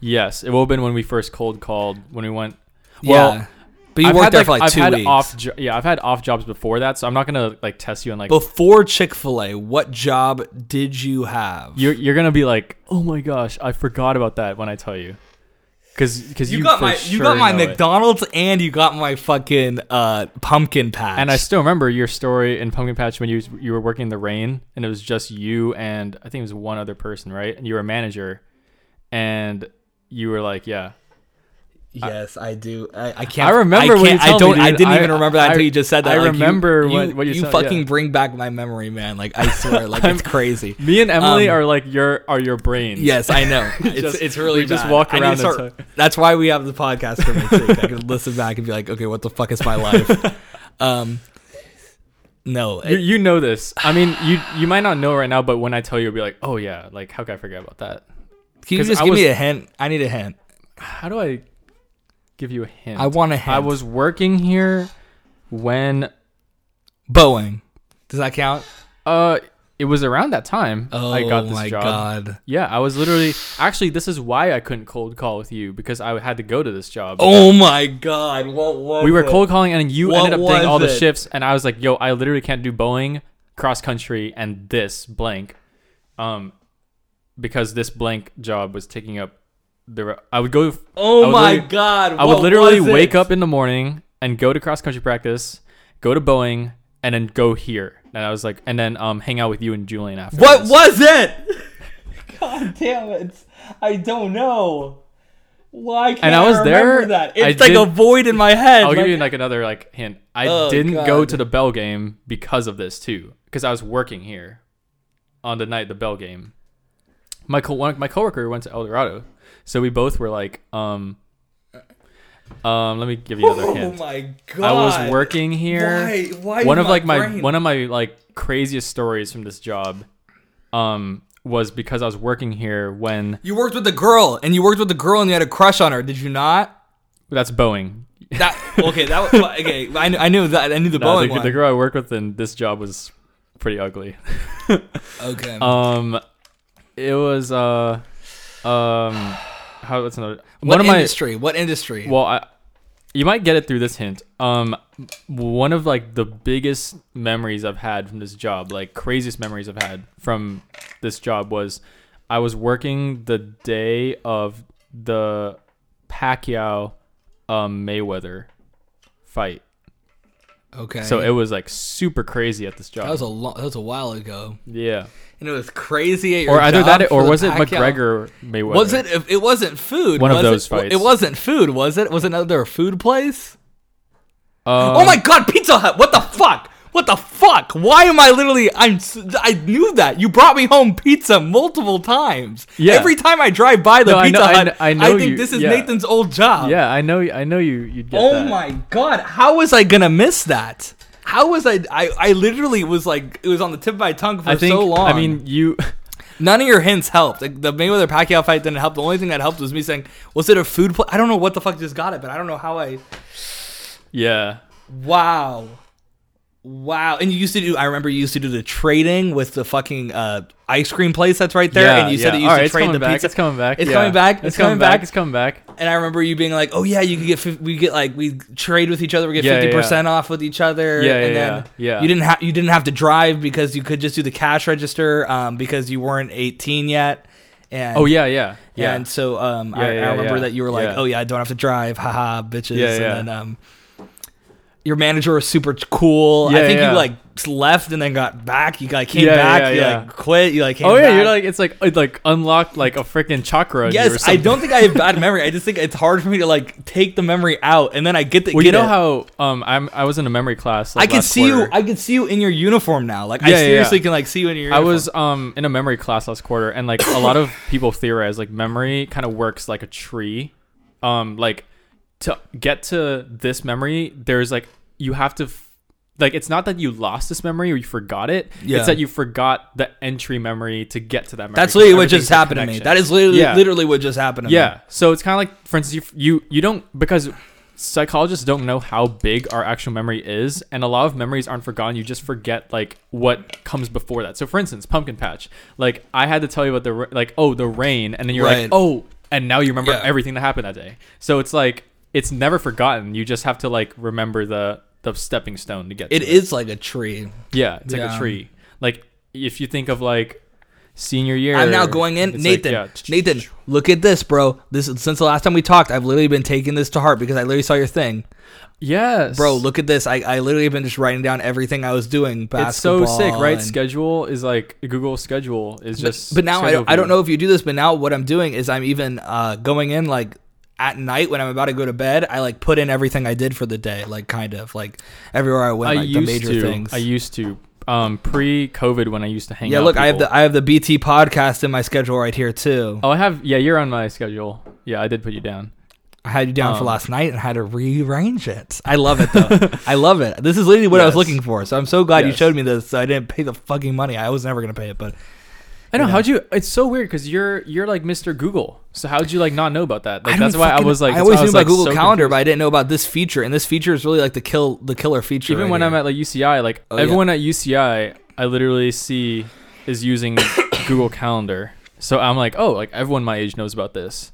[SPEAKER 2] yes, it would have been when we first cold called when we went. Well,
[SPEAKER 1] yeah. But you
[SPEAKER 2] I've
[SPEAKER 1] worked
[SPEAKER 2] had,
[SPEAKER 1] there for like
[SPEAKER 2] I've
[SPEAKER 1] 2
[SPEAKER 2] had
[SPEAKER 1] weeks.
[SPEAKER 2] Off jo- yeah, I've had off jobs before that, so I'm not gonna like test you on like
[SPEAKER 1] Before Chick-fil-A, what job did you have?
[SPEAKER 2] you're you're gonna be like, oh my gosh, I forgot about that when I tell you, because because you, for
[SPEAKER 1] you
[SPEAKER 2] sure
[SPEAKER 1] got my
[SPEAKER 2] know it.
[SPEAKER 1] McDonald's and you got my fucking uh, pumpkin patch.
[SPEAKER 2] And I still remember your story in Pumpkin Patch when you you were working in the rain, and it was just you and I think it was one other person, right? And you were a manager, and you were like, yeah,
[SPEAKER 1] Yes, I do. I, I can't.
[SPEAKER 2] I remember
[SPEAKER 1] I
[SPEAKER 2] when you
[SPEAKER 1] can't- I
[SPEAKER 2] told me,
[SPEAKER 1] don't. I
[SPEAKER 2] dude.
[SPEAKER 1] didn't
[SPEAKER 2] I-
[SPEAKER 1] even remember that
[SPEAKER 2] I-
[SPEAKER 1] until you just said that.
[SPEAKER 2] I
[SPEAKER 1] Like, you-
[SPEAKER 2] remember
[SPEAKER 1] you,
[SPEAKER 2] what- what you
[SPEAKER 1] you
[SPEAKER 2] said,
[SPEAKER 1] fucking
[SPEAKER 2] yeah.
[SPEAKER 1] bring back my memory, man. Like I swear, like
[SPEAKER 2] [LAUGHS]
[SPEAKER 1] it's crazy.
[SPEAKER 2] Me and Emily
[SPEAKER 1] Um,
[SPEAKER 2] are like your are your brains.
[SPEAKER 1] Yes, I
[SPEAKER 2] [LAUGHS]
[SPEAKER 1] know. It's
[SPEAKER 2] Just-
[SPEAKER 1] it's really
[SPEAKER 2] we just
[SPEAKER 1] bad.
[SPEAKER 2] walk
[SPEAKER 1] I need to
[SPEAKER 2] around and
[SPEAKER 1] start-
[SPEAKER 2] talk.
[SPEAKER 1] that's why we have the podcast for me. Too. I can [LAUGHS] listen back and be like, okay, what the fuck is my
[SPEAKER 2] [LAUGHS]
[SPEAKER 1] life? um, no,
[SPEAKER 2] You,
[SPEAKER 1] it,
[SPEAKER 2] you know this. I mean, you you might not know right now, but when I tell you, you'll be like, "Oh yeah, like how could I forget about that?
[SPEAKER 1] can you
[SPEAKER 2] 'cause
[SPEAKER 1] just
[SPEAKER 2] I
[SPEAKER 1] give me
[SPEAKER 2] was-
[SPEAKER 1] a hint? I need a hint.
[SPEAKER 2] How do I give you a hint?
[SPEAKER 1] I want a hint.
[SPEAKER 2] I was working here when
[SPEAKER 1] Boeing. Does that count?
[SPEAKER 2] uh it was around that time
[SPEAKER 1] Oh
[SPEAKER 2] I got this
[SPEAKER 1] my
[SPEAKER 2] job.
[SPEAKER 1] god.
[SPEAKER 2] Yeah, I was literally actually this is why I couldn't cold call with you because I had to go to this job.
[SPEAKER 1] Oh my god. What was
[SPEAKER 2] we were
[SPEAKER 1] [LAUGHS] it?
[SPEAKER 2] cold calling and you
[SPEAKER 1] What
[SPEAKER 2] ended up doing
[SPEAKER 1] was
[SPEAKER 2] all the
[SPEAKER 1] it?
[SPEAKER 2] shifts and I was like, "Yo, I literally can't do Boeing, cross country and this blank." Um because this blank job was taking up the re- I would go I
[SPEAKER 1] Oh
[SPEAKER 2] would
[SPEAKER 1] my
[SPEAKER 2] literally-
[SPEAKER 1] god.
[SPEAKER 2] I would
[SPEAKER 1] what
[SPEAKER 2] literally
[SPEAKER 1] was it?
[SPEAKER 2] wake up in the morning and go to cross country practice, go to Boeing, and then go here. And I was like, and then um, hang out with you and Julian after.
[SPEAKER 1] What was it? [LAUGHS] God damn it. I don't know. Why can't
[SPEAKER 2] And I was there, I
[SPEAKER 1] It's like a
[SPEAKER 2] did-
[SPEAKER 1] void in my head.
[SPEAKER 2] I'll
[SPEAKER 1] like-
[SPEAKER 2] give you like another like hint. I
[SPEAKER 1] Oh,
[SPEAKER 2] didn't go
[SPEAKER 1] God.
[SPEAKER 2] to the Bell game because of this too, because I was working here on the night of the Bell game. My co- one, my coworker went to El Dorado, so we both were like, um, um. Let me give you
[SPEAKER 1] [LAUGHS]
[SPEAKER 2] another
[SPEAKER 1] oh
[SPEAKER 2] hint.
[SPEAKER 1] my god.
[SPEAKER 2] I was working here.
[SPEAKER 1] Why? Why
[SPEAKER 2] one
[SPEAKER 1] did
[SPEAKER 2] of like my
[SPEAKER 1] brain-
[SPEAKER 2] one of my like craziest stories from this job, um, was because I was working here when
[SPEAKER 1] You worked with a girl and you worked with a girl and you had a crush on her, did you not?
[SPEAKER 2] that's Boeing. [LAUGHS]
[SPEAKER 1] That okay, that was okay. I knew, I knew that I knew the
[SPEAKER 2] No,
[SPEAKER 1] Boeing
[SPEAKER 2] Uh, the,
[SPEAKER 1] one.
[SPEAKER 2] the girl I work with in this job was pretty ugly.
[SPEAKER 1] okay.
[SPEAKER 2] Um, it was uh, um, how what's another
[SPEAKER 1] what
[SPEAKER 2] one of my
[SPEAKER 1] industry? what industry?
[SPEAKER 2] well, I, you might get it through this hint. Um, one of like the biggest memories I've had from this job, like craziest memories I've had from this job was I was working the day of the Pacquiao um, Mayweather fight.
[SPEAKER 1] okay.
[SPEAKER 2] So it was like super crazy at this job.
[SPEAKER 1] that was a lo- that was a while ago.
[SPEAKER 2] yeah.
[SPEAKER 1] and it was crazy at your
[SPEAKER 2] Or either
[SPEAKER 1] job
[SPEAKER 2] that
[SPEAKER 1] for
[SPEAKER 2] or
[SPEAKER 1] the
[SPEAKER 2] was it
[SPEAKER 1] Pacquiao-
[SPEAKER 2] McGregor Mayweather?
[SPEAKER 1] Was it? If it wasn't food.
[SPEAKER 2] One of
[SPEAKER 1] was
[SPEAKER 2] those
[SPEAKER 1] it,
[SPEAKER 2] fights.
[SPEAKER 1] It wasn't food, was it? Was it another food place?
[SPEAKER 2] Um,
[SPEAKER 1] oh my god, Pizza Hut! What the fuck? What the fuck? Why am I literally? I'm. s- I knew that you brought me home pizza multiple times.
[SPEAKER 2] Yeah.
[SPEAKER 1] Every time I drive by the
[SPEAKER 2] No, I
[SPEAKER 1] Pizza
[SPEAKER 2] know- I
[SPEAKER 1] Hut,
[SPEAKER 2] kn- I know
[SPEAKER 1] think
[SPEAKER 2] you-
[SPEAKER 1] this is
[SPEAKER 2] yeah.
[SPEAKER 1] Nathan's old job.
[SPEAKER 2] Yeah, I know. I know you. You'd get
[SPEAKER 1] Oh
[SPEAKER 2] that.
[SPEAKER 1] my god, how was I gonna miss that? How was I, I? I literally was like, it was on the tip of my tongue for
[SPEAKER 2] I think.
[SPEAKER 1] so long.
[SPEAKER 2] I mean, you. [LAUGHS]
[SPEAKER 1] None of your hints helped. Like the Mayweather Pacquiao fight didn't help. The only thing that helped was me saying, "Was it a food place?" I don't know what the fuck just got it, but I don't know how I.
[SPEAKER 2] Yeah.
[SPEAKER 1] Wow, wow! And you used to do. I remember you used to do the trading with the fucking uh, ice cream place that's right there,
[SPEAKER 2] yeah,
[SPEAKER 1] and you
[SPEAKER 2] yeah.
[SPEAKER 1] said that you used
[SPEAKER 2] All right,
[SPEAKER 1] to
[SPEAKER 2] it's
[SPEAKER 1] trade
[SPEAKER 2] coming
[SPEAKER 1] the
[SPEAKER 2] back,
[SPEAKER 1] pizza.
[SPEAKER 2] It's coming back.
[SPEAKER 1] It's
[SPEAKER 2] yeah.
[SPEAKER 1] coming back, it's coming back.
[SPEAKER 2] It's coming back.
[SPEAKER 1] And I remember you being like, "Oh yeah, you could get fif- we get like we trade with each other, we get
[SPEAKER 2] Yeah, yeah,
[SPEAKER 1] fifty percent off with each other."
[SPEAKER 2] Yeah,
[SPEAKER 1] and
[SPEAKER 2] yeah,
[SPEAKER 1] then
[SPEAKER 2] yeah, yeah.
[SPEAKER 1] You didn't have you didn't have to drive because you could just do the cash register um, because you weren't eighteen yet. And
[SPEAKER 2] Oh yeah, yeah,
[SPEAKER 1] Yeah,
[SPEAKER 2] yeah.
[SPEAKER 1] and so um, I,
[SPEAKER 2] Yeah, yeah,
[SPEAKER 1] I remember
[SPEAKER 2] yeah.
[SPEAKER 1] that you were like,
[SPEAKER 2] Yeah.
[SPEAKER 1] "Oh yeah, I don't have to drive, haha, bitches."
[SPEAKER 2] Yeah,
[SPEAKER 1] and
[SPEAKER 2] yeah.
[SPEAKER 1] then um, your manager was super cool. I
[SPEAKER 2] Yeah,
[SPEAKER 1] think
[SPEAKER 2] yeah.
[SPEAKER 1] you like left and then got back. You like came
[SPEAKER 2] Yeah,
[SPEAKER 1] back.
[SPEAKER 2] yeah,
[SPEAKER 1] you
[SPEAKER 2] yeah.
[SPEAKER 1] like quit. You like came
[SPEAKER 2] oh yeah,
[SPEAKER 1] back.
[SPEAKER 2] you're like it's like it like unlocked like a freaking chakra. in you or
[SPEAKER 1] Yes, I
[SPEAKER 2] something.
[SPEAKER 1] don't think I have
[SPEAKER 2] [LAUGHS]
[SPEAKER 1] bad memory. I just think it's hard for me to like take the memory out, and then I get the.
[SPEAKER 2] Well,
[SPEAKER 1] get
[SPEAKER 2] you know
[SPEAKER 1] it.
[SPEAKER 2] how um I'm I was in a memory class.
[SPEAKER 1] I
[SPEAKER 2] Like,
[SPEAKER 1] could
[SPEAKER 2] last
[SPEAKER 1] see you.
[SPEAKER 2] quarter.
[SPEAKER 1] I could see you in your uniform now. Like
[SPEAKER 2] Yeah,
[SPEAKER 1] I
[SPEAKER 2] yeah,
[SPEAKER 1] seriously
[SPEAKER 2] yeah.
[SPEAKER 1] can like see you in your.
[SPEAKER 2] I
[SPEAKER 1] Uniform.
[SPEAKER 2] was um in a memory class last quarter, and like a
[SPEAKER 1] [COUGHS]
[SPEAKER 2] lot of people theorize like memory kind of works like a tree. Um, like to get to this memory, there's like you have to. F- like it's not that you lost this memory or you forgot it.
[SPEAKER 1] Yeah.
[SPEAKER 2] It's that you forgot the entry memory to get to that memory.
[SPEAKER 1] That's literally what
[SPEAKER 2] Everything's
[SPEAKER 1] just
[SPEAKER 2] a
[SPEAKER 1] happened to me.
[SPEAKER 2] connection.
[SPEAKER 1] That is literally
[SPEAKER 2] Yeah.
[SPEAKER 1] literally what just happened to me.
[SPEAKER 2] yeah. So it's kind of like, for instance, you, you you don't because psychologists don't know how big our actual memory is, and a lot of memories aren't forgotten. You just forget like what comes before that. So for instance, pumpkin patch. Like I had to tell you about the ra- like oh the rain, and then you're
[SPEAKER 1] Right.
[SPEAKER 2] like oh, and now you remember
[SPEAKER 1] Yeah.
[SPEAKER 2] everything that happened that day. So it's like it's never forgotten. You just have to like remember the the stepping stone to get.
[SPEAKER 1] It
[SPEAKER 2] to
[SPEAKER 1] is like a tree.
[SPEAKER 2] Yeah, it's like
[SPEAKER 1] Yeah.
[SPEAKER 2] a tree. Like if you think of like senior year,
[SPEAKER 1] I'm now going in,
[SPEAKER 2] it's like,
[SPEAKER 1] Nathan.
[SPEAKER 2] yeah,
[SPEAKER 1] Nathan, look at this, bro. This is- since the last time we talked, I've literally been taking this to heart because I literally saw your thing,
[SPEAKER 2] Yes,
[SPEAKER 1] bro. Look at this. I I literally have been just writing down everything I was doing.
[SPEAKER 2] it's so sick,
[SPEAKER 1] basketball
[SPEAKER 2] right?
[SPEAKER 1] and-
[SPEAKER 2] Schedule is like Google schedule is just.
[SPEAKER 1] But now I
[SPEAKER 2] schedule
[SPEAKER 1] don't, I don't
[SPEAKER 2] view.
[SPEAKER 1] know if you do this, but now what I'm doing is I'm even uh, going in like at night when I'm about to go to bed. I like put in everything I did for the day, like kind of like everywhere I went,
[SPEAKER 2] I
[SPEAKER 1] like
[SPEAKER 2] used
[SPEAKER 1] the major
[SPEAKER 2] to.
[SPEAKER 1] things.
[SPEAKER 2] I used to. Um, pre-COVID when I used to hang.
[SPEAKER 1] yeah,
[SPEAKER 2] out
[SPEAKER 1] look, I have
[SPEAKER 2] people.
[SPEAKER 1] the I have the BT podcast in my schedule right here too.
[SPEAKER 2] Oh, I have. Yeah, you're on my schedule. Yeah, I did put you down.
[SPEAKER 1] I had you down for
[SPEAKER 2] um,
[SPEAKER 1] last night and had to rearrange it. I love it
[SPEAKER 2] [LAUGHS]
[SPEAKER 1] though. I love it. This is literally what I was
[SPEAKER 2] Yes.
[SPEAKER 1] looking for. So I'm so glad you
[SPEAKER 2] Yes.
[SPEAKER 1] showed me this. So I didn't pay the fucking money. I was never gonna pay it, but
[SPEAKER 2] I know.
[SPEAKER 1] Yeah.
[SPEAKER 2] How'd you? It's so weird because you're you're like Mr. Google. So how'd you like not know about that? Like
[SPEAKER 1] I
[SPEAKER 2] that's
[SPEAKER 1] don't
[SPEAKER 2] why I
[SPEAKER 1] fucking-
[SPEAKER 2] was like.
[SPEAKER 1] I
[SPEAKER 2] that's
[SPEAKER 1] always
[SPEAKER 2] why
[SPEAKER 1] knew
[SPEAKER 2] was,
[SPEAKER 1] about
[SPEAKER 2] like,
[SPEAKER 1] Google
[SPEAKER 2] so
[SPEAKER 1] Calendar,
[SPEAKER 2] confused.
[SPEAKER 1] but I didn't know about this feature. And this feature is really like the kill the killer feature.
[SPEAKER 2] even
[SPEAKER 1] right
[SPEAKER 2] when
[SPEAKER 1] here.
[SPEAKER 2] I'm at like UCI, like
[SPEAKER 1] Oh, yeah.
[SPEAKER 2] everyone at UCI, I literally see is using
[SPEAKER 1] [COUGHS]
[SPEAKER 2] Google Calendar. So I'm like, oh, like everyone my age knows about this.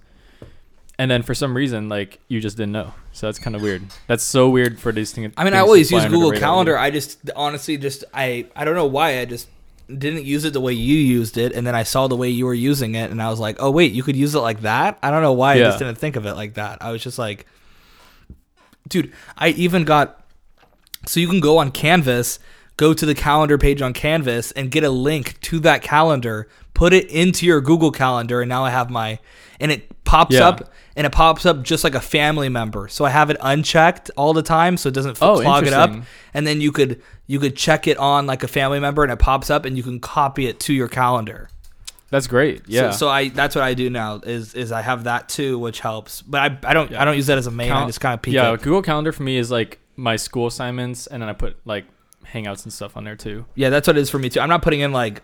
[SPEAKER 2] And then for some reason, like you just didn't know. So that's kind of weird. That's so weird for these things.
[SPEAKER 1] I mean, I
[SPEAKER 2] things to
[SPEAKER 1] always
[SPEAKER 2] fly
[SPEAKER 1] use
[SPEAKER 2] under the
[SPEAKER 1] Google
[SPEAKER 2] radar.
[SPEAKER 1] Calendar. I just honestly just I I don't know why I just didn't use it the way you used it, and then I saw the way you were using it, and I was like, oh wait, you could use it like that. I don't know why I just
[SPEAKER 2] Yeah.
[SPEAKER 1] didn't think of it like that. I was just like, dude, I even got so you can go on Canvas, go to the calendar page on Canvas, and get a link to that calendar. Put it into your Google Calendar, and now I have my and it pops
[SPEAKER 2] Yeah.
[SPEAKER 1] up and it pops up just like a family member. So I have it unchecked all the time, so it doesn't
[SPEAKER 2] Oh,
[SPEAKER 1] clog it up
[SPEAKER 2] interesting.
[SPEAKER 1] and then you could you could check it on like a family member and it pops up and you can copy it to your calendar
[SPEAKER 2] That's great. Yeah.
[SPEAKER 1] so, so i that's what i do now is is i have that too which helps but i, I don't i don't use that as a main i
[SPEAKER 2] Cal-
[SPEAKER 1] just kind of peek
[SPEAKER 2] yeah,
[SPEAKER 1] it.
[SPEAKER 2] Google Calendar for me is like my school assignments, and then I put like Hangouts and stuff on there too.
[SPEAKER 1] yeah that's what it is for me too i'm not putting in like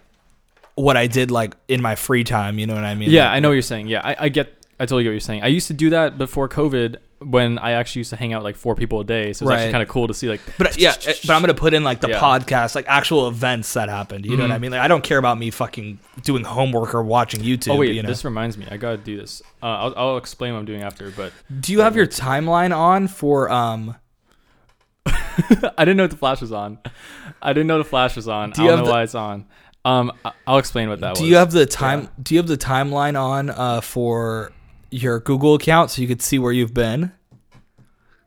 [SPEAKER 1] what i did like in my free time you know what i mean
[SPEAKER 2] Yeah, I know what you're saying. Yeah, I, I get. I totally get what you're saying. I used to do that before COVID when I actually used to hang out like four people a day. So it's
[SPEAKER 1] Right.
[SPEAKER 2] actually kind of cool to see like.
[SPEAKER 1] [LAUGHS] but yeah it- but i'm gonna put in like the
[SPEAKER 2] Yeah.
[SPEAKER 1] podcast like actual events that happened you know what i
[SPEAKER 2] Mhm.
[SPEAKER 1] mean like i don't care about me fucking doing homework or watching youtube
[SPEAKER 2] oh wait,
[SPEAKER 1] you know
[SPEAKER 2] this reminds me. I gotta do this. Uh, I'll, I'll explain what I'm doing after. But [LAUGHS]
[SPEAKER 1] do you have your timeline on for um
[SPEAKER 2] I didn't know the flash was on. I didn't know the flash was on.
[SPEAKER 1] Do
[SPEAKER 2] I
[SPEAKER 1] you
[SPEAKER 2] don't know
[SPEAKER 1] have the-
[SPEAKER 2] why it's on. Um, I- I'll explain what that
[SPEAKER 1] do
[SPEAKER 2] was.
[SPEAKER 1] you have the time do you have the timeline on uh, for your google account so you could see where you've been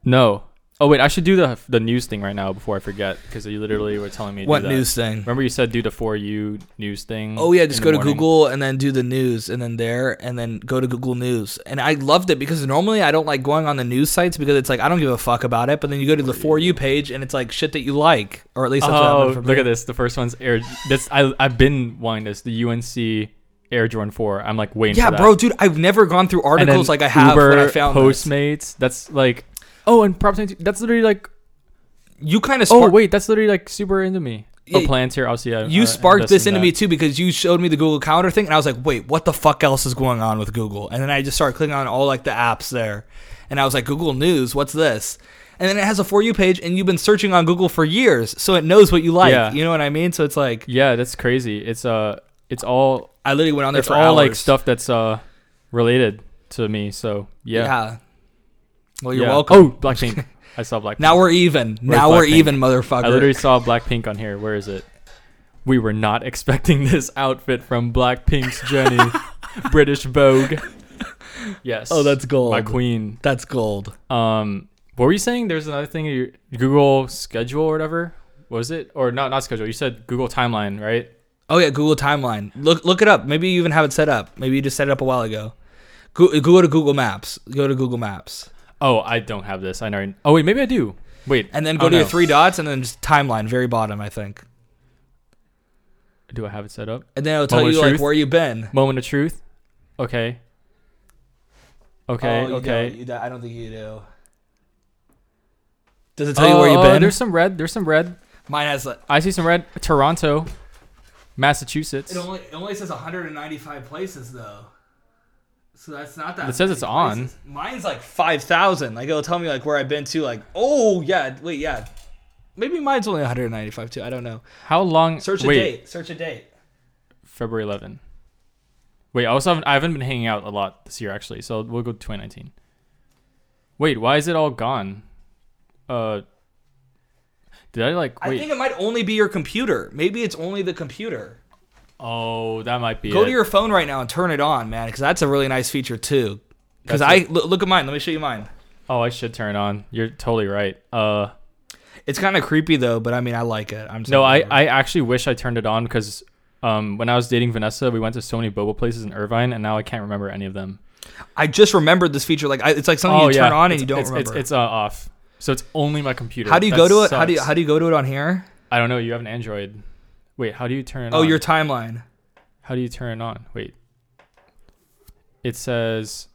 [SPEAKER 2] no? Oh wait, I should do the the news thing right now before I forget because you literally were telling me to do
[SPEAKER 1] what
[SPEAKER 2] that.
[SPEAKER 1] news thing
[SPEAKER 2] Remember you said do the for you news thing.
[SPEAKER 1] oh yeah
[SPEAKER 2] in
[SPEAKER 1] just
[SPEAKER 2] the
[SPEAKER 1] go to
[SPEAKER 2] morning?
[SPEAKER 1] google and then do the news and then there and then go to google news and i loved it because normally i don't like going on the news sites because it's like i don't give a fuck about it but then you go to the for you page and it's like shit that you like or at least that's what
[SPEAKER 2] Oh,
[SPEAKER 1] happened for
[SPEAKER 2] look
[SPEAKER 1] me.
[SPEAKER 2] at this. The first one's Air. This I I've been wanting this. The UNC Air Jordan Four. I'm like waiting.
[SPEAKER 1] yeah
[SPEAKER 2] for that.
[SPEAKER 1] bro dude i've never gone through
[SPEAKER 2] And
[SPEAKER 1] articles
[SPEAKER 2] then
[SPEAKER 1] like i have
[SPEAKER 2] Uber,
[SPEAKER 1] when i found this.
[SPEAKER 2] Postmates. That's like. Oh, and props. That's literally like.
[SPEAKER 1] you kind of
[SPEAKER 2] Oh wait, that's literally like super into me.
[SPEAKER 1] Yeah,
[SPEAKER 2] oh, plans here. I'll see. You,
[SPEAKER 1] you sparked this into me too because you showed me the Google Calendar thing, and I was like, wait, what the fuck else is going on with Google? And then I just started clicking on all like the apps there, and I was like, Google News, what's this? And then it has a for you page, and you've been searching on Google for years, so it knows what you like.
[SPEAKER 2] Yeah.
[SPEAKER 1] You know what I mean? So it's like
[SPEAKER 2] Yeah, that's crazy. It's uh, it's all
[SPEAKER 1] I literally went on there
[SPEAKER 2] it's
[SPEAKER 1] for
[SPEAKER 2] all like
[SPEAKER 1] hours.
[SPEAKER 2] stuff that's uh related to me. So yeah.
[SPEAKER 1] Well, you're
[SPEAKER 2] Yeah.
[SPEAKER 1] welcome.
[SPEAKER 2] Oh,
[SPEAKER 1] [LAUGHS]
[SPEAKER 2] Blackpink. I saw Blackpink.
[SPEAKER 1] Now we're even. now we're
[SPEAKER 2] Blackpink.
[SPEAKER 1] even, motherfucker.
[SPEAKER 2] I literally saw Blackpink on here. Where is it? We were not [LAUGHS] expecting this outfit from Blackpink's
[SPEAKER 1] [LAUGHS]
[SPEAKER 2] Jenny, British Vogue. Yes.
[SPEAKER 1] Oh, that's gold.
[SPEAKER 2] My queen.
[SPEAKER 1] That's gold.
[SPEAKER 2] Um, What were you saying? There's another thing your Google schedule or whatever. Was it or not? Not schedule. You said Google timeline, right?
[SPEAKER 1] Oh yeah, Google timeline. Look look it up. Maybe you even have it set up. Maybe you just set it up a while ago. Go, go to Google Maps. Go to Google Maps,
[SPEAKER 2] Oh, I don't have this. I know. Oh wait, maybe I do. Wait,
[SPEAKER 1] and then
[SPEAKER 2] Oh,
[SPEAKER 1] go to your
[SPEAKER 2] no.
[SPEAKER 1] three dots, and then just timeline, very bottom, I think.
[SPEAKER 2] Do I have it set up?
[SPEAKER 1] And then it'll tell
[SPEAKER 2] Moment
[SPEAKER 1] you
[SPEAKER 2] of
[SPEAKER 1] like
[SPEAKER 2] truth?
[SPEAKER 1] where you've been.
[SPEAKER 2] Moment of truth. Okay. Okay. okay.
[SPEAKER 1] I Oh, don't think you do. Does it tell you where you've
[SPEAKER 2] Oh,
[SPEAKER 1] been?
[SPEAKER 2] There's some red. There's some red.
[SPEAKER 1] Mine has. Like,
[SPEAKER 2] I see some red. Toronto, Massachusetts.
[SPEAKER 1] it only it only says 195 places though. So that's not that.
[SPEAKER 2] It says
[SPEAKER 1] many
[SPEAKER 2] it's on.
[SPEAKER 1] places. Mine's like 5,000. Like it'll tell me like where I've been to. Like oh yeah, wait yeah. Maybe mine's only 195 too. I don't know.
[SPEAKER 2] How long?
[SPEAKER 1] Search a
[SPEAKER 2] wait,
[SPEAKER 1] date. Search a date.
[SPEAKER 2] February 11. Wait, I also haven't, I haven't been hanging out a lot this year actually, so we'll go to 2019. Wait, why is it all gone? Uh, did I like
[SPEAKER 1] I
[SPEAKER 2] wait?
[SPEAKER 1] think it might only be your computer. Maybe it's only the computer.
[SPEAKER 2] oh, that might be.
[SPEAKER 1] Go
[SPEAKER 2] it.
[SPEAKER 1] to your phone right now and turn it on, man, because that's a really nice feature too. Because I
[SPEAKER 2] That's
[SPEAKER 1] look, look at mine. Let me show you mine.
[SPEAKER 2] Oh, I should turn it on. You're totally right. Uh,
[SPEAKER 1] It's kind of creepy though, but I mean, I like it. I'm
[SPEAKER 2] no, I I actually wish I turned it on because um when I was dating Vanessa, we went to so many boba places in Irvine, and now I can't remember any of them.
[SPEAKER 1] I just remembered this feature. Like I, it's like something
[SPEAKER 2] oh
[SPEAKER 1] you
[SPEAKER 2] yeah,
[SPEAKER 1] turn on and
[SPEAKER 2] it's,
[SPEAKER 1] you don't
[SPEAKER 2] it's,
[SPEAKER 1] remember.
[SPEAKER 2] It's, it's uh, off, so it's only my computer.
[SPEAKER 1] how do you
[SPEAKER 2] That
[SPEAKER 1] go to it? How do you
[SPEAKER 2] sucks.
[SPEAKER 1] how do you go to it on here?
[SPEAKER 2] I don't know. You have an Android. Wait, how do you turn it
[SPEAKER 1] Oh,
[SPEAKER 2] on?
[SPEAKER 1] your timeline.
[SPEAKER 2] How do you turn it on? Wait. It says,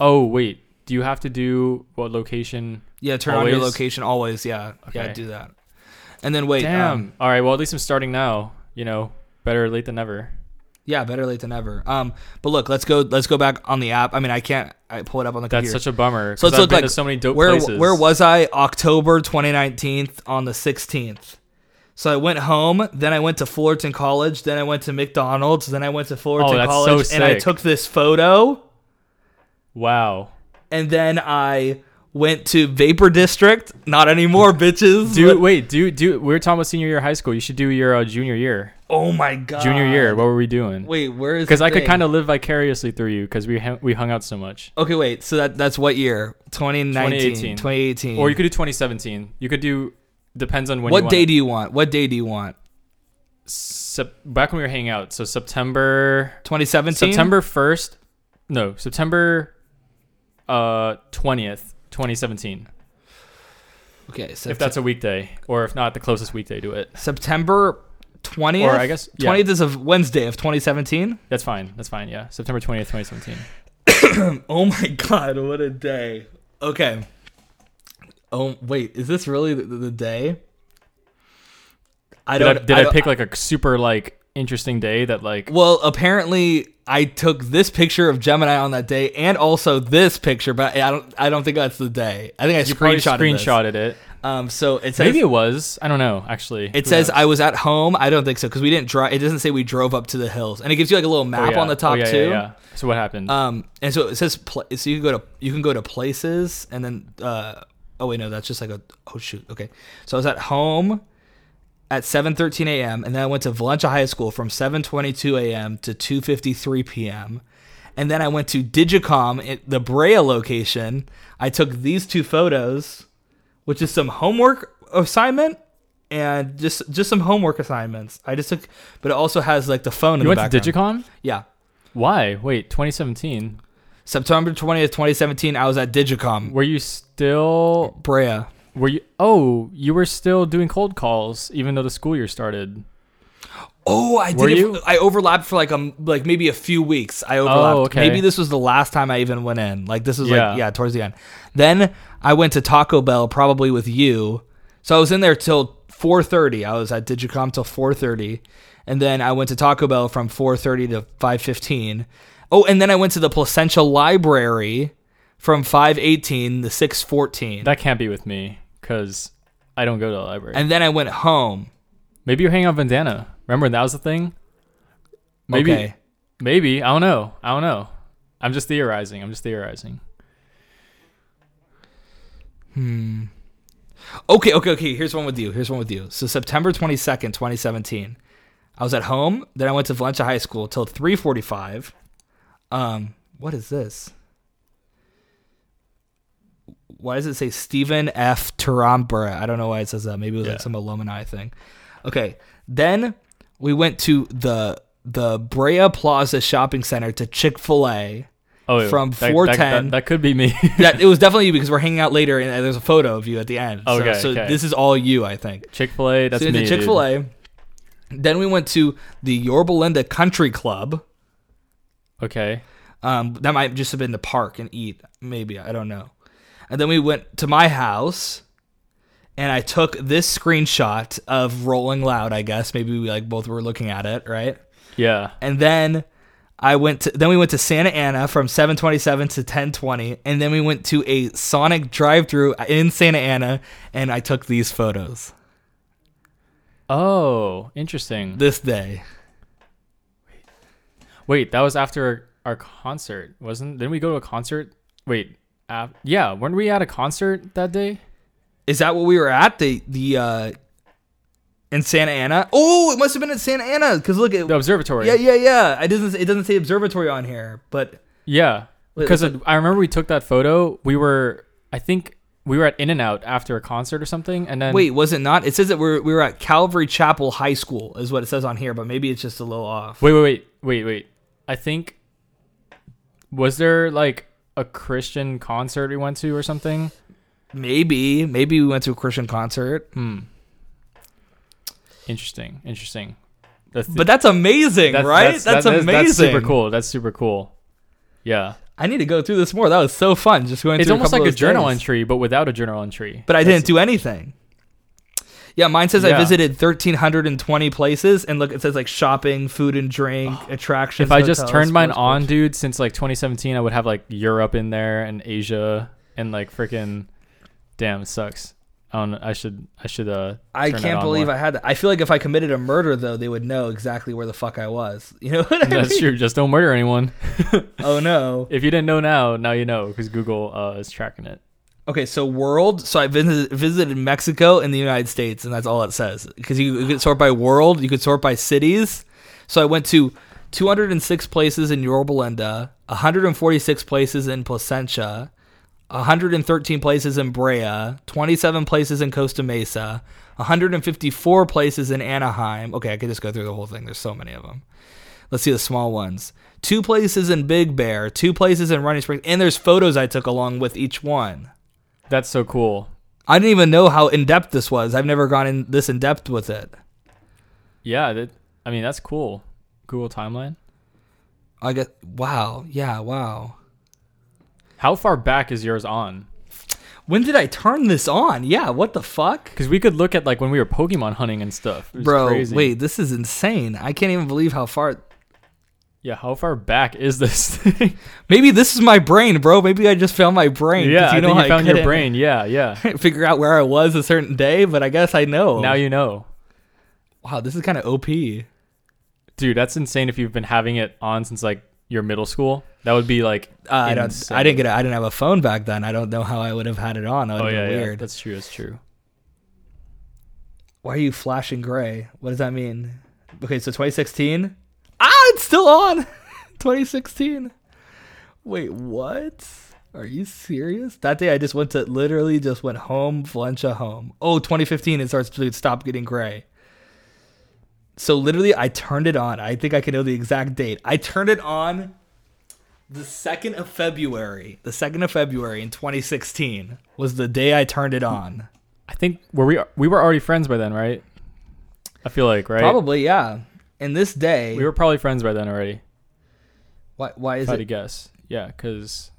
[SPEAKER 2] "Oh wait, do you have to do what location?"
[SPEAKER 1] Yeah, turn on your
[SPEAKER 2] Always?
[SPEAKER 1] location always. Yeah, yeah,
[SPEAKER 2] Okay.
[SPEAKER 1] do that. And then wait.
[SPEAKER 2] Damn.
[SPEAKER 1] um,
[SPEAKER 2] All right. Well, at least I'm starting now. You know, better late than never.
[SPEAKER 1] yeah, better late than never. Um, but look, let's go. Let's go back on the app. I mean, I can't. I pull it up on the
[SPEAKER 2] That's
[SPEAKER 1] computer.
[SPEAKER 2] such a bummer.
[SPEAKER 1] So
[SPEAKER 2] 'cause
[SPEAKER 1] let's
[SPEAKER 2] I've
[SPEAKER 1] look
[SPEAKER 2] been
[SPEAKER 1] like
[SPEAKER 2] to so many dope
[SPEAKER 1] where,
[SPEAKER 2] places.
[SPEAKER 1] Where was I? October 2019 on the 16th. So I went home, then I went to Fullerton College, then I went to McDonald's, then I went to Fullerton
[SPEAKER 2] Oh, that's so
[SPEAKER 1] College, and I
[SPEAKER 2] sick.
[SPEAKER 1] took this photo, [LAUGHS]
[SPEAKER 2] Wow,
[SPEAKER 1] and then I went to Vapor District. Not anymore, bitches.
[SPEAKER 2] [LAUGHS] dude.
[SPEAKER 1] But-
[SPEAKER 2] wait, do do we were talking about senior year of high school? You should do your uh, junior year.
[SPEAKER 1] oh my god,
[SPEAKER 2] Junior year. What were we doing?
[SPEAKER 1] Wait, where is?
[SPEAKER 2] Because
[SPEAKER 1] the
[SPEAKER 2] I could
[SPEAKER 1] thing?
[SPEAKER 2] kind of live vicariously through you because we hung- we hung out so much.
[SPEAKER 1] Okay, wait. So that that's what year? 2019,
[SPEAKER 2] 2018.
[SPEAKER 1] 2018.
[SPEAKER 2] Or you could do 2017. You could do depends on when. you
[SPEAKER 1] what
[SPEAKER 2] want
[SPEAKER 1] day
[SPEAKER 2] it.
[SPEAKER 1] do you want? What day do you want?
[SPEAKER 2] Sep- back when we were hanging out. So September
[SPEAKER 1] 2017.
[SPEAKER 2] September 1st. No, September uh 20th, 2017.
[SPEAKER 1] Okay, so
[SPEAKER 2] If that's a weekday or if not the closest weekday to it.
[SPEAKER 1] September 20th.
[SPEAKER 2] Or I guess- yeah.
[SPEAKER 1] 20th is a Wednesday of 2017.
[SPEAKER 2] That's fine. That's fine. Yeah. September 20th, 2017.
[SPEAKER 1] Oh my [LAUGHS] god, what a day. Okay. Oh wait, is this really the, the day? I
[SPEAKER 2] Did I,
[SPEAKER 1] don't
[SPEAKER 2] did I,
[SPEAKER 1] don't-
[SPEAKER 2] pick like a super like interesting day that like
[SPEAKER 1] Well, apparently I took this picture of Gemini on that day and also this picture, but I don't I don't think that's the day. I think I
[SPEAKER 2] you probably
[SPEAKER 1] screenshotted this.
[SPEAKER 2] screenshotted it.
[SPEAKER 1] Um so it says
[SPEAKER 2] Maybe it was. I don't know actually.
[SPEAKER 1] It
[SPEAKER 2] Who
[SPEAKER 1] says
[SPEAKER 2] knows?
[SPEAKER 1] I was at home. I don't think so because we didn't drive. It doesn't say we drove up to the hills, and it gives you like a little
[SPEAKER 2] Oh,
[SPEAKER 1] map
[SPEAKER 2] yeah.
[SPEAKER 1] on the top
[SPEAKER 2] Oh, yeah,
[SPEAKER 1] too.
[SPEAKER 2] Yeah, yeah. So what happened?
[SPEAKER 1] Um, and so it says pla so you can go to you can go to places and then uh oh wait no that's just like a oh shoot okay so I was at home at 7:13 a.m. and then I went to Valencia High School from 7:22 a.m. to 2:53 p.m. and then I went to Digicom at the Brea location. I took these two photos, which is some homework assignment. And just just some homework assignments. I just took, but it also has like the phone. in
[SPEAKER 2] you
[SPEAKER 1] the
[SPEAKER 2] went
[SPEAKER 1] background.
[SPEAKER 2] to Digicon?
[SPEAKER 1] Yeah,
[SPEAKER 2] Why? Wait, 2017.
[SPEAKER 1] September 20th, 2017, I was at Digicom,
[SPEAKER 2] Were you still
[SPEAKER 1] Brea.
[SPEAKER 2] Were you? Oh, you were still doing cold calls even though the school year started.
[SPEAKER 1] Oh, I did.
[SPEAKER 2] Were
[SPEAKER 1] it-
[SPEAKER 2] you?
[SPEAKER 1] I overlapped for like um like maybe a few weeks. I overlapped.
[SPEAKER 2] okay.
[SPEAKER 1] Maybe this was the last time I even went in. Like this was
[SPEAKER 2] Yeah.
[SPEAKER 1] like yeah, towards the end. Then I went to Taco Bell probably with you. So I was in there till 4:30. I was at Digicom till 4:30, and then I went to Taco Bell from 4:30 to 5:15. Oh, and then I went to the Placentia Library from 5:18 to 6:14.
[SPEAKER 2] That can't be with me because I don't go to the library.
[SPEAKER 1] and then I went home.
[SPEAKER 2] maybe you're hanging out with Vandana. Remember when that was the thing? Maybe.
[SPEAKER 1] Okay.
[SPEAKER 2] Maybe I don't know. I don't know. I'm just theorizing. I'm just theorizing.
[SPEAKER 1] Okay, okay, okay. Here's one with you. Here's one with you. So September 22nd, 2017. I was at home, then I went to Valencia High School till 3:45. Um, what is this? Why does it say Stephen F. Tarambara? I don't know why it says that. Maybe it was
[SPEAKER 2] Yeah.
[SPEAKER 1] like some alumni thing. Okay. Then we went to the the Brea Plaza shopping center to Chick fil
[SPEAKER 2] [LAUGHS]
[SPEAKER 1] A.
[SPEAKER 2] Oh, yeah,
[SPEAKER 1] From
[SPEAKER 2] that- that-
[SPEAKER 1] 410.
[SPEAKER 2] That, that could be me. [LAUGHS]
[SPEAKER 1] That it was definitely you because we're hanging out later and uh, there's a photo of you at the end. So-
[SPEAKER 2] Okay,
[SPEAKER 1] so
[SPEAKER 2] okay.
[SPEAKER 1] this is all you, I think.
[SPEAKER 2] Chick Fil A. That's
[SPEAKER 1] so
[SPEAKER 2] me.
[SPEAKER 1] Chick Fil A. Then we went to the Yorba Linda Country Club.
[SPEAKER 2] Okay.
[SPEAKER 1] Um, that might just have been the park and eat. Maybe I don't know. And then we went to my house, and I took this screenshot of Rolling Loud. I guess maybe we like both were looking at it, right?
[SPEAKER 2] Yeah.
[SPEAKER 1] And then I went to then we went to Santa Ana from 7:27 to 10:20, and then we went to a Sonic drive-through in Santa Ana, and I took these photos
[SPEAKER 2] Oh, interesting.
[SPEAKER 1] this day.
[SPEAKER 2] Wait, that was after our concert, wasn't? Didn't we go to a concert? Wait, af- yeah, weren't we at a concert that day?
[SPEAKER 1] Is that what we were at the the uh in Santa Ana? Oh, it must have been in Santa Ana because look at
[SPEAKER 2] The observatory.
[SPEAKER 1] yeah yeah yeah. It doesn't it doesn't say observatory on here, but
[SPEAKER 2] yeah.
[SPEAKER 1] Wait,
[SPEAKER 2] Because I remember we took that photo. We were, I think, we were at In and Out after a concert or something, and then
[SPEAKER 1] wait, was it not? It says that we're we were at Calvary Chapel High School is what it says on here, but maybe it's just a little off.
[SPEAKER 2] wait, wait, wait, wait, wait. I think was there like a Christian concert we went to or something?
[SPEAKER 1] Maybe maybe we went to a Christian concert,
[SPEAKER 2] Hmm. Interesting, interesting. That's
[SPEAKER 1] but that's amazing, right? That's,
[SPEAKER 2] that is-
[SPEAKER 1] amazing.
[SPEAKER 2] That's super cool. That's super cool. Yeah.
[SPEAKER 1] I need to go through this more. That was so fun. Just going.
[SPEAKER 2] it's
[SPEAKER 1] through
[SPEAKER 2] almost
[SPEAKER 1] couple
[SPEAKER 2] like a
[SPEAKER 1] of those
[SPEAKER 2] journal
[SPEAKER 1] days.
[SPEAKER 2] entry, but without a journal entry.
[SPEAKER 1] but I didn't do anything. Yeah, mine says I
[SPEAKER 2] Yeah.
[SPEAKER 1] visited 1,320 places, and look, it says like shopping, food and drink, attractions.
[SPEAKER 2] Oh, if I just
[SPEAKER 1] hotels,
[SPEAKER 2] turned mine
[SPEAKER 1] sports
[SPEAKER 2] on,
[SPEAKER 1] books.
[SPEAKER 2] dude, since like 2017, I would have like Europe in there and Asia and like freaking, damn, it sucks. I don't. I should. I should. Uh,
[SPEAKER 1] I
[SPEAKER 2] turn that
[SPEAKER 1] can't
[SPEAKER 2] on
[SPEAKER 1] believe
[SPEAKER 2] more.
[SPEAKER 1] I had that. I feel like if I committed a murder, though, they would know exactly where the fuck I was. You know
[SPEAKER 2] [LAUGHS]
[SPEAKER 1] what I [LAUGHS]
[SPEAKER 2] That's
[SPEAKER 1] mean?
[SPEAKER 2] true. Just don't murder anyone. [LAUGHS]
[SPEAKER 1] Oh no.
[SPEAKER 2] If you didn't know now, now you know because Google uh, is tracking it.
[SPEAKER 1] Okay, so world. So I visited, visited Mexico and the United States, and that's all it says. Because you, you could sort by world, you could sort by cities. So I went to 206 places in Yorba Linda, 146 places in Placentia, 113 places in Brea, 27 places in Costa Mesa, 154 places in Anaheim. Okay, I could just go through the whole thing. There's so many of them. Let's see the small ones. Two places in Big Bear, two places in Running Springs, and there's photos I took along with each one.
[SPEAKER 2] That's so cool.
[SPEAKER 1] I didn't even know how in depth this was. I've never gone in this in depth with it.
[SPEAKER 2] Yeah. That. I mean, that's cool. Google timeline.
[SPEAKER 1] I guess. Wow. Yeah. Wow.
[SPEAKER 2] How far back is yours on?
[SPEAKER 1] When did I turn this on? Yeah. What the fuck,
[SPEAKER 2] Because we could look at like when we were Pokemon hunting and stuff. It was
[SPEAKER 1] bro?
[SPEAKER 2] crazy.
[SPEAKER 1] Wait. This is insane. I can't even believe how far.
[SPEAKER 2] Yeah, how far back is this [LAUGHS] thing?
[SPEAKER 1] Maybe this is my brain, bro. Maybe I just found my brain. 'cause
[SPEAKER 2] yeah, I think
[SPEAKER 1] how
[SPEAKER 2] you found your
[SPEAKER 1] couldn't
[SPEAKER 2] brain. Yeah,
[SPEAKER 1] [LAUGHS]
[SPEAKER 2] yeah.
[SPEAKER 1] Figure out where I was a certain day, but I guess I know.
[SPEAKER 2] Now you know.
[SPEAKER 1] Wow. This is kind of op.
[SPEAKER 2] Dude, that's insane if you've been having it on since like your middle school. That would be like
[SPEAKER 1] Uh, I don't.
[SPEAKER 2] insane.
[SPEAKER 1] I didn't get. A, I didn't have a phone back then. I don't know how I would have had it on. That would
[SPEAKER 2] Oh
[SPEAKER 1] have
[SPEAKER 2] yeah,
[SPEAKER 1] been
[SPEAKER 2] yeah,
[SPEAKER 1] weird.
[SPEAKER 2] That's true, that's true.
[SPEAKER 1] Why are you flashing gray? What does that mean? Okay, so 2016. Ah, it's still on. [LAUGHS] 2016. Wait, what? Are you serious? That day I just went to literally just went home, Valencia home. Oh, 2015 it starts to stop getting gray. So literally I turned it on. I think I can know the exact date. I turned it on the 2nd of February. The 2nd of February in 2016 was the day I turned it on.
[SPEAKER 2] I think were we we were already friends by then, right? I feel like, right?
[SPEAKER 1] Probably, yeah. And this day,
[SPEAKER 2] We were probably friends by then already.
[SPEAKER 1] why, why is
[SPEAKER 2] If I had to
[SPEAKER 1] it?
[SPEAKER 2] guess. Yeah, cuz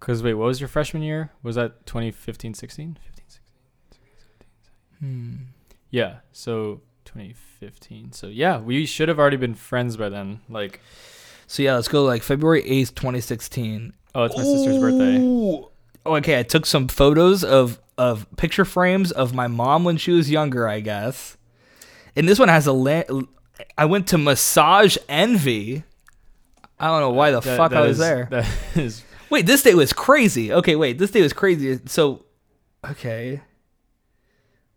[SPEAKER 2] Cuz wait, what was your freshman year? Was that 2015, 16? 15, 16.
[SPEAKER 1] Hmm.
[SPEAKER 2] Yeah, so 2015. So yeah, we should have already been friends by then. Like,
[SPEAKER 1] So yeah, let's go like February eighth, twenty sixteen.
[SPEAKER 2] oh, it's my sister's birthday.
[SPEAKER 1] Oh, okay. I took some photos of of picture frames of my mom when she was younger, I guess. And this one has a la- I went to Massage Envy. I don't know why the
[SPEAKER 2] That-
[SPEAKER 1] fuck
[SPEAKER 2] that
[SPEAKER 1] I was
[SPEAKER 2] is-
[SPEAKER 1] there.
[SPEAKER 2] That [LAUGHS] is
[SPEAKER 1] Wait, this day was crazy. Okay, wait, this day was crazy. So, okay.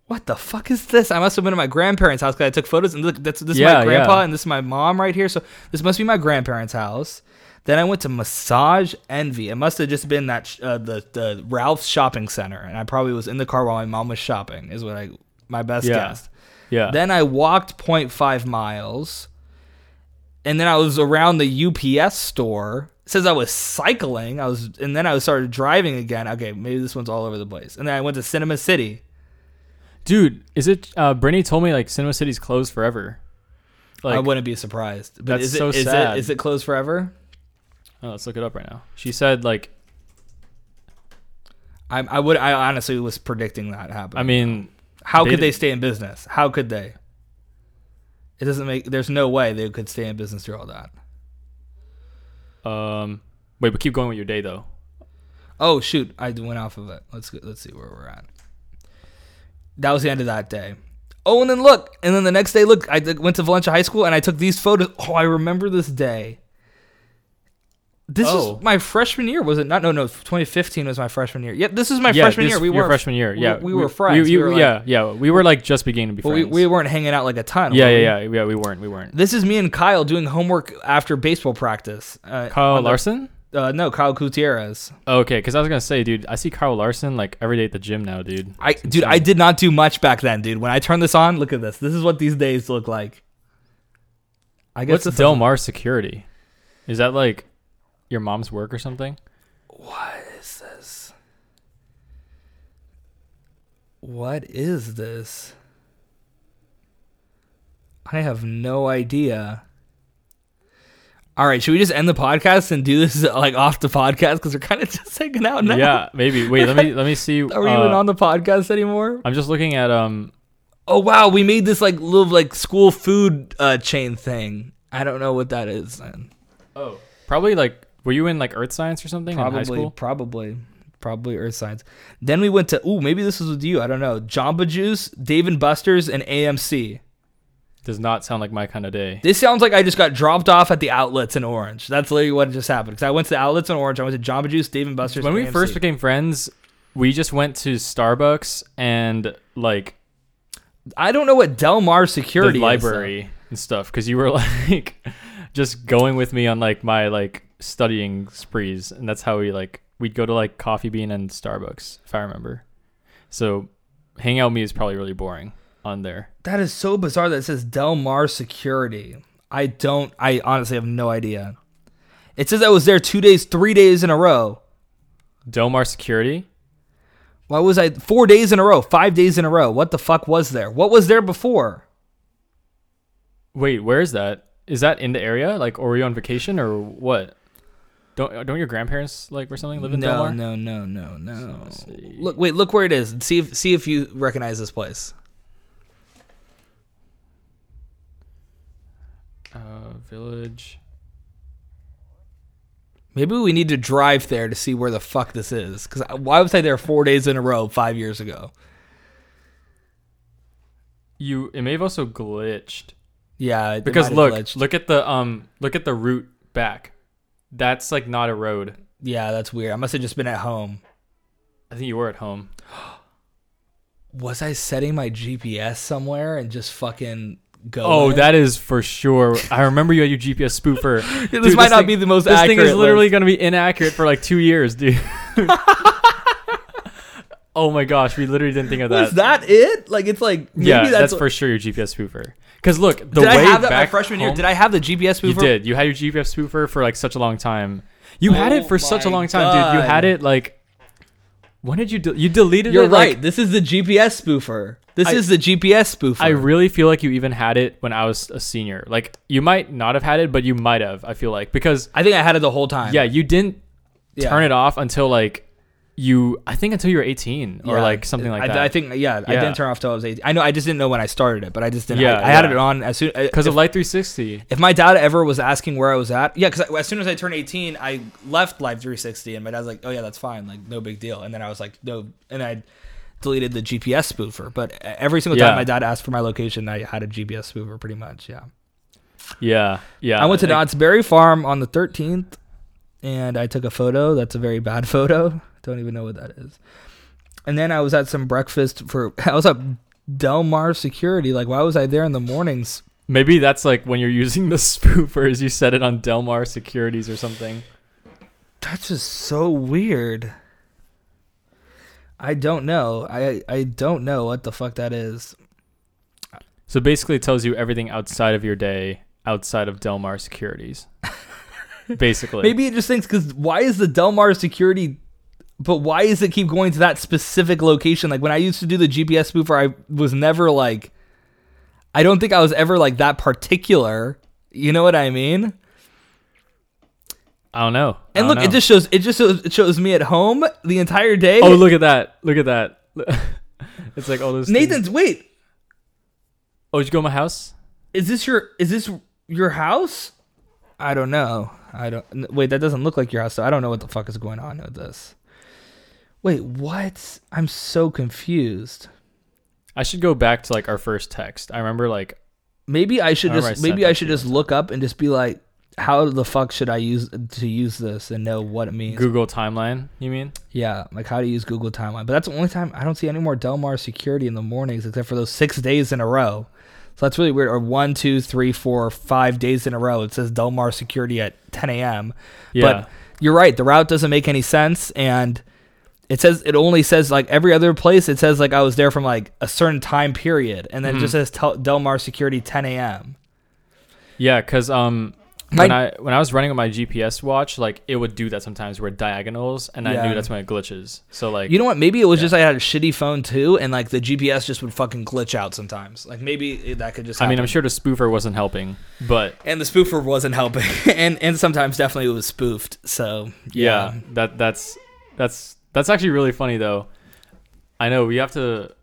[SPEAKER 1] What the fuck is this? I must have been at my grandparents' house because I took photos and look, that's this is
[SPEAKER 2] Yeah,
[SPEAKER 1] my grandpa
[SPEAKER 2] yeah.
[SPEAKER 1] and this is my mom right here. So this must be my grandparents' house. Then I went to Massage Envy. It must have just been that sh- uh, the the Ralph's shopping center, and I probably was in the car while my mom was shopping. Is what I my best
[SPEAKER 2] Yeah.
[SPEAKER 1] guess.
[SPEAKER 2] Yeah.
[SPEAKER 1] [LAUGHS] Then I walked 0.5 miles. And then I was around the UPS store. It says I was cycling. I was and then I started driving again. Okay, maybe this one's all over the place. And then I went to Cinema City.
[SPEAKER 2] Dude, is it? Uh, Brittany told me like Cinema City's closed forever. Like,
[SPEAKER 1] I wouldn't be surprised. But
[SPEAKER 2] That's
[SPEAKER 1] is it,
[SPEAKER 2] so
[SPEAKER 1] is
[SPEAKER 2] sad.
[SPEAKER 1] it is it closed forever?
[SPEAKER 2] oh, let's look it up right now. She said like,
[SPEAKER 1] I I would I honestly was predicting that happening.
[SPEAKER 2] I mean,
[SPEAKER 1] how
[SPEAKER 2] they
[SPEAKER 1] could they
[SPEAKER 2] didn't-
[SPEAKER 1] stay in business? How could they? It doesn't make there's no way they could stay in business through all that.
[SPEAKER 2] um, wait, but keep going with your day though.
[SPEAKER 1] Oh shoot, I went off of it. Let's go, let's see where we're at. That was the end of that day. Oh, and then look, and then the next day, look, I did- went to Valencia High School and I took these photos. Oh, I remember this day. This
[SPEAKER 2] Oh.
[SPEAKER 1] is my freshman year, was it not? No, no, 2015 was my freshman year. Yep, this is my
[SPEAKER 2] yeah,
[SPEAKER 1] freshman
[SPEAKER 2] this-
[SPEAKER 1] year. We
[SPEAKER 2] your
[SPEAKER 1] were
[SPEAKER 2] freshman year.
[SPEAKER 1] we-
[SPEAKER 2] Yeah,
[SPEAKER 1] we were friends.
[SPEAKER 2] you-
[SPEAKER 1] We were, like-
[SPEAKER 2] yeah, yeah. We were like just beginning to be
[SPEAKER 1] Well, we,
[SPEAKER 2] friends.
[SPEAKER 1] we weren't hanging out like a ton.
[SPEAKER 2] yeah,
[SPEAKER 1] were
[SPEAKER 2] yeah,
[SPEAKER 1] we?
[SPEAKER 2] yeah, yeah. We weren't. We weren't.
[SPEAKER 1] This is me and Kyle doing homework after baseball practice. Uh,
[SPEAKER 2] Kyle
[SPEAKER 1] on the-
[SPEAKER 2] Larson.
[SPEAKER 1] uh, no, Kyle Gutierrez.
[SPEAKER 2] Okay, because I was gonna say, dude, I see Kyle Larson like every day at the gym now, dude.
[SPEAKER 1] I
[SPEAKER 2] It's
[SPEAKER 1] dude, I
[SPEAKER 2] insane.
[SPEAKER 1] did not do much back then, dude. When I turned this on, look at this. This is what these days look like. I guess
[SPEAKER 2] What's
[SPEAKER 1] this
[SPEAKER 2] Del Mar Security? Is that like your mom's work or something?
[SPEAKER 1] what is this? What is this? I have no idea. All right, should we just end the podcast and do this [LAUGHS] like off the podcast because we're kind of [LAUGHS] just hanging out now?
[SPEAKER 2] Yeah, maybe. Wait,
[SPEAKER 1] [LAUGHS]
[SPEAKER 2] let me let me see.
[SPEAKER 1] are we
[SPEAKER 2] uh,
[SPEAKER 1] even on the podcast anymore?
[SPEAKER 2] I'm just looking at um.
[SPEAKER 1] Oh wow, we made this like little like school food uh, chain thing. I don't know what that is. Then.
[SPEAKER 2] Oh, probably like were you in like earth science or something in high
[SPEAKER 1] Probably,
[SPEAKER 2] school?
[SPEAKER 1] probably, probably Earth Science. Then we went to ooh, maybe this was with you. I don't know. Jamba Juice, Dave and Buster's, and AMC.
[SPEAKER 2] Does not sound like my kind of day.
[SPEAKER 1] This sounds like I just got dropped off at the outlets in Orange. That's literally what just happened. Because I went to the outlets in Orange. I went to Jamba Juice, Dave and Buster's.
[SPEAKER 2] When we
[SPEAKER 1] and
[SPEAKER 2] first
[SPEAKER 1] AMC.
[SPEAKER 2] became friends, we just went to Starbucks and like
[SPEAKER 1] I don't know what Del Mar
[SPEAKER 2] the
[SPEAKER 1] Security is, though.
[SPEAKER 2] library and stuff because you were [LAUGHS] like just going with me on like my like studying sprees, and that's how we like we'd go to like Coffee Bean and Starbucks if I remember. So, hang out with me is probably really boring on there.
[SPEAKER 1] That is so bizarre that it says Del Mar Security. I don't, I honestly have no idea. It says I was there two days, three days in a row.
[SPEAKER 2] Delmar Security.
[SPEAKER 1] Why was I four days in a row, five days in a row? What the fuck was there? What was there before?
[SPEAKER 2] Wait, where is that? Is that in the area? Like, or were you on vacation or what? Don't don't your grandparents like or something live in
[SPEAKER 1] No,
[SPEAKER 2] Delmar?
[SPEAKER 1] no, no, no, no.
[SPEAKER 2] let's see.
[SPEAKER 1] Look, wait, look where it is. See if see if you recognize this place.
[SPEAKER 2] Uh, village.
[SPEAKER 1] Maybe we need to drive there to see where the fuck this is. Because why was I there four days in a row five years ago?
[SPEAKER 2] You it may have also glitched
[SPEAKER 1] Yeah, it
[SPEAKER 2] because
[SPEAKER 1] might have
[SPEAKER 2] look
[SPEAKER 1] glitched.
[SPEAKER 2] look at the um look at the route back. That's like not a road.
[SPEAKER 1] yeah, that's weird. I must have just been at home.
[SPEAKER 2] I think you were at home.
[SPEAKER 1] Was I setting my GPS somewhere and just fucking go?
[SPEAKER 2] Oh,
[SPEAKER 1] in?
[SPEAKER 2] that is for sure. I remember you had your GPS
[SPEAKER 1] [LAUGHS]
[SPEAKER 2] spoofer.
[SPEAKER 1] This might not be the most
[SPEAKER 2] This thing is
[SPEAKER 1] accurate
[SPEAKER 2] literally
[SPEAKER 1] list.
[SPEAKER 2] going to be inaccurate for like two years,
[SPEAKER 1] [LAUGHS]
[SPEAKER 2] dude. oh my gosh, we literally didn't think of that.
[SPEAKER 1] was that it? Like it's like maybe
[SPEAKER 2] yeah, that's,
[SPEAKER 1] that's, what-
[SPEAKER 2] for sure your GPS spoofer. Because look, the
[SPEAKER 1] Did
[SPEAKER 2] way
[SPEAKER 1] I have that my
[SPEAKER 2] back
[SPEAKER 1] freshman year?
[SPEAKER 2] home-
[SPEAKER 1] Did I have the GPS
[SPEAKER 2] You
[SPEAKER 1] mover?
[SPEAKER 2] did. You had your GPS spoofer for like such a long time. You had it
[SPEAKER 1] Oh
[SPEAKER 2] for such a
[SPEAKER 1] my
[SPEAKER 2] long time, dude. You had
[SPEAKER 1] God.
[SPEAKER 2] it like. When did you de- you deleted
[SPEAKER 1] You're
[SPEAKER 2] it? like-
[SPEAKER 1] right. this is the GPS spoofer. This
[SPEAKER 2] I-
[SPEAKER 1] is the GPS spoofer.
[SPEAKER 2] I really feel like you even had it when I was a senior. Like you might not have had it, but you might have. I feel like because
[SPEAKER 1] I think I had it the whole time.
[SPEAKER 2] yeah, you didn't
[SPEAKER 1] Yeah.
[SPEAKER 2] turn it off until like you. I think until you were 18 or
[SPEAKER 1] Yeah.
[SPEAKER 2] like something like
[SPEAKER 1] I,
[SPEAKER 2] that.
[SPEAKER 1] I think yeah, I
[SPEAKER 2] Yeah.
[SPEAKER 1] didn't turn off till I was 18. I know I just didn't know when I started it, but I just didn't.
[SPEAKER 2] Yeah,
[SPEAKER 1] I, I had
[SPEAKER 2] yeah.
[SPEAKER 1] it on as soon
[SPEAKER 2] because
[SPEAKER 1] because
[SPEAKER 2] of Light 360.
[SPEAKER 1] if my dad ever was asking where I was at, yeah, because as soon as I turned 18, I left Live 360, and my dad's like, "Oh yeah, that's fine, like no big deal." And then I was like, "No," and I deleted the GPS spoofer. But uh, every single
[SPEAKER 2] Yeah.
[SPEAKER 1] time my dad asked for my location, I had a GPS spoofer, pretty much. Yeah.
[SPEAKER 2] Yeah, yeah.
[SPEAKER 1] I went to
[SPEAKER 2] Like,
[SPEAKER 1] Knott's Berry Farm on the 13th, and I took a photo. That's a very bad [LAUGHS] photo. Don't even know what that is. And then I [LAUGHS] was at some breakfast for. I was at Del Mar Security. Like, why was I there in the mornings
[SPEAKER 2] Maybe that's like when you're using the [LAUGHS] spoofers, you set it on Delmar Securities or something.
[SPEAKER 1] That's just so weird. I don't know. I I don't know what the fuck that is.
[SPEAKER 2] So basically, it tells you everything outside of your day, outside of
[SPEAKER 1] [LAUGHS]
[SPEAKER 2] Delmar Securities. basically,
[SPEAKER 1] Maybe it just thinks because why is the Delmar security? But why is it keep going to that specific location? Like when I used to do the GPS spoofer, I was never like, I don't think I was ever like that particular. You know what I mean?
[SPEAKER 2] I don't know. I
[SPEAKER 1] And
[SPEAKER 2] don't
[SPEAKER 1] look, it
[SPEAKER 2] know.
[SPEAKER 1] just shows it just shows, it shows me at home the entire day.
[SPEAKER 2] Oh, look at that! Look at that! [LAUGHS] it's like all those. things-
[SPEAKER 1] Nathan's wait,
[SPEAKER 2] Oh, did you go to my house?
[SPEAKER 1] is this your is this your house? I don't know. I don't n- wait. That doesn't look like your house. So I don't know what the fuck is going on with this. Wait, what? I'm so confused.
[SPEAKER 2] I should go back to like our first text. I remember like
[SPEAKER 1] Maybe I should
[SPEAKER 2] I remember
[SPEAKER 1] just
[SPEAKER 2] I said
[SPEAKER 1] maybe I
[SPEAKER 2] that
[SPEAKER 1] should
[SPEAKER 2] to you
[SPEAKER 1] just look up and just be like, how the fuck should I use to use this and know what it means?
[SPEAKER 2] Google timeline. You mean?
[SPEAKER 1] Yeah, like how to use Google Timeline. But that's the only time I don't see any more Delmar security in the mornings except for those six days in a row. So that's really weird. Or one, two, three, four, five days in a row. It says Delmar security at 10 a.m.
[SPEAKER 2] Yeah.
[SPEAKER 1] But you're right. The route doesn't make any sense. And it says, it only says like every other place, it says like I was there from like a certain time period. And then it just
[SPEAKER 2] Mm-hmm.
[SPEAKER 1] says Tel- Delmar security 10 a.m.
[SPEAKER 2] Yeah, because um, when
[SPEAKER 1] Like-
[SPEAKER 2] I when I was running on my GPS watch, like it would do that sometimes where it diagonals, and I
[SPEAKER 1] Yeah.
[SPEAKER 2] knew that's when it glitches. So like,
[SPEAKER 1] You know what? Maybe it was just I had a shitty phone too. And like the GPS just would fucking glitch out sometimes. Like maybe it- that could just
[SPEAKER 2] I mean,
[SPEAKER 1] happen.
[SPEAKER 2] I'm sure the spoofer wasn't helping, but
[SPEAKER 1] and the spoofer wasn't helping [LAUGHS] and and sometimes definitely it was spoofed so
[SPEAKER 2] yeah,
[SPEAKER 1] yeah,
[SPEAKER 2] that that's that's that's actually really funny though. I know we have to.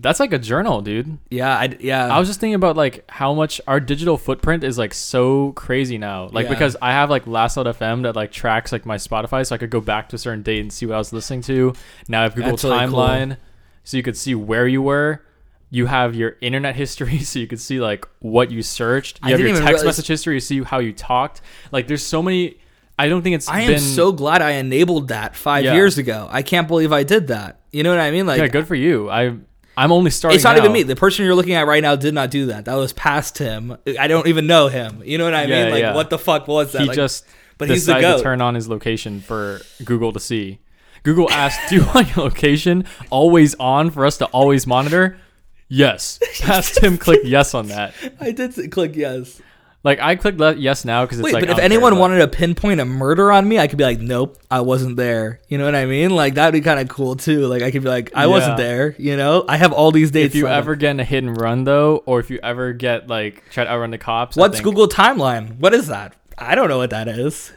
[SPEAKER 2] That's like a journal, dude.
[SPEAKER 1] yeah I, yeah
[SPEAKER 2] I was just thinking about like how much our digital footprint is like so crazy now. Like
[SPEAKER 1] Yeah.
[SPEAKER 2] because I have like Last Out FM that like tracks like my Spotify, so I could go back to a certain date and see what I was listening to. Now I have Google
[SPEAKER 1] That's really cool.
[SPEAKER 2] Timeline, so you could see where you were. You have your internet [LAUGHS] history, so you could see like what you searched. You
[SPEAKER 1] I
[SPEAKER 2] have
[SPEAKER 1] didn't
[SPEAKER 2] your
[SPEAKER 1] even
[SPEAKER 2] text
[SPEAKER 1] realize-
[SPEAKER 2] message history, see how you talked. Like there's so many. I don't think it's.
[SPEAKER 1] I am
[SPEAKER 2] been,
[SPEAKER 1] so glad i enabled that five
[SPEAKER 2] Yeah.
[SPEAKER 1] years ago i can't believe i did that you know what i mean like
[SPEAKER 2] yeah. Good for you. I I'm only starting.
[SPEAKER 1] it's not even
[SPEAKER 2] now.
[SPEAKER 1] me the person you're looking at right now did not do that that was past him i don't even know him you know what i
[SPEAKER 2] Yeah,
[SPEAKER 1] mean like
[SPEAKER 2] yeah.
[SPEAKER 1] what the fuck was that
[SPEAKER 2] he
[SPEAKER 1] Like,
[SPEAKER 2] just
[SPEAKER 1] but he's the
[SPEAKER 2] decided
[SPEAKER 1] goat.
[SPEAKER 2] to turn on his location for Google to see. Google asked, "Do you [LAUGHS] want your location always on for us to always monitor?"
[SPEAKER 1] [LAUGHS]
[SPEAKER 2] Yes. Asked him, click yes on that.
[SPEAKER 1] [LAUGHS] i did s- click yes
[SPEAKER 2] Like I clicked le- yes now because it's
[SPEAKER 1] wait
[SPEAKER 2] like.
[SPEAKER 1] but
[SPEAKER 2] out
[SPEAKER 1] if
[SPEAKER 2] there,
[SPEAKER 1] anyone
[SPEAKER 2] but-
[SPEAKER 1] wanted to pinpoint a murder on me i could be like nope i wasn't there you know what i mean like that'd be kind of cool too like i could be like i wasn't
[SPEAKER 2] Yeah.
[SPEAKER 1] there you know i have all these dates
[SPEAKER 2] if you
[SPEAKER 1] lined up.
[SPEAKER 2] ever get in a hit and run though, or if you ever get like try to outrun the cops, I
[SPEAKER 1] What's
[SPEAKER 2] think-
[SPEAKER 1] Google Timeline? What is that? I don't know what that is.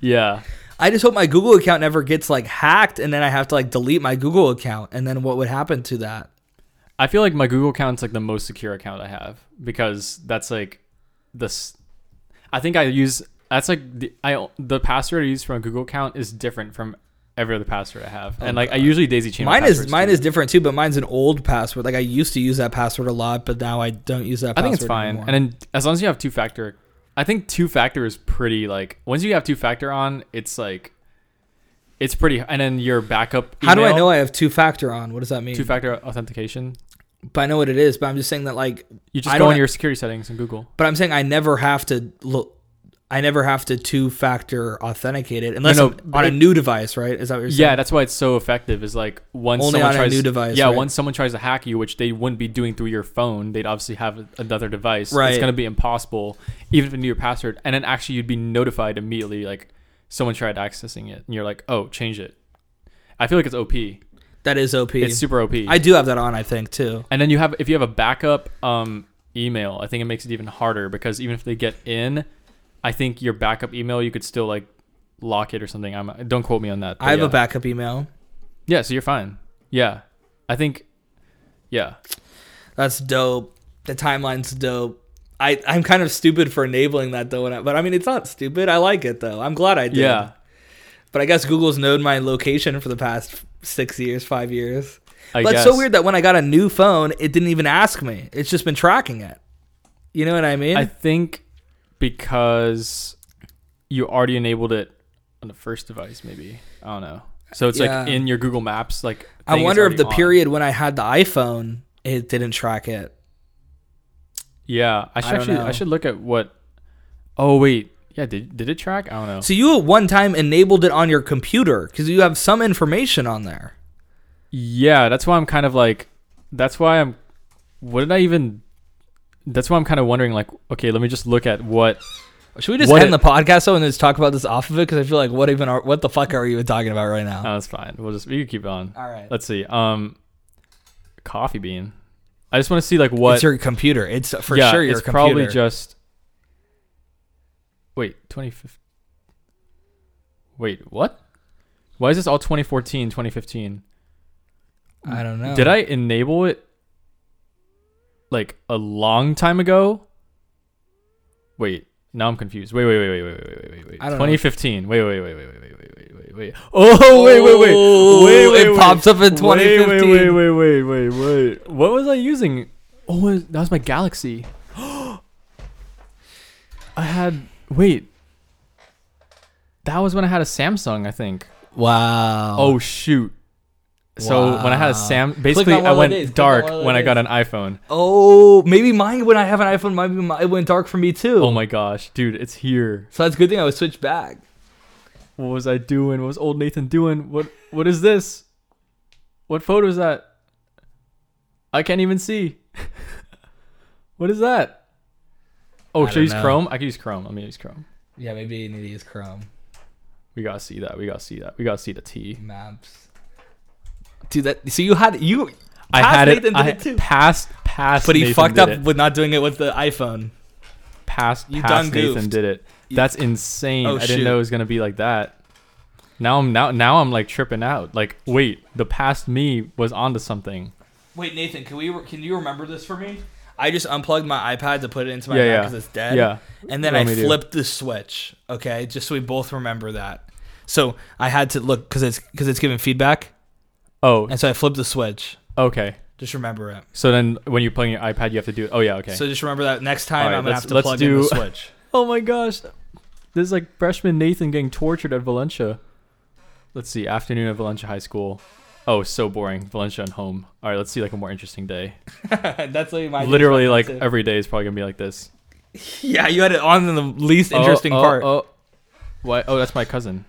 [SPEAKER 2] Yeah,
[SPEAKER 1] I just hope my Google account never gets like hacked and then I have to like delete my Google account and then what would happen to that?
[SPEAKER 2] I feel like my Google account's like the most secure account I have because that's like this. I think I use that's like the I the password I use from a Google account is different from every other password I have, and like I usually daisy chain. my
[SPEAKER 1] Mine is
[SPEAKER 2] passwords,
[SPEAKER 1] mine
[SPEAKER 2] too.
[SPEAKER 1] is different too, but mine's an old password. Like I used to use that password a lot, but now I don't use that
[SPEAKER 2] I
[SPEAKER 1] password.
[SPEAKER 2] think it's fine,
[SPEAKER 1] anymore.
[SPEAKER 2] and then as long as you have two factor, I think two factor is pretty like once you have two factor on, it's like it's pretty, and then your backup.
[SPEAKER 1] how do I
[SPEAKER 2] email,
[SPEAKER 1] know I have two factor on? What does that mean?
[SPEAKER 2] two factor authentication?
[SPEAKER 1] but I know what it is, but I'm just saying that like
[SPEAKER 2] You just
[SPEAKER 1] I
[SPEAKER 2] go
[SPEAKER 1] don't-
[SPEAKER 2] on your security settings in Google.
[SPEAKER 1] but I'm saying I never have to look I never have to two factor authenticate it unless
[SPEAKER 2] no,
[SPEAKER 1] I'm
[SPEAKER 2] but
[SPEAKER 1] on a
[SPEAKER 2] it-
[SPEAKER 1] new device, right? Is that what you're saying?
[SPEAKER 2] Yeah, that's why it's so effective. Is like once
[SPEAKER 1] Only
[SPEAKER 2] someone
[SPEAKER 1] on a
[SPEAKER 2] tries,
[SPEAKER 1] new device,
[SPEAKER 2] Yeah,
[SPEAKER 1] right?
[SPEAKER 2] once someone tries to hack you, which they wouldn't be doing through your phone, they'd obviously have another device.
[SPEAKER 1] Right.
[SPEAKER 2] It's gonna be impossible, even if you knew your password. And then actually, you'd be notified immediately, like someone tried accessing it, and you're like, oh, change it. I feel like it's OP.
[SPEAKER 1] That is OP.
[SPEAKER 2] It's super OP.
[SPEAKER 1] I do have that on, I think, too.
[SPEAKER 2] and then you have if you have a backup um, email, I think it makes it even harder because even if they get in, I think your backup email you could still like lock it or something. I'm don't quote me on that. but
[SPEAKER 1] I have
[SPEAKER 2] yeah.
[SPEAKER 1] a backup email.
[SPEAKER 2] Yeah, so you're fine. Yeah. I think yeah.
[SPEAKER 1] That's dope. The timeline's dope. I, I'm kind of stupid for enabling that though, when I, but I mean it's not stupid. I like it though. I'm glad I did.
[SPEAKER 2] Yeah.
[SPEAKER 1] But I guess Google's known my location for the past six years, five years.
[SPEAKER 2] I
[SPEAKER 1] but
[SPEAKER 2] guess.
[SPEAKER 1] it's so weird that when I got a new phone, it didn't even ask me. It's just been tracking it. You know what I mean?
[SPEAKER 2] I think because you already enabled it on the first device maybe. I don't know. So it's
[SPEAKER 1] Yeah.
[SPEAKER 2] like in your Google Maps like
[SPEAKER 1] I
[SPEAKER 2] thing is
[SPEAKER 1] wonder if
[SPEAKER 2] already
[SPEAKER 1] the
[SPEAKER 2] on.
[SPEAKER 1] period when I had the iPhone, it didn't track it.
[SPEAKER 2] Yeah, I
[SPEAKER 1] I
[SPEAKER 2] should
[SPEAKER 1] don't
[SPEAKER 2] actually
[SPEAKER 1] know.
[SPEAKER 2] I should look at what. Oh wait, yeah, did did it track? I don't know.
[SPEAKER 1] So you at one time enabled it on your computer because you have some information on there.
[SPEAKER 2] Yeah, that's why I'm kind of like, that's why I'm. What did I even? That's why I'm kind of wondering. Like, okay, let me just look at what.
[SPEAKER 1] Should we just
[SPEAKER 2] What
[SPEAKER 1] end
[SPEAKER 2] it-
[SPEAKER 1] the podcast though and just talk about this off of it? Because I feel like what even are what the fuck are we even talking about right now?
[SPEAKER 2] Oh, that's fine. We'll just we can keep it on.
[SPEAKER 1] All right.
[SPEAKER 2] Let's see. Um, coffee bean. I just want to see like what.
[SPEAKER 1] It's your computer. It's for
[SPEAKER 2] yeah,
[SPEAKER 1] sure your
[SPEAKER 2] it's
[SPEAKER 1] computer.
[SPEAKER 2] probably just. Wait, 2015. Wait, what? Why is this all 2014, 2015?
[SPEAKER 1] I don't know.
[SPEAKER 2] Did I enable it like a long time ago? Wait, now I'm confused. Wait, wait, wait, wait, wait, wait, wait, wait, wait.
[SPEAKER 1] I don't know.
[SPEAKER 2] 2015. Wait, wait, wait, wait, wait, wait, wait, wait, wait, wait. Oh, wait, wait, wait,
[SPEAKER 1] Oh,
[SPEAKER 2] wait, wait,
[SPEAKER 1] it
[SPEAKER 2] wait.
[SPEAKER 1] pops up in
[SPEAKER 2] Wait,
[SPEAKER 1] 2015.
[SPEAKER 2] Wait, wait, wait, wait, wait, wait. What was I using? Oh, was- that was my Galaxy. [GASPS] I had wait. That was when I had a Samsung, I think.
[SPEAKER 1] Wow.
[SPEAKER 2] Oh shoot. So when I had a
[SPEAKER 1] Wow.
[SPEAKER 2] Sam,
[SPEAKER 1] on
[SPEAKER 2] basically
[SPEAKER 1] one
[SPEAKER 2] I
[SPEAKER 1] of the
[SPEAKER 2] went
[SPEAKER 1] days. Click on
[SPEAKER 2] dark
[SPEAKER 1] one of the
[SPEAKER 2] when I got
[SPEAKER 1] days.
[SPEAKER 2] an iPhone.
[SPEAKER 1] Oh, maybe mine when I have an iPhone, maybe my, it went dark for me too.
[SPEAKER 2] Oh my gosh, dude, it's here.
[SPEAKER 1] so that's a good thing I was switched back.
[SPEAKER 2] What was I doing? What was old Nathan doing? What what is this? What photo is that? I can't even see. [LAUGHS] what is that? Oh,
[SPEAKER 1] I
[SPEAKER 2] should I
[SPEAKER 1] don't
[SPEAKER 2] use
[SPEAKER 1] know.
[SPEAKER 2] Chrome? I can use Chrome. Let me use Chrome.
[SPEAKER 1] Yeah, maybe you need to use Chrome
[SPEAKER 2] We gotta see that. We gotta see that. We gotta see the T.
[SPEAKER 1] Maps. Dude, that so you had you,
[SPEAKER 2] I
[SPEAKER 1] Past
[SPEAKER 2] had
[SPEAKER 1] Nathan
[SPEAKER 2] it.
[SPEAKER 1] did
[SPEAKER 2] I
[SPEAKER 1] it too.
[SPEAKER 2] passed. Passed.
[SPEAKER 1] but he
[SPEAKER 2] Nathan
[SPEAKER 1] fucked
[SPEAKER 2] did
[SPEAKER 1] up
[SPEAKER 2] it.
[SPEAKER 1] with not doing it with the iPhone.
[SPEAKER 2] Past.
[SPEAKER 1] You
[SPEAKER 2] past
[SPEAKER 1] done
[SPEAKER 2] Nathan
[SPEAKER 1] goofed.
[SPEAKER 2] did it. That's insane.
[SPEAKER 1] Oh,
[SPEAKER 2] I
[SPEAKER 1] shoot.
[SPEAKER 2] didn't know it was gonna be like that. Now I'm now now I'm like tripping out. Like wait, the past me was onto something.
[SPEAKER 1] Wait, Nathan, can we can you remember this for me? I just unplugged my iPad to put it into my
[SPEAKER 2] Yeah,
[SPEAKER 1] Mac
[SPEAKER 2] yeah.
[SPEAKER 1] because it's dead.
[SPEAKER 2] Yeah.
[SPEAKER 1] And then
[SPEAKER 2] Let
[SPEAKER 1] I
[SPEAKER 2] me do.
[SPEAKER 1] flipped the switch. Okay, just so we both remember that. So I had to look because it's because it's giving feedback,
[SPEAKER 2] Oh,
[SPEAKER 1] and so I flipped the switch.
[SPEAKER 2] okay.
[SPEAKER 1] Just remember it.
[SPEAKER 2] So then when you're playing your iPad, you have to do it. Oh yeah, okay.
[SPEAKER 1] So just remember that next time
[SPEAKER 2] Alright,
[SPEAKER 1] I'm gonna
[SPEAKER 2] let's-
[SPEAKER 1] have to
[SPEAKER 2] let's
[SPEAKER 1] plug in
[SPEAKER 2] do-
[SPEAKER 1] the switch.
[SPEAKER 2] oh my gosh, this is like freshman Nathan getting tortured at Valencia. Let's see, afternoon at Valencia High School. Oh, so boring. Valencia and home. All right, let's see like a more interesting day.
[SPEAKER 1] [LAUGHS] That's like my
[SPEAKER 2] Literally, like every day is probably gonna be like this.
[SPEAKER 1] [LAUGHS] yeah, you had it on in the least
[SPEAKER 2] Oh,
[SPEAKER 1] interesting
[SPEAKER 2] oh,
[SPEAKER 1] part. Oh,
[SPEAKER 2] Oh, why? Oh, that's my cousin.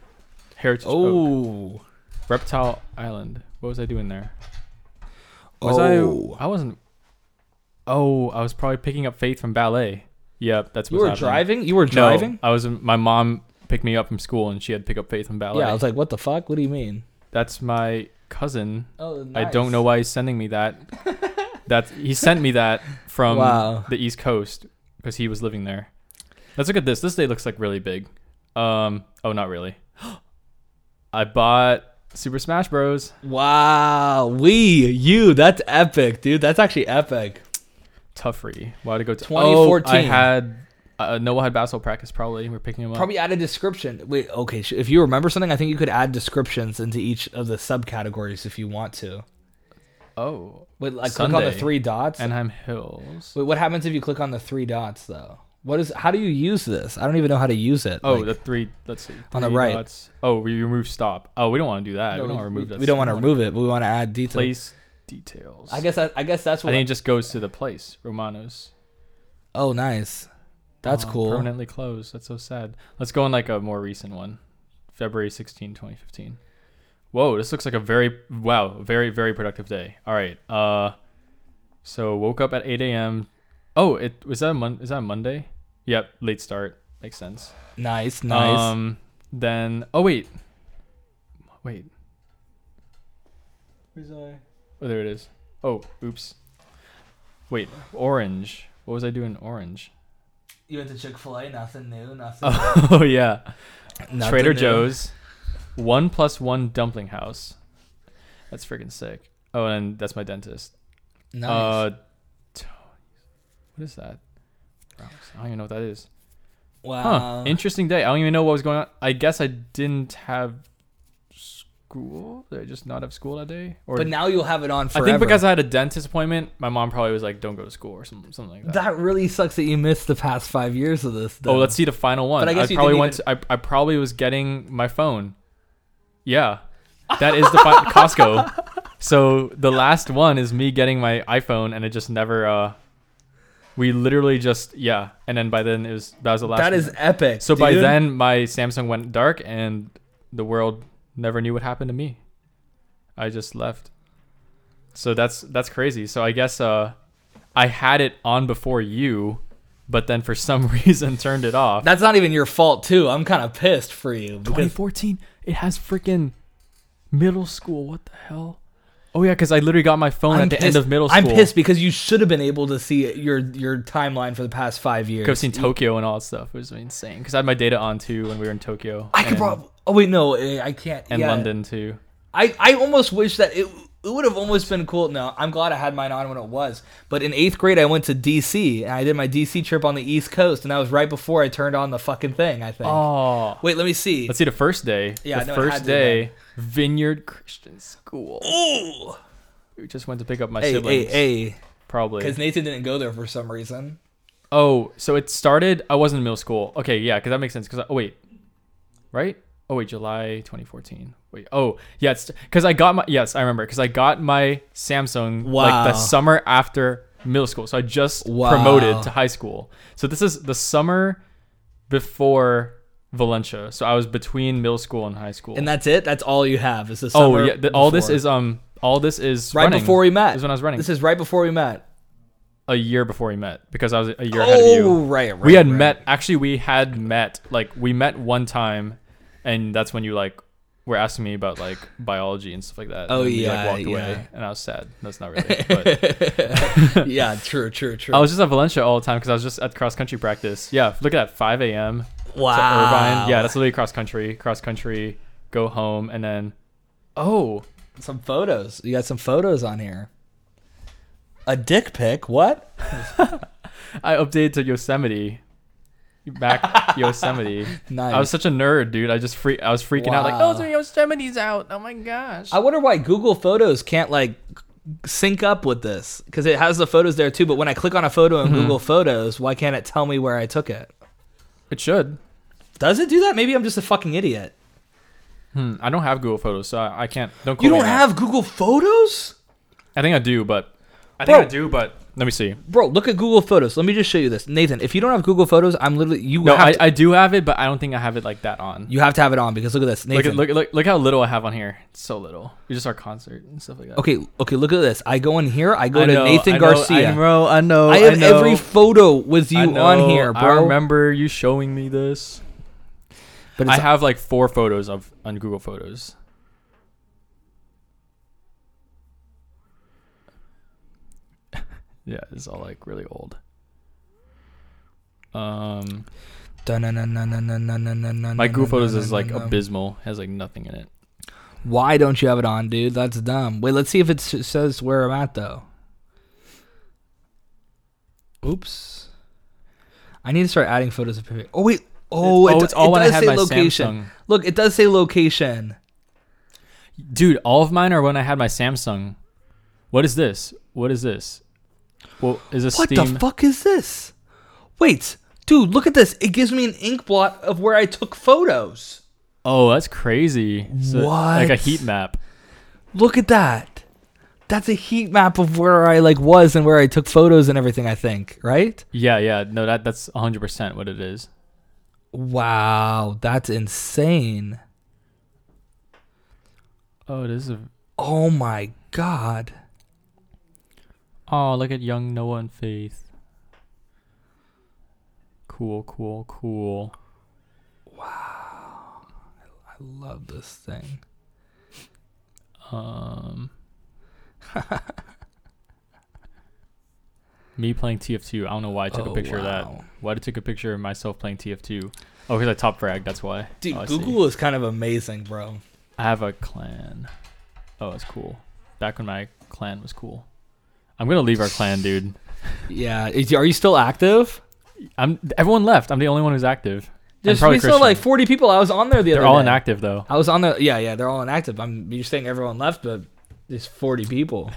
[SPEAKER 2] Heritage. Oak.
[SPEAKER 1] Oh.
[SPEAKER 2] Reptile Island. What was I doing there? Was
[SPEAKER 1] Oh.
[SPEAKER 2] I? I wasn't. Oh, I was probably picking up Faith from ballet. Yep, that's
[SPEAKER 1] you
[SPEAKER 2] what's
[SPEAKER 1] were
[SPEAKER 2] happening.
[SPEAKER 1] driving. You were
[SPEAKER 2] No,
[SPEAKER 1] driving.
[SPEAKER 2] I was. My mom picked me up from school, and she had to pick up Faith from ballet.
[SPEAKER 1] yeah, I was like, what the fuck? What do you mean?
[SPEAKER 2] that's my cousin.
[SPEAKER 1] Oh,
[SPEAKER 2] I don't know why he's sending me that. That's he sent me that
[SPEAKER 1] [LAUGHS]
[SPEAKER 2] from
[SPEAKER 1] Wow.
[SPEAKER 2] the East Coast because he was living there. Let's look at this. This day looks like really big. Um. Oh, not really. [GASPS] I bought Super Smash Bros.
[SPEAKER 1] Wow, we, you, that's epic, dude. That's actually epic.
[SPEAKER 2] Tuffree. Why did I go to
[SPEAKER 1] 2014.
[SPEAKER 2] Oh, I had uh, Noah had basketball practice. Probably we're picking him up.
[SPEAKER 1] Probably add a description. Wait, okay. sh- If you remember something, I think you could add descriptions into each of the subcategories if you want to.
[SPEAKER 2] Oh,
[SPEAKER 1] Wait, like click on the
[SPEAKER 2] Sunday.
[SPEAKER 1] three dots. And
[SPEAKER 2] Anaheim Hills.
[SPEAKER 1] Wait, what happens if you click on the three dots though? What is? How do you use this? I don't even know how to use it.
[SPEAKER 2] Oh,
[SPEAKER 1] Like-
[SPEAKER 2] the three. Let's see.
[SPEAKER 1] On the
[SPEAKER 2] three
[SPEAKER 1] right.
[SPEAKER 2] dots. Oh, we remove stop. Oh, we don't want to do that. we don't want to remove that.
[SPEAKER 1] We don't want to
[SPEAKER 2] We
[SPEAKER 1] remove it, but we want to add details.
[SPEAKER 2] place details.
[SPEAKER 1] I guess. That, I guess that's
[SPEAKER 2] I
[SPEAKER 1] what.
[SPEAKER 2] think it just goes to the place. Romanos.
[SPEAKER 1] oh, nice. That's
[SPEAKER 2] Oh,
[SPEAKER 1] cool.
[SPEAKER 2] Permanently closed. That's so sad. Let's go on like a more recent one. February 16, 2015. Whoa, this looks like a very wow, very very productive day. All right. Uh, so woke up at 8 a.m. Oh, it was that a mon- is that a Monday? Yep, late start makes sense.
[SPEAKER 1] Nice, nice.
[SPEAKER 2] Um, then oh wait, wait. Where's I? Oh, there it is. Oh, oops. Wait, orange. What was I doing?
[SPEAKER 1] [LAUGHS]
[SPEAKER 2] in Orange.
[SPEAKER 1] you went to Chick Fil A. Nothing new. Nothing.
[SPEAKER 2] Oh yeah.
[SPEAKER 1] [LAUGHS] nothing
[SPEAKER 2] Trader
[SPEAKER 1] new.
[SPEAKER 2] Joe's, one plus one dumpling house. That's freaking sick. Oh, and that's my dentist.
[SPEAKER 1] Nice.
[SPEAKER 2] Uh, t- what is that? Browse. I don't even know what that is.
[SPEAKER 1] wow.
[SPEAKER 2] Huh.
[SPEAKER 1] Uh,
[SPEAKER 2] Interesting day. I don't even know what was going on. I guess I didn't have school. Did I just not have school that day? Or
[SPEAKER 1] but now you'll have it on
[SPEAKER 2] I
[SPEAKER 1] forever.
[SPEAKER 2] think because I had a dentist appointment, my mom probably was like, "Don't go to school" or something, something like that.
[SPEAKER 1] that really sucks that you missed the past five years of this.
[SPEAKER 2] Oh,
[SPEAKER 1] though.
[SPEAKER 2] let's see the final one.
[SPEAKER 1] But I
[SPEAKER 2] I
[SPEAKER 1] guess you
[SPEAKER 2] probably
[SPEAKER 1] didn't
[SPEAKER 2] went. To, I I probably was getting my phone.
[SPEAKER 1] [LAUGHS]
[SPEAKER 2] Yeah, that is the fi- Costco. So the last one is me getting my iPhone, and it just never. uh We literally just yeah, and then by then it was that was the last.
[SPEAKER 1] That is
[SPEAKER 2] minute.
[SPEAKER 1] epic.
[SPEAKER 2] so. By
[SPEAKER 1] dude.
[SPEAKER 2] then, my Samsung went dark, and the world never knew what happened to me. I just left. So that's that's crazy. So I guess uh, I had it on before you, but then for [LAUGHS] some reason turned it off.
[SPEAKER 1] that's not even your fault too. I'm kind of pissed for you because
[SPEAKER 2] 2014. It has freaking middle school. What the hell? Oh yeah, because I literally got my phone
[SPEAKER 1] I'm
[SPEAKER 2] at the
[SPEAKER 1] pissed-
[SPEAKER 2] end of middle school.
[SPEAKER 1] I'm pissed because you should have been able to see your your timeline for the past five years.
[SPEAKER 2] Could have seen Tokyo and all that stuff. It was insane because I had my data on too when we were in Tokyo.
[SPEAKER 1] I could
[SPEAKER 2] and-
[SPEAKER 1] probably. Oh wait, no, eh, I can't.
[SPEAKER 2] and
[SPEAKER 1] yeah.
[SPEAKER 2] London too.
[SPEAKER 1] I, I almost wish that it, it would have almost been cool. No, I'm glad I had mine on when it was. But in eighth grade, I went to DC and I did my DC trip on the East Coast, and that was right before I turned on the fucking thing. I think.
[SPEAKER 2] Oh,
[SPEAKER 1] Wait, let me see.
[SPEAKER 2] let's see the first day.
[SPEAKER 1] Yeah,
[SPEAKER 2] the
[SPEAKER 1] no, it had
[SPEAKER 2] first
[SPEAKER 1] to
[SPEAKER 2] day, Vineyard Christian School.
[SPEAKER 1] Ooh.
[SPEAKER 2] We just went to pick up my
[SPEAKER 1] Hey, hey,
[SPEAKER 2] siblings.
[SPEAKER 1] hey!
[SPEAKER 2] Probably.
[SPEAKER 1] Because Nathan didn't go there for some reason.
[SPEAKER 2] Oh, so it started. I was in middle school. Okay, yeah, because that makes sense. Because oh wait, right? Oh wait, July 2014. Wait. Oh yeah, because I got my yes, I remember because I got my Samsung like
[SPEAKER 1] Wow.
[SPEAKER 2] the summer after middle school. So I just
[SPEAKER 1] Wow.
[SPEAKER 2] promoted to high school. So this is the summer before Valencia. So I was between middle school and high school.
[SPEAKER 1] And that's it. That's all you have. Is the
[SPEAKER 2] oh
[SPEAKER 1] summer
[SPEAKER 2] yeah, th- all this
[SPEAKER 1] before.
[SPEAKER 2] is um, all this is
[SPEAKER 1] right
[SPEAKER 2] running,
[SPEAKER 1] before we met.
[SPEAKER 2] Is when I was running.
[SPEAKER 1] This is right before we met.
[SPEAKER 2] a year before we met because I was a year ahead of you
[SPEAKER 1] Oh, right, right.
[SPEAKER 2] we had
[SPEAKER 1] right.
[SPEAKER 2] met actually we had met like we met one time and that's when you like were asking me about like biology and stuff like that
[SPEAKER 1] Oh,
[SPEAKER 2] and then you,
[SPEAKER 1] yeah,
[SPEAKER 2] like, walked
[SPEAKER 1] yeah.
[SPEAKER 2] away and i was sad that's not really
[SPEAKER 1] [LAUGHS]
[SPEAKER 2] but [LAUGHS]
[SPEAKER 1] yeah, true, true, true.
[SPEAKER 2] i was just at valencia all the time because i was just at cross country practice yeah look at that 5 a.m to
[SPEAKER 1] wow.
[SPEAKER 2] irvine yeah that's literally cross country cross country go home and then oh
[SPEAKER 1] some photos. You got some photos on here. A dick pic? What?
[SPEAKER 2] i updated to yosemite [LAUGHS] back yosemite
[SPEAKER 1] Nice.
[SPEAKER 2] i was such a nerd dude i just free i was freaking out like oh
[SPEAKER 1] Wow.
[SPEAKER 2] so yosemite's out oh my gosh
[SPEAKER 1] I wonder why Google Photos can't like sync up with this because it has the photos there too. But when I click on a photo
[SPEAKER 2] Mm-hmm.
[SPEAKER 1] in Google Photos, why can't it tell me where I took it?
[SPEAKER 2] it should
[SPEAKER 1] Does it do that? Maybe I'm just a fucking idiot.
[SPEAKER 2] Hmm, I don't have Google Photos, so I, I can't. Don't. quote
[SPEAKER 1] You
[SPEAKER 2] me
[SPEAKER 1] don't
[SPEAKER 2] on that.
[SPEAKER 1] have Google Photos,
[SPEAKER 2] I think I do, but. I
[SPEAKER 1] Bro.
[SPEAKER 2] think I do, but. Let me see.
[SPEAKER 1] bro? Look at Google Photos. Let me just show you this, Nathan. If you don't have Google Photos, I'm literally you
[SPEAKER 2] No,
[SPEAKER 1] have
[SPEAKER 2] I,
[SPEAKER 1] to,
[SPEAKER 2] I do have it, but I don't think I have it like that on.
[SPEAKER 1] you have to have it on because look at this,
[SPEAKER 2] Look, at-
[SPEAKER 1] Nathan.
[SPEAKER 2] look, look, look how little I have on here. It's so little. It's just our concert and stuff like that.
[SPEAKER 1] Okay, okay, look at this. I go in here. I go
[SPEAKER 2] I
[SPEAKER 1] to
[SPEAKER 2] know,
[SPEAKER 1] Nathan
[SPEAKER 2] I know,
[SPEAKER 1] Garcia.
[SPEAKER 2] I know. I know.
[SPEAKER 1] I have
[SPEAKER 2] know,
[SPEAKER 1] every photo with
[SPEAKER 2] I
[SPEAKER 1] you
[SPEAKER 2] know,
[SPEAKER 1] on here, bro.
[SPEAKER 2] I remember you showing me this.
[SPEAKER 1] But
[SPEAKER 2] I
[SPEAKER 1] it's,
[SPEAKER 2] have like four photos of on Google Photos. [LAUGHS] yeah, it's all like really old. Um, my Google Photos is like abysmal. Has like nothing in it.
[SPEAKER 1] Why don't you have it on, dude? That's dumb. Wait, let's see if it s- says where I'm at though. Oops. I need to start adding photos of people. Oh wait. Oh,
[SPEAKER 2] It's-
[SPEAKER 1] it,
[SPEAKER 2] oh, it's all
[SPEAKER 1] it
[SPEAKER 2] when I
[SPEAKER 1] does
[SPEAKER 2] had
[SPEAKER 1] say
[SPEAKER 2] my
[SPEAKER 1] location.
[SPEAKER 2] Samsung.
[SPEAKER 1] Look, it does say location.
[SPEAKER 2] Dude, all of mine are when I had my Samsung. What is this? What is this? Well, is this
[SPEAKER 1] What
[SPEAKER 2] Steam?
[SPEAKER 1] the fuck is this? Wait, dude, look at this. It gives me an ink blot of where I took photos.
[SPEAKER 2] oh, that's crazy. So, Like a
[SPEAKER 1] What?
[SPEAKER 2] heat map.
[SPEAKER 1] Look at that. That's a heat map of where I like was and where I took photos and everything, I think, right?
[SPEAKER 2] Yeah, yeah. No, that that's 100% what it is.
[SPEAKER 1] Wow, that's insane.
[SPEAKER 2] Oh, it is a
[SPEAKER 1] Oh my god.
[SPEAKER 2] Oh, look at young Noah and Faith. Cool, cool, cool.
[SPEAKER 1] I love this thing.
[SPEAKER 2] Um, [LAUGHS] me playing TF2. I don't know why I took a
[SPEAKER 1] Oh,
[SPEAKER 2] picture of that.
[SPEAKER 1] wow.
[SPEAKER 2] Why did I take a picture of myself playing TF2? Oh, because I top frag. That's why.
[SPEAKER 1] Dude,
[SPEAKER 2] Oh, I see.
[SPEAKER 1] Google is kind of amazing, bro.
[SPEAKER 2] I have a clan. Oh, that's cool. Back when my clan was cool. I'm gonna leave our clan, dude.
[SPEAKER 1] Yeah, is- are you still active?
[SPEAKER 2] I'm everyone left. I'm the only one who's active. And
[SPEAKER 1] There's
[SPEAKER 2] probably
[SPEAKER 1] we still like
[SPEAKER 2] Christian.
[SPEAKER 1] 40 people. I was on there the
[SPEAKER 2] they're
[SPEAKER 1] other
[SPEAKER 2] all
[SPEAKER 1] day.
[SPEAKER 2] inactive though.
[SPEAKER 1] I was on the yeah, yeah, they're all inactive. I'm you're saying everyone left, but there's 40 people.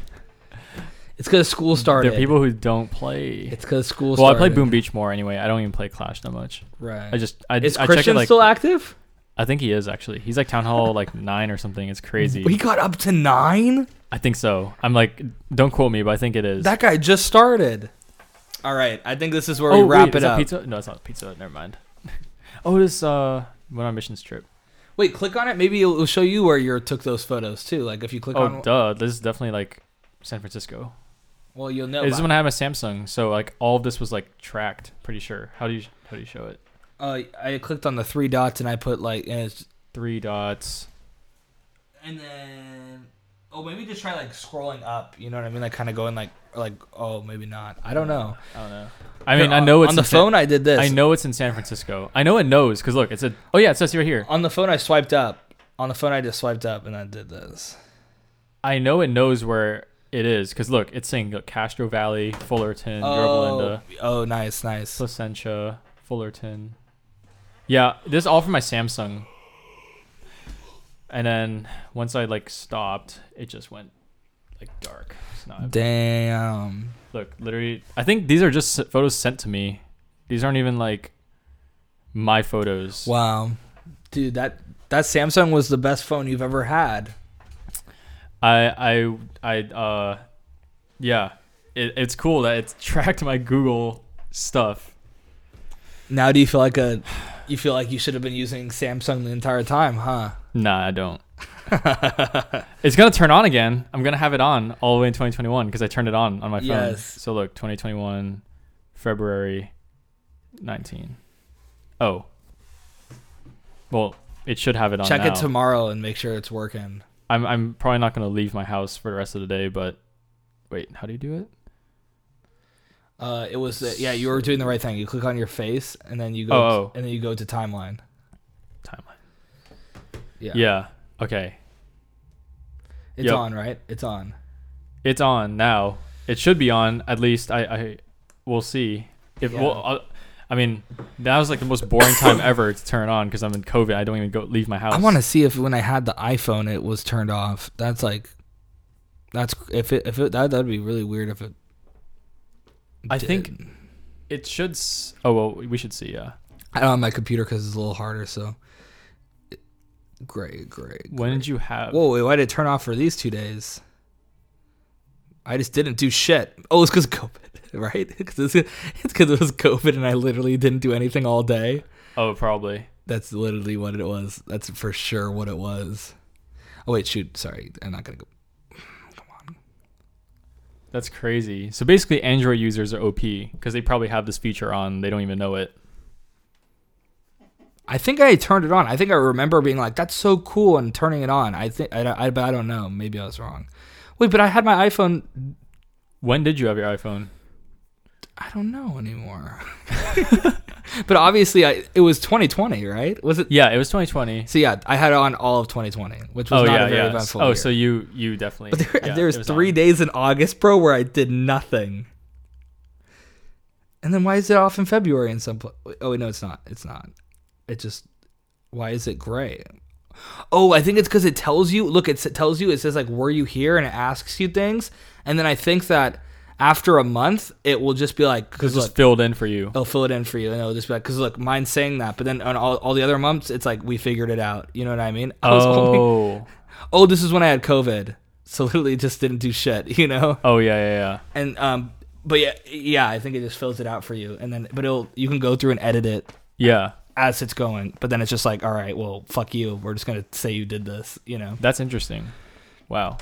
[SPEAKER 1] It's cuz school started.
[SPEAKER 2] They're people who don't play.
[SPEAKER 1] it's cuz school
[SPEAKER 2] Well, I
[SPEAKER 1] started.
[SPEAKER 2] play Boom Beach more anyway. I don't even play Clash that much.
[SPEAKER 1] Right.
[SPEAKER 2] I just I,
[SPEAKER 1] Is
[SPEAKER 2] I check it,
[SPEAKER 1] Christian
[SPEAKER 2] like
[SPEAKER 1] still active?
[SPEAKER 2] I think he is actually. He's like Town Hall like [LAUGHS] nine or something. It's crazy.
[SPEAKER 1] He got up to nine.
[SPEAKER 2] I think so. I'm like, don't quote me, but I think it is.
[SPEAKER 1] That guy just started. All right, I think this is where we wrap
[SPEAKER 2] Oh, wait,
[SPEAKER 1] it
[SPEAKER 2] is that
[SPEAKER 1] up.
[SPEAKER 2] Pizza? No, it's not pizza. Never mind. [LAUGHS] oh, this uh, went on missions trip.
[SPEAKER 1] Wait, click on it. Maybe it'll it'll show you where you took those photos too. Like if you click
[SPEAKER 2] oh,
[SPEAKER 1] on,
[SPEAKER 2] duh. This is definitely like San Francisco.
[SPEAKER 1] well, you'll know.
[SPEAKER 2] this is
[SPEAKER 1] by-
[SPEAKER 2] when I had my Samsung, so like all of this was like tracked. Pretty sure. How do you how do you show it?
[SPEAKER 1] Uh, I clicked on the three dots and I put like and it's
[SPEAKER 2] Three dots.
[SPEAKER 1] and then oh maybe just try like scrolling up. You know what I mean? Like kind of going like like oh maybe not. I don't know.
[SPEAKER 2] I don't know. I mean, I know it's
[SPEAKER 1] on
[SPEAKER 2] in
[SPEAKER 1] the
[SPEAKER 2] San-
[SPEAKER 1] phone. I did this.
[SPEAKER 2] I know it's in San Francisco. I know it knows because look, it said. Oh yeah, it says right here.
[SPEAKER 1] On the phone, I swiped up. On the phone, I just swiped up and I did this.
[SPEAKER 2] I know it knows where it is because look, it's saying look, Castro Valley, Fullerton, Yorba Linda,
[SPEAKER 1] oh, nice, nice.
[SPEAKER 2] Placentia, Fullerton. Yeah, this is all from my Samsung. And then once I like stopped, it just went like dark. It's not
[SPEAKER 1] Damn.
[SPEAKER 2] look literally. I think these are just s- photos sent to me. These aren't even like my photos.
[SPEAKER 1] Wow, dude, that that Samsung was the best phone you've ever had.
[SPEAKER 2] I I I uh yeah. It, it's cool that it's [LAUGHS] tracked my Google stuff.
[SPEAKER 1] Now, do you feel like a? You feel like you should have been using Samsung the entire time, huh?
[SPEAKER 2] Nah, I don't. [LAUGHS] it's gonna turn on again. I'm gonna have it on all the way in 2021 because I turned it on on my phone.
[SPEAKER 1] Yes.
[SPEAKER 2] So look, 2021, February 19. Oh. Well, it should have it on.
[SPEAKER 1] Check
[SPEAKER 2] now.
[SPEAKER 1] it tomorrow and make sure it's working.
[SPEAKER 2] I'm I'm probably not gonna leave my house for the rest of the day, but wait, how do you do it?
[SPEAKER 1] Uh, it was the, yeah, you were doing the right thing. You click on your face and then you go
[SPEAKER 2] Oh, oh.
[SPEAKER 1] and then you go to timeline.
[SPEAKER 2] Timeline.
[SPEAKER 1] Yeah,
[SPEAKER 2] Yeah. Okay.
[SPEAKER 1] it's
[SPEAKER 2] Yep.
[SPEAKER 1] on, right? It's on.
[SPEAKER 2] it's on now. It should be on at least. I, I we'll see if
[SPEAKER 1] Yeah.
[SPEAKER 2] well. i I mean, that was like the most
[SPEAKER 1] [LAUGHS]
[SPEAKER 2] boring time ever to turn on because I'm in COVID. I don't even go leave my house.
[SPEAKER 1] I want to see if when I had the iPhone, it was turned off. That's like, that's if it if it that that'd be really weird if it.
[SPEAKER 2] I think
[SPEAKER 1] did.
[SPEAKER 2] it should. S- oh well, we should see. Yeah.
[SPEAKER 1] I don't have my computer because it's a little harder. So, great, great.
[SPEAKER 2] When did you have?
[SPEAKER 1] Whoa, wait, why did it turn off for these two days? I just didn't do shit. Oh, it's because COVID, [LAUGHS] right? 'Cause it's because it was COVID and I literally didn't do anything all day.
[SPEAKER 2] oh, probably.
[SPEAKER 1] That's literally what it was. That's for sure what it was. Oh wait, shoot, sorry, I'm not gonna go.
[SPEAKER 2] That's crazy. So basically, Android users are OP because they probably have this feature on. They don't even know it.
[SPEAKER 1] I think I turned it on. I think I remember being like, "That's so cool," and turning it on. I think I, don't- I, but I don't know. Maybe I was wrong. Wait, but I had my iPhone.
[SPEAKER 2] When did you have your iPhone?
[SPEAKER 1] I don't know anymore. [LAUGHS] but obviously, I it was 2020, right? Was it?
[SPEAKER 2] Yeah, it was 2020.
[SPEAKER 1] So yeah, I had it on all of 2020, which was
[SPEAKER 2] oh
[SPEAKER 1] not
[SPEAKER 2] yeah,
[SPEAKER 1] a very
[SPEAKER 2] yeah.
[SPEAKER 1] eventful.
[SPEAKER 2] Oh,
[SPEAKER 1] year.
[SPEAKER 2] so you you definitely.
[SPEAKER 1] But there,
[SPEAKER 2] yeah,
[SPEAKER 1] there was
[SPEAKER 2] it was
[SPEAKER 1] three
[SPEAKER 2] on.
[SPEAKER 1] days in August, bro, where I did nothing. And then why is it off in February in some place? Oh, wait, no, it's not. It's not. It just. Why is it gray? Oh, I think it's because it tells you. Look, it's, it tells you. It says like, "Were you here?" and it asks you things. And then I think that after a month, it will just be like,
[SPEAKER 2] It was
[SPEAKER 1] "Cause
[SPEAKER 2] just
[SPEAKER 1] look,
[SPEAKER 2] filled in for you.
[SPEAKER 1] it'll fill it in for you." And it'll just be like, "Cause look, mine's saying that." But then on all, all the other months, it's like we figured it out. You know what I mean? [LAUGHS] [LAUGHS] I was only-
[SPEAKER 2] Oh.
[SPEAKER 1] oh, this is when I had COVID. So [LAUGHS] literally just didn't do shit, you know?
[SPEAKER 2] Oh yeah, yeah, yeah.
[SPEAKER 1] And um but yeah yeah, I think it just fills it out for you and then but it'll you can go through and edit it
[SPEAKER 2] Yeah,
[SPEAKER 1] as it's going. But then it's just like, all right, well, fuck you. We're just gonna say you did this, you know.
[SPEAKER 2] that's interesting. Wow.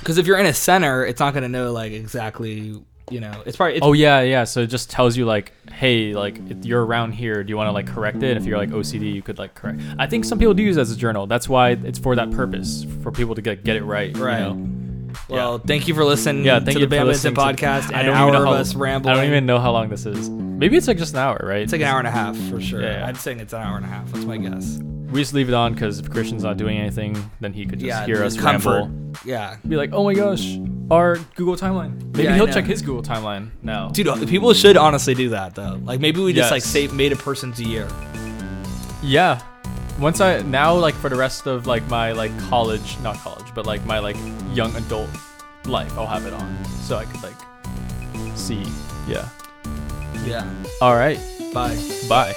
[SPEAKER 1] Because if you're in a center, it's not gonna know like exactly you know, it's probably it's,
[SPEAKER 2] Oh yeah, yeah. So it just tells you like, hey, like if you're around here. Do you want to like correct it? If you're like OCD, you could like correct. I think some people do use it as a journal. That's why it's for that purpose for people to get get it right. you
[SPEAKER 1] Right.
[SPEAKER 2] know?
[SPEAKER 1] well. Thank you for listening.
[SPEAKER 2] Yeah. Thank
[SPEAKER 1] to
[SPEAKER 2] you
[SPEAKER 1] the
[SPEAKER 2] for
[SPEAKER 1] Bambinson
[SPEAKER 2] listening to-
[SPEAKER 1] podcast.
[SPEAKER 2] I
[SPEAKER 1] an
[SPEAKER 2] don't
[SPEAKER 1] hour
[SPEAKER 2] even know
[SPEAKER 1] of
[SPEAKER 2] how-
[SPEAKER 1] us rambling.
[SPEAKER 2] I don't even know how long this is. Maybe it's like just an hour, right?
[SPEAKER 1] It's like an hour and a half for sure.
[SPEAKER 2] Mm, Yeah.
[SPEAKER 1] I'm saying it's an hour and a half. That's my guess.
[SPEAKER 2] We just leave it on because if Christian's not doing anything, then he could just
[SPEAKER 1] Yeah,
[SPEAKER 2] hear us
[SPEAKER 1] just comfort.
[SPEAKER 2] ramble.
[SPEAKER 1] Yeah,
[SPEAKER 2] Be like, oh my gosh, our Google timeline. Maybe
[SPEAKER 1] Yeah, I
[SPEAKER 2] he'll
[SPEAKER 1] know.
[SPEAKER 2] check his Google timeline now.
[SPEAKER 1] dude. uh, People should honestly do that though. Like maybe we just
[SPEAKER 2] Yes.
[SPEAKER 1] like save made a person's year.
[SPEAKER 2] Yeah. Once I now like for the rest of like my like college, not college, but like my like young adult life, I'll have it on so I could like see. Yeah.
[SPEAKER 1] Yeah.
[SPEAKER 2] All right.
[SPEAKER 1] Bye.
[SPEAKER 2] Bye.